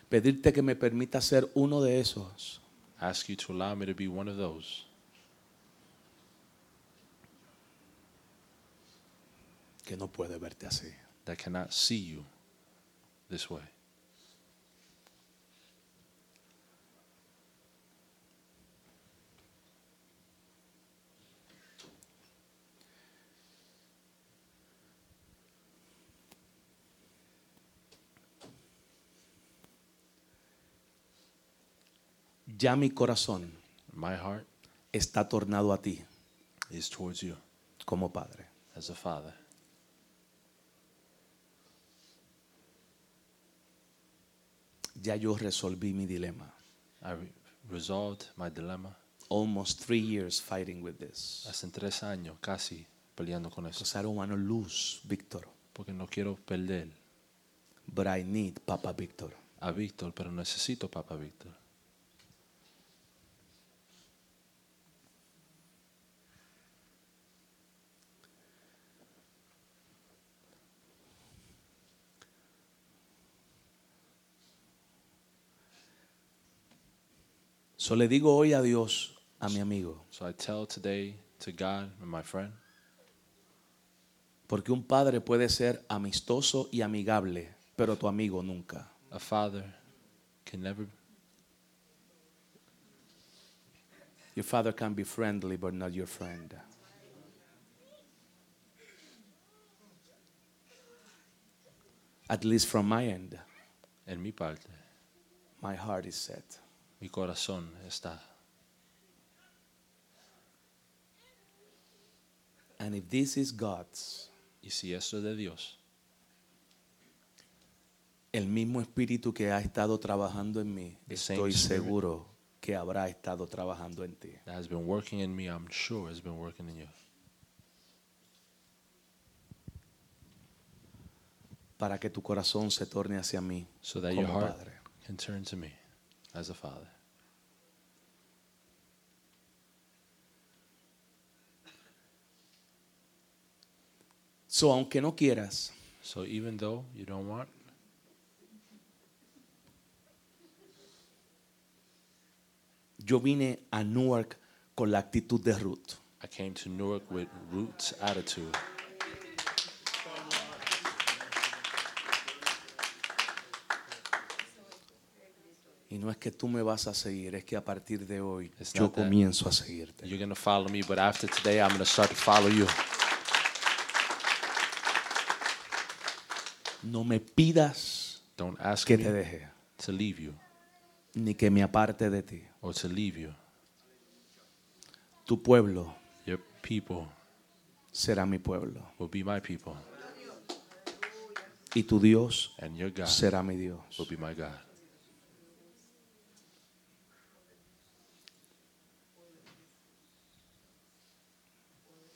C: pedirte que me permita ser uno de esos.
D: Ask you to allow me to be one of those.
C: que no puede verte así.
D: that cannot see you this way.
C: Ya mi corazón
D: My heart
C: está tornado a ti
D: is towards you
C: como Padre.
D: as a father.
C: Ya yo resolví mi dilema.
D: I re- resolved my dilemma
C: Almost three years fighting with this.
D: hace tres años casi peleando con eso.
C: Ser humano luz, Víctor.
D: Porque no quiero perder
C: But I need Papa Víctor.
D: a Víctor, pero necesito Papa Víctor.
C: So le digo hoy a Dios, a mi amigo,
D: So I tell today to God and my friend
C: porque un padre puede ser amistoso y amigable, pero tu amigo nunca.
D: a father can never,
C: Your father can be friendly, but not your friend. At least from my end,
D: en mi parte,
C: my heart is set.
D: mi corazón está.
C: And if this is God's,
D: Y si esto es de Dios,
C: el mismo espíritu que ha estado trabajando en mí,
D: The same
C: estoy
D: spirit.
C: seguro que habrá estado trabajando en ti.
D: that has been working in me, I'm sure has been working in you.
C: Para que tu corazón se torne hacia mí
D: so that your
C: como
D: heart
C: padre.
D: can turn to me as a father.
C: So, aunque no quieras,
D: So even though you don't want,
C: yo vine a Newark con la actitud de Ruth.
D: I came to Newark with roots attitude.
C: Y no es que tú me vas a seguir, es que a partir de hoy
D: It's
C: yo
D: not that.
C: comienzo a seguirte.
D: You're gonna follow me, but after today, I'm gonna start to follow you.
C: No me pidas
D: Don't ask
C: que
D: me
C: te deje,
D: to leave you
C: ni que me aparte de ti.
D: or to leave you.
C: Tu pueblo
D: Your people
C: será mi pueblo
D: will be my people,
C: y tu Dios
D: and your God
C: será mi Dios.
D: will be my God.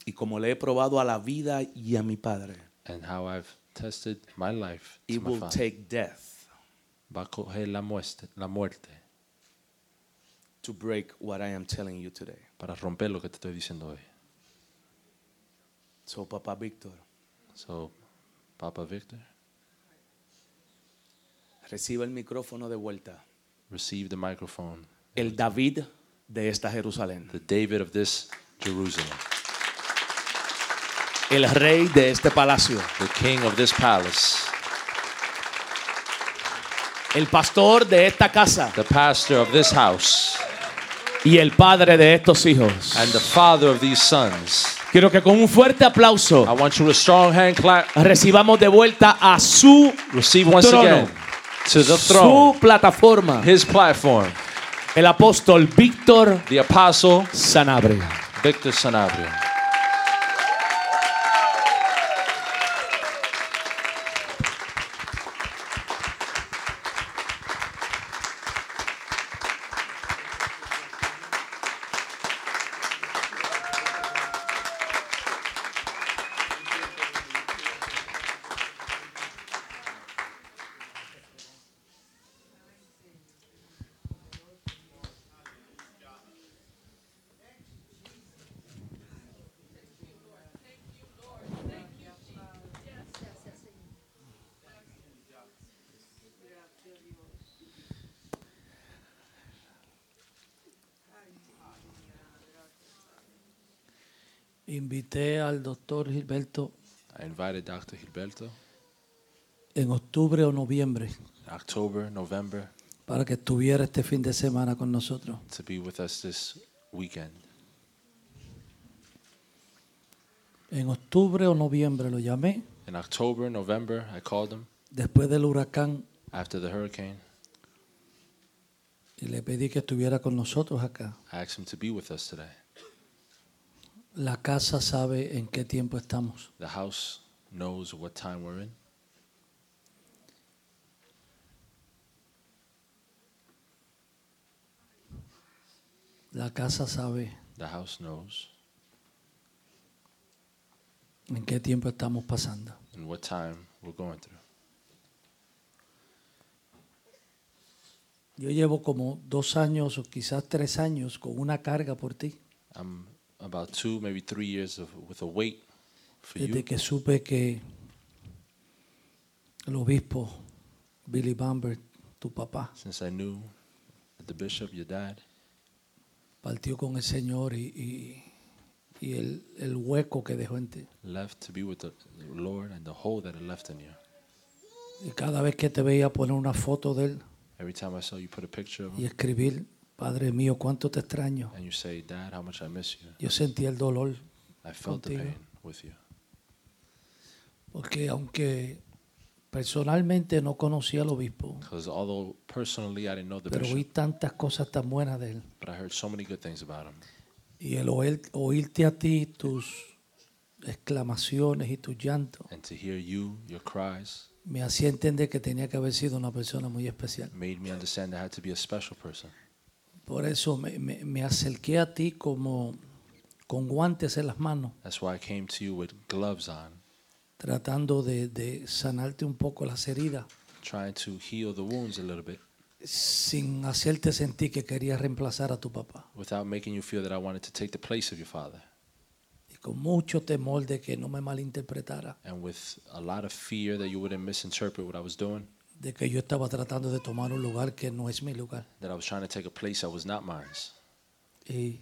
C: Y como le he probado a la vida y a mi Padre,
D: And how I've tested my life to
C: it
D: my
C: will
D: father.
C: take death
D: Va a coger la muerte, la muerte
C: to break what I am telling you today.
D: para romper lo que te estoy diciendo hoy.
C: So, papá Víctor,
D: So, Papa Victor,
C: reciba el micrófono de vuelta.
D: receive the microphone.
C: El David de esta Jerusalén,
D: the David of this Jerusalem,
C: el rey de este palacio,
D: the king of this palace,
C: el pastor de esta casa.
D: the pastor of this house,
C: y el padre de estos hijos.
D: and the father of these sons.
C: Quiero que con un fuerte
D: I
C: aplauso
D: want you to strong hand clap.
C: recibamos de vuelta a su,
D: Receive once
C: Trono.
D: again to the
C: su
D: throne,
C: plataforma,
D: his platform,
C: el apóstol Víctor
D: the apostle
C: Sanabria.
D: Victor Sanabria.
B: Invité al doctor Gilberto
D: I invited Dr. Gilberto
B: en octubre o noviembre
D: October, November
B: para que estuviera este fin de semana con nosotros.
D: to be with us this weekend.
B: En octubre o noviembre lo llamé,
D: In October, November, I called him
B: después del huracán,
D: after the hurricane.
B: y le pedí que estuviera con nosotros acá.
D: I asked him to be with us today.
B: La casa sabe en qué tiempo estamos.
D: The house knows what time we're in.
B: La casa sabe
D: The house knows
B: en qué tiempo estamos pasando.
D: and what time we're going through.
B: Yo llevo como dos años o quizás tres años con una carga por ti.
D: I'm about two, maybe three years of with a wait for you
B: Desde que supe que el obispo Billy Bamber, tu papá,
D: since I knew that the bishop, your dad,
B: partió con el Señor y, y- y el, el hueco que dejó en ti.
D: left to be with the Lord and the hole that it left in you.
B: Y cada vez que te veía poner una foto de él
D: Every time I saw you put a picture of
B: y
D: him
B: escribir, Padre mío, cuánto te extraño,
D: and you say, Dad, how much I miss you.
B: yo sentía el dolor,
D: I felt the
B: Contigo.
D: pain with you.
B: porque aunque personalmente no conocía al obispo,
D: Because although personally I didn't know the
B: pero oí
D: bishop,
B: tantas cosas tan buenas de él.
D: but I heard so many good things about him.
B: Y el oír- oírte a ti, tus exclamaciones y tus llantos,
D: And to hear you, your cries,
B: me hacía entender que tenía que haber sido una persona muy especial.
D: made me understand I had to be a special person.
B: Por eso me, me- me acerqué a ti como con guantes en las manos,
D: That's why I came to you with gloves on,
B: tratando de, de sanarte un poco las heridas,
D: trying to heal the wounds a little bit
B: sin hacerte sentir que querías reemplazar a tu papá.
D: without making you feel that I wanted to take the place of your father.
B: Y con mucho temor de que no me malinterpretara,
D: And with a lot of fear that you wouldn't misinterpret what I was doing,
B: de que yo estaba tratando de tomar un lugar que no es mi lugar.
D: that I was trying to take a place that was not mine.
B: Eh,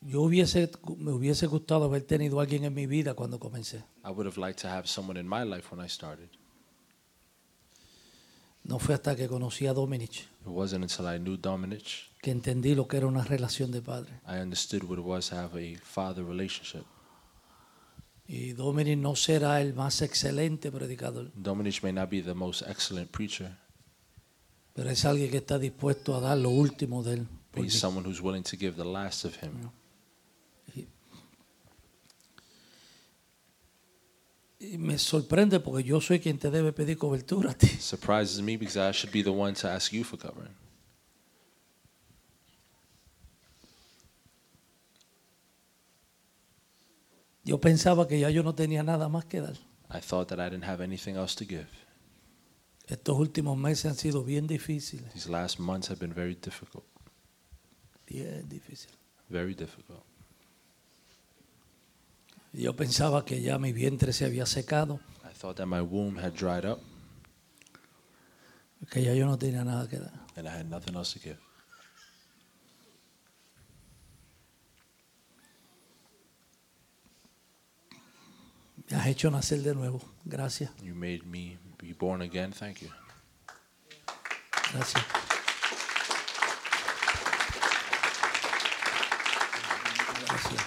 B: yo hubiese, me hubiese gustado haber tenido a alguien en mi vida cuando comencé.
D: I would have liked to have someone in my life when I started.
B: No fue hasta que conocí a Dominic
D: It wasn't until I knew Dominic
B: que entendí lo que era una relación de padre.
D: I understood what it was to have a father relationship.
B: Y Dominic no será el más excelente predicador,
D: Dominic may not be the most excellent preacher,
B: pero es alguien que está dispuesto a dar lo último de él.
D: but
B: por
D: he's
B: mí.
D: someone who's willing to give the last of him.
B: Y me sorprende porque yo soy quien te debe pedir cobertura a ti.
D: Surprises me because I should be the one to ask you for covering.
B: Yo pensaba que ya yo no tenía nada más que dar.
D: I thought that I didn't have anything else to give.
B: Estos últimos meses han sido bien difíciles.
D: These last months have been very difficult,
B: Bien difíciles.
D: very difficult.
B: Yo pensaba que ya mi vientre se había secado,
D: I thought that my womb had dried up
B: que ya yo no tenía nada que dar.
D: and I had nothing else to give.
B: Me has hecho nacer de nuevo. Gracias,
D: You made me be born again. Thank you.
B: gracias. Gracias.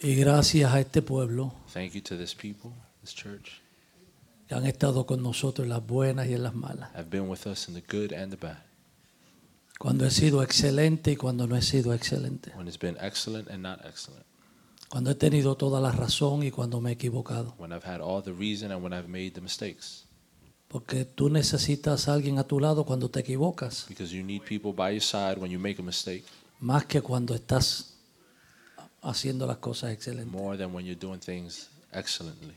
B: Y gracias a este pueblo
D: Thank you to this people, this church.
B: que han estado con nosotros en las buenas y en las malas.
D: Have been with us in the good and the bad,
B: Cuando he sido excelente y cuando no he sido excelente.
D: when it's been excellent and not excellent,
B: Cuando he tenido toda la razón y cuando me he equivocado.
D: when I've had all the reason and when I've made the mistakes.
B: Porque tú necesitas a alguien a tu lado cuando te equivocas.
D: Because you need people by your side when you make a mistake
B: más que cuando estás haciendo las cosas excelentes.
D: more than when you're doing things excellently.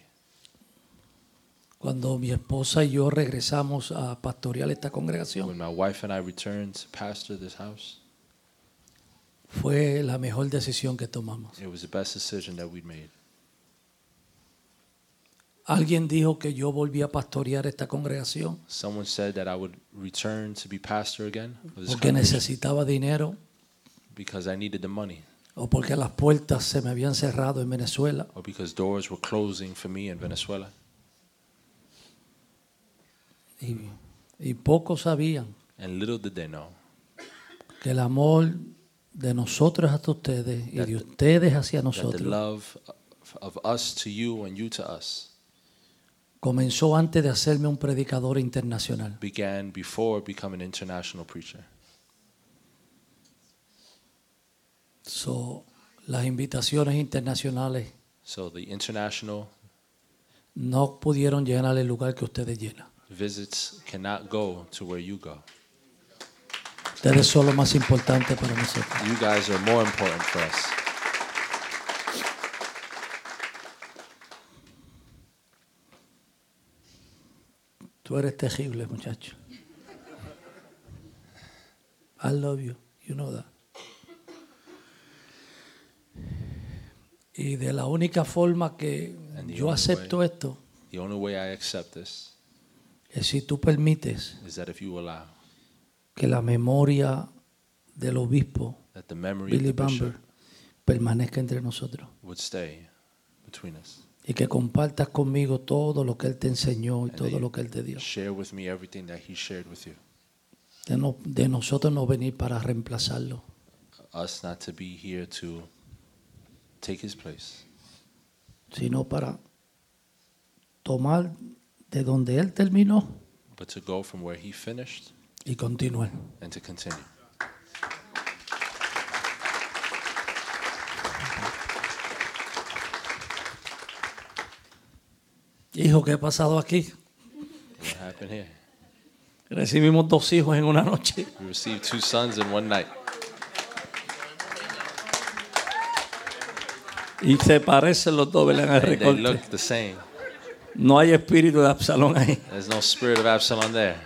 B: Cuando mi esposa y yo regresamos a pastorear esta congregación,
D: When my wife and I returned to pastor this house,
B: fue la mejor decisión que tomamos.
D: it was the best decision that we'd made.
B: Alguien dijo que yo volví a pastorear esta congregación
D: Someone said that I would return to be pastor again of this
B: porque
D: congregation
B: necesitaba dinero
D: because I needed the money
B: o porque las puertas se me habían cerrado en Venezuela.
D: or because doors were closing for me in Venezuela.
B: Y, y pocos sabían
D: And little did they know
B: que el amor de nosotros hasta ustedes y de ustedes hacia
D: that the
B: nosotros
D: love of us to you and you to us
B: comenzó antes de hacerme un predicador internacional.
D: began before becoming an international preacher.
B: So, las invitaciones internacionales
D: So the international
B: no pudieron llenar el lugar que ustedes llenan.
D: visits cannot go to where you go.
B: Ustedes son lo más importante para nosotros.
D: You guys are more important for us.
B: Tú eres terrible, muchacho. I love you. You know that. Y de la única forma que
D: And the
B: yo
D: only
B: acepto esto
D: The only way I accept this
B: es si tú permites
D: is that if you allow
B: que la memoria del obispo
D: that the memory
B: Billy
D: of the bishop
B: Bamber permanezca entre nosotros
D: would stay between us.
B: y que compartas conmigo todo lo que él te enseñó y
D: And
B: todo
D: that
B: lo
D: you
B: que él te dio.
D: Share with me everything that he shared with you.
B: De, no- de nosotros no venir para reemplazarlo.
D: Us not to be here to take his place,
B: sino para tomar de donde él terminó
D: but to go from where he finished
B: y continuar.
D: and to continue.
B: Hijo, ¿qué ha pasado aquí?
D: What happened here?
B: Recibimos dos hijos en una noche.
D: We received two sons in one night.
B: Y se parecen los dos, ¿verdad? En el
D: And they
B: recorte.
D: look the same.
B: No hay espíritu de Absalón ahí.
D: There's no spirit of Absalom there.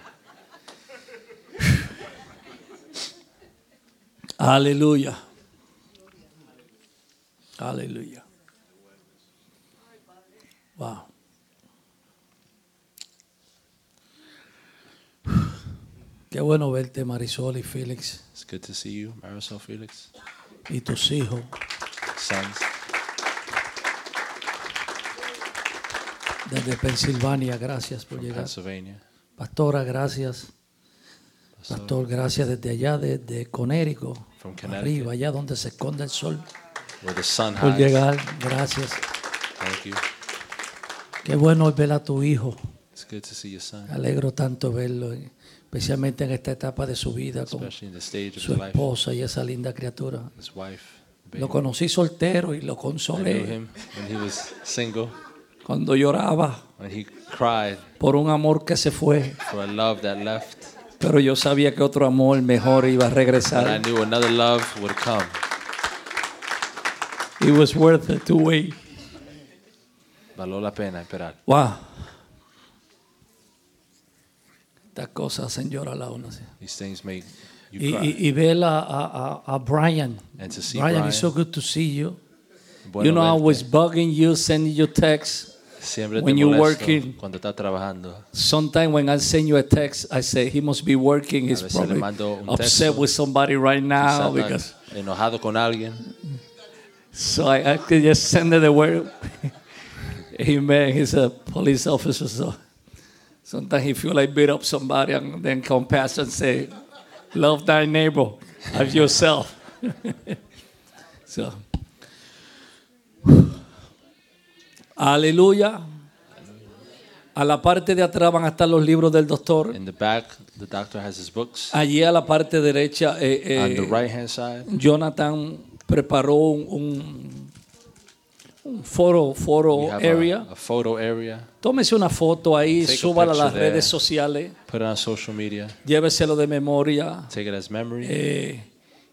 B: Aleluya. Aleluya. Wow. Qué bueno verte, Marisol y Félix,
D: It's good to see you, Marisol Felix,
B: y tus hijos.
D: sons
B: Desde Pensilvania, gracias por
D: from
B: llegar.
D: Pennsylvania.
B: Pastora, gracias. Pastor, gracias desde allá, desde Conérico,
D: From Connecticut. Ah,
B: arriba, allá donde se esconde el sol,
D: Where the sun
B: por
D: hides.
B: llegar. Gracias.
D: Thank you.
B: Qué bueno es ver a tu hijo.
D: It's good to see your
B: Me
D: son,
B: alegro tanto verlo, eh, especialmente en esta etapa de su vida con
D: especially in the stage of
B: su
D: his life.
B: esposa y esa linda criatura.
D: His wife, the
B: Lo
D: baby.
B: conocí soltero y lo
D: I knew
B: consolé
D: him when he was single,
B: cuando lloraba
D: when he cried
B: por un amor que se fue,
D: for a love that left.
B: pero yo sabía que otro amor mejor iba a
D: But I
B: regresar.
D: knew another love would come.
B: It was worth it to wait.
D: Valió la pena esperar.
B: Wow. Estas cosas hacen llorar a uno. sí.
D: These things make you
B: Y,
D: cry.
B: y, y ver a, a, a- a Brian.
D: And to see
B: Brian,
D: Brian.
B: it's so good to see you.
D: Bueno
B: you know, I
D: verte.
B: was bugging you, sending you texts.
D: Siempre te
B: when you
D: molesto
B: working-
D: cuando estás trabajando.
B: Sometimes when I send you a text, I say he must be working. He's
D: veces le
B: probably
D: mando un
B: upset
D: texto.
B: with somebody right now
D: Quizá
B: Ah, because.
D: estás enojado con alguien.
B: So I, I could just send her the word. Amen. He's a police officer, so sometimes he feel like beat up somebody and then come past and say, "Love thy neighbor as yourself." so, aleluya. A la parte de atrás van a estar los libros del doctor.
D: In the back, the doctor has his books.
B: Allí a la parte derecha, eh, eh,
D: On the right hand side,
B: Jonathan preparó un, un, un foro,
D: we
B: foro
D: have
B: area.
D: a, a photo area.
B: Tómese una foto ahí,
D: Take a
B: súbala a las
D: picture there.
B: redes sociales,
D: Put it on social media.
B: lléveselo de memoria
D: Take it as memory.
B: eh,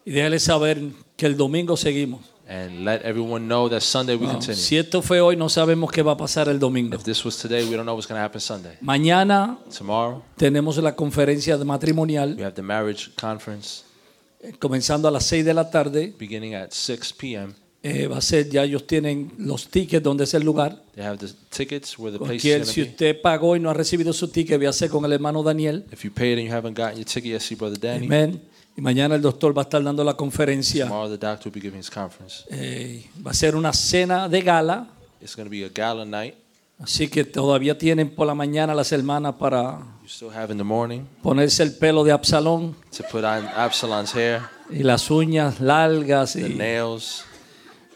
B: y déjale saber que el domingo seguimos.
D: and let everyone know that Sunday we continue.
B: Si esto fue hoy, no sabemos qué va a pasar el domingo.
D: If this was today, we don't know what's going to happen Sunday.
B: Mañana
D: Tomorrow,
B: tenemos la conferencia de
D: we
B: matrimonial,
D: have the marriage conference
B: eh, comenzando a las 6 de la tarde.
D: beginning at 6 p.m.
B: eh, va a ser, ya ellos tienen los tickets donde es el lugar.
D: They have the tickets where the place
B: Cualquier,
D: is
B: si
D: going to be.
B: usted pagó y no ha recibido su ticket, voy a hacer con el hermano Daniel.
D: If you paid and you haven't gotten your ticket yet, see Brother Danny.
B: Amén. Y mañana el doctor va a estar dando la conferencia.
D: Tomorrow the doctor will be giving his conference.
B: Eh, va a ser una cena de gala.
D: It's going to be a gala night.
B: Así que todavía tienen por la mañana las hermanas para
D: You still have in the morning
B: ponerse el pelo de Absalón
D: to put on Absalom's hair,
B: y las uñas largas,
D: the
B: y,
D: nails,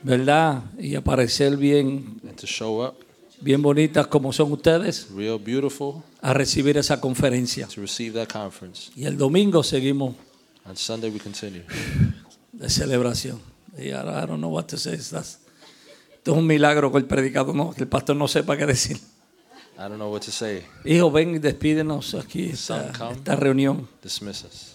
B: ¿verdad? Y aparecer bien,
D: and to show up
B: bien bonitas como son ustedes
D: real beautiful
B: a recibir esa conferencia.
D: to receive that conference.
B: Y el domingo seguimos
D: On Sunday we continue.
B: de celebración. Y ahora, I don't know what to say. That's- Esto es un milagro que el predicador, no, que el pastor no sepa qué decir.
D: I don't know what to say.
B: Hijo, ven y despídenos aquí esta, esta reunión.
D: Dismiss us.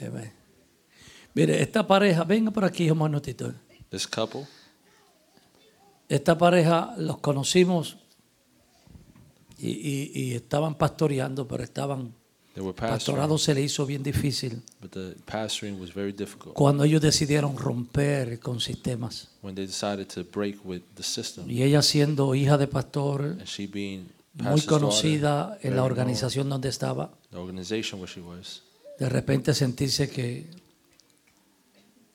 B: Amén. Mire, esta pareja, venga por aquí, hermano Tito.
D: This couple,
B: Esta pareja los conocimos y, y- y estaban pastoreando, pero estaban.
D: they were pastoring,
B: Pastorado se le hizo bien difícil
D: but the pastoring was very difficult
B: cuando ellos decidieron romper con sistemas.
D: when they decided to break with the system.
B: Y ella, siendo hija de pastor,
D: And she being
B: muy
D: pastor's daughter,
B: conocida en
D: very
B: la
D: known,
B: organización donde estaba,
D: the organization where she was,
B: de repente sentirse que,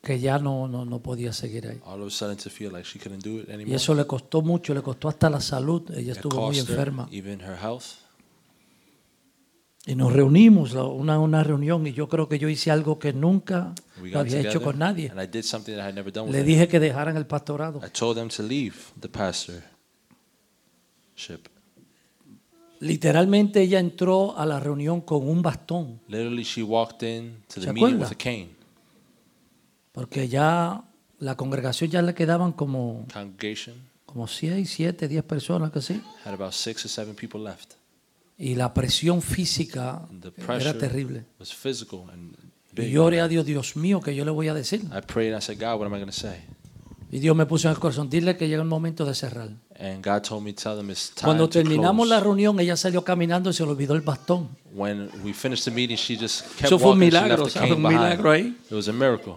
B: que ya no, no, no podía seguir ahí.
D: all of a sudden to feel like she couldn't do it
B: Y
D: anymore.
B: eso le costó mucho, le costó hasta la salud. Ella
D: It
B: estuvo muy
D: cost her
B: enferma.
D: even her health.
B: Y nos reunimos, la- una, una reunión, y yo creo que yo hice algo que nunca
D: We
B: lo
D: got
B: había hecho
D: together,
B: con nadie.
D: and I did something that I had never done with
B: Le
D: her.
B: dije que dejaran el pastorado.
D: I told them to leave the pastorship.
B: Literalmente ella entró a la reunión con un bastón,
D: Literally, she walked in to
B: ¿Se
D: the meeting
B: acuerda?
D: with a cane.
B: porque ya la congregación ya le quedaban como,
D: Congregation
B: como 6, 7, 10 personas, que sí.
D: had about six or seven people left.
B: Y la presión física
D: And the pressure
B: era terrible.
D: was physical and
B: Y
D: big.
B: yo oré a Dios, Dios mío, que yo le voy a decir.
D: I prayed and I said, God, what am I going to say?
B: Y Dios me puso en el corazón, dile que llega el momento de cerrar.
D: And God told me, tell them it's time
B: Cuando
D: to
B: terminamos
D: close.
B: la reunión, ella salió caminando y se le olvidó el bastón.
D: When we finished the meeting, she just kept
B: Eso fue un
D: walking. and she
B: milagro,
D: left the
B: ¿sabe?
D: cane
B: Un
D: behind.
B: milagro ahí.
D: It was a miracle.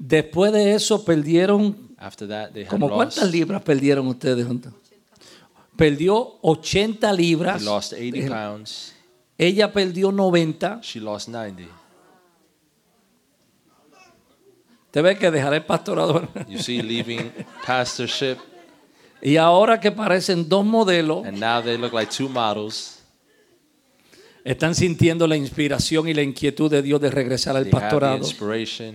B: Después de eso perdieron,
D: After that, they had
B: ¿como
D: lost.
B: cuántas libras perdieron ustedes juntos? Perdió 80
D: They
B: libras.
D: lost 80
B: Eh,
D: pounds.
B: Ella perdió 90.
D: She lost 90.
B: Te ves que dejaré el pastorado.
D: You see, leaving pastorship,
B: Y ahora que parecen dos modelos,
D: and now they look like two models.
B: están sintiendo la inspiración y la inquietud de Dios de regresar al
D: They have the
B: pastorado.
D: inspiration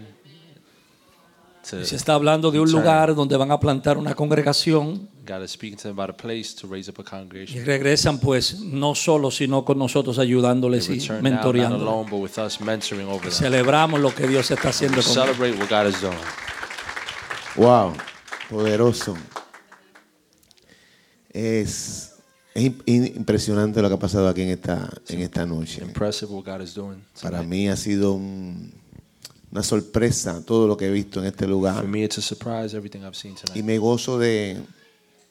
B: Y
D: to
B: Se está hablando de un
D: Return.
B: lugar donde van a plantar una congregación
D: God is speaking to them about a place to raise up a
B: y
D: congregation.
B: regresan pues no solo sino con nosotros ayudándoles
D: They
B: y
D: return now, not
B: mentoreándoles.
D: alone, but with us mentoring over them.
B: Celebramos lo que Dios está haciendo con ellos.
D: Celebrate what God is doing.
E: Wow, poderoso. Es, es im- im- impresionante lo que ha pasado aquí en esta, en esta noche.
D: Impressive what God is doing.
E: Para mí ha sido un- una sorpresa todo lo que he visto en este
D: For
E: lugar.
D: me, it's a surprise everything I've seen
E: Y
D: tonight.
E: me gozo de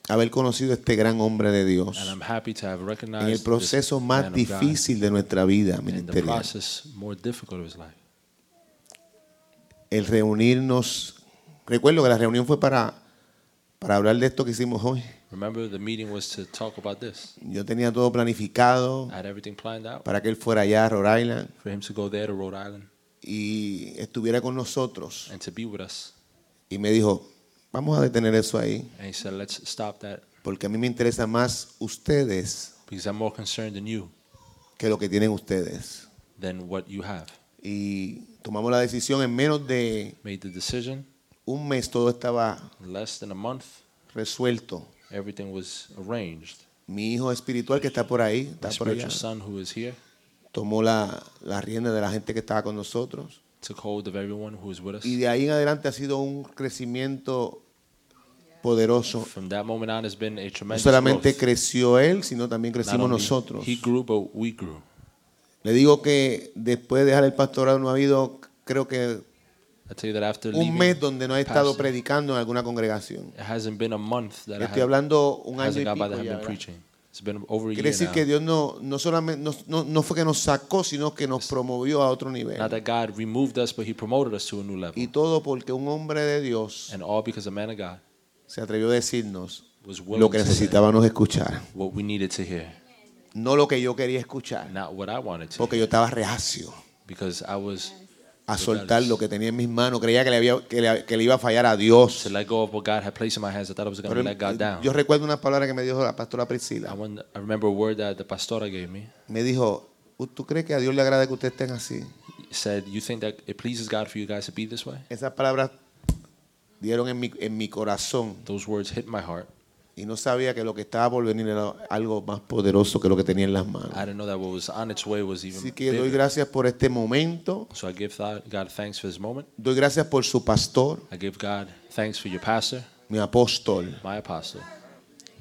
E: haber conocido a este gran hombre de
D: And
E: Dios
D: I'm happy to have
E: en
D: recognized
E: el proceso
D: this
E: más
D: man of God
E: difícil de nuestra vida
D: in the
E: ministerial.
D: process more difficult of his life.
E: El reunirnos. Recuerdo que la reunión fue para, para hablar de esto que hicimos hoy.
D: Remember, the meeting was to talk about this.
E: Yo tenía todo planificado
D: I had everything planned out
E: para que él fuera allá a Rhode Island.
D: for him to go there to Rhode Island
E: y estuviera con nosotros.
D: and to be with us.
E: Y me dijo, vamos a detener eso ahí,
D: And he said, let's stop that
E: porque a mí me interesa más ustedes
D: because I'm more concerned in you
E: que lo que tienen ustedes.
D: than what you have.
E: Y tomamos la decisión en menos de
D: Made the decision
E: un mes, todo estaba
D: in less than a month.
E: resuelto.
D: Everything was arranged.
E: Mi hijo espiritual que está por ahí,
D: My
E: está por allá,
D: spiritual son who is here
E: tomó la, la rienda de la gente que estaba con nosotros.
D: took hold of everyone who is with us.
E: Y de ahí en adelante ha sido un crecimiento poderoso.
D: From that moment on, it's been a
E: No
D: tremendous
E: solamente
D: growth.
E: creció él, sino también
D: Not
E: crecimos
D: only
E: nosotros.
D: He grew, but we grew.
E: Le digo que después de dejar el pastorado no ha habido, creo que
D: I tell you that after
E: un
D: leaving,
E: mes donde no he estado
D: pastor,
E: predicando en alguna congregación.
D: it hasn't been a month that I have,
E: Estoy hablando un año y
D: hasn't got by
E: pico
D: that I've
E: ya,
D: been
E: ¿verdad?
D: preaching. It's been over a
E: Quiere
D: year
E: decir
D: now.
E: que Dios no, no, solamente, no, no- no fue que nos sacó, sino que nos promovió a otro nivel.
D: Not that God removed us, but He promoted us to a new level.
E: Y todo porque un hombre de Dios
D: And all because a man of God
E: se atrevió a decirnos
D: was willing
E: lo que
D: to say
E: necesitábamos escuchar,
D: what we needed to hear,
E: no lo que yo quería escuchar,
D: not what I wanted to,
E: porque yo estaba reacio
D: because I was
E: a soltar lo que tenía en mis manos, creía que le, había, que le, que le iba a fallar a Dios.
D: to let go of what God had placed in my hands. I thought I was going
E: Pero eh,
D: to let God down.
E: yo recuerdo una palabra que me dijo la pastora
D: I,
E: Priscila.
D: went, I remember a word that the pastora gave me.
E: Me dijo, ¿tú crees que a Dios le agrada que ustedes estén así?
D: said, "You think that it pleases God for you guys to be this way?"
E: Esas palabras dieron en mi, en mi corazón.
D: Those words hit my heart.
E: y no sabía que lo que estaba por venir era algo más poderoso que lo que tenía en las manos.
D: I didn't know that what was on its way was even
E: Así que doy
D: bigger.
E: gracias por este momento,
D: So I give tha- God thanks for this moment.
E: doy gracias por su pastor,
D: I give God thanks for your pastor,
E: mi apóstol,
D: my apostle,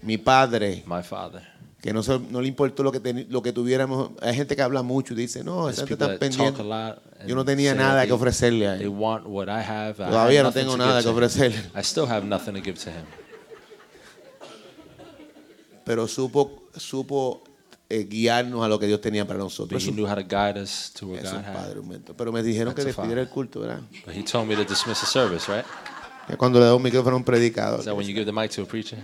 E: mi padre,
D: my father.
E: que no, se- no le importó lo que, teni- lo que tuviéramos. Hay gente que habla mucho y dice, no,
D: There's
E: esa gente
D: people
E: está
D: that talk a
E: pendiente.
D: lot. and
E: Yo no tenía
D: say that
E: nada
D: they-
E: que ofrecerle a él.
D: They want what I have. I
E: Todavía
D: have
E: no
D: nothing
E: tengo
D: to
E: nada que
D: give to him.
E: ofrecerle.
D: I still have nothing to give to him.
E: Pero supo, supo eh, guiarnos a lo que Dios tenía para
D: But
E: nosotros.
D: he
E: Eso
D: knew how to guide us to where
E: eso es
D: God had.
E: padre, un momento. Pero me dijeron que
D: That's a
E: despidiera
D: father.
E: el culto, ¿verdad?
D: But he told me to dismiss the service, right?
E: Que cuando le da un micrófono a un predicador.
D: Is that when you give the mic to a preacher?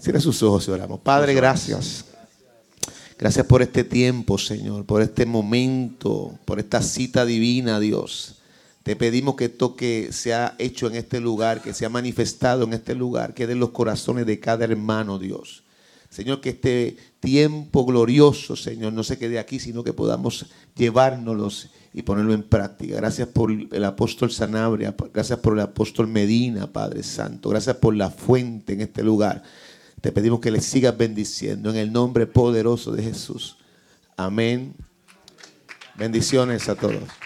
E: Cierra sus ojos y oramos. Padre, gracias. Gracias por este tiempo, Señor, por este momento, por esta cita divina, Dios. Te pedimos que esto que se ha hecho en este lugar, que se ha manifestado en este lugar, quede en los corazones de cada hermano, Dios. Señor, que este tiempo glorioso, Señor, no se quede aquí, sino que podamos llevárnoslos y ponerlo en práctica. Gracias por el apóstol Sanabria, gracias por el apóstol Medina, Padre Santo. Gracias por la fuente en este lugar. Te pedimos que le sigas bendiciendo en el nombre poderoso de Jesús. Amén. Bendiciones a todos.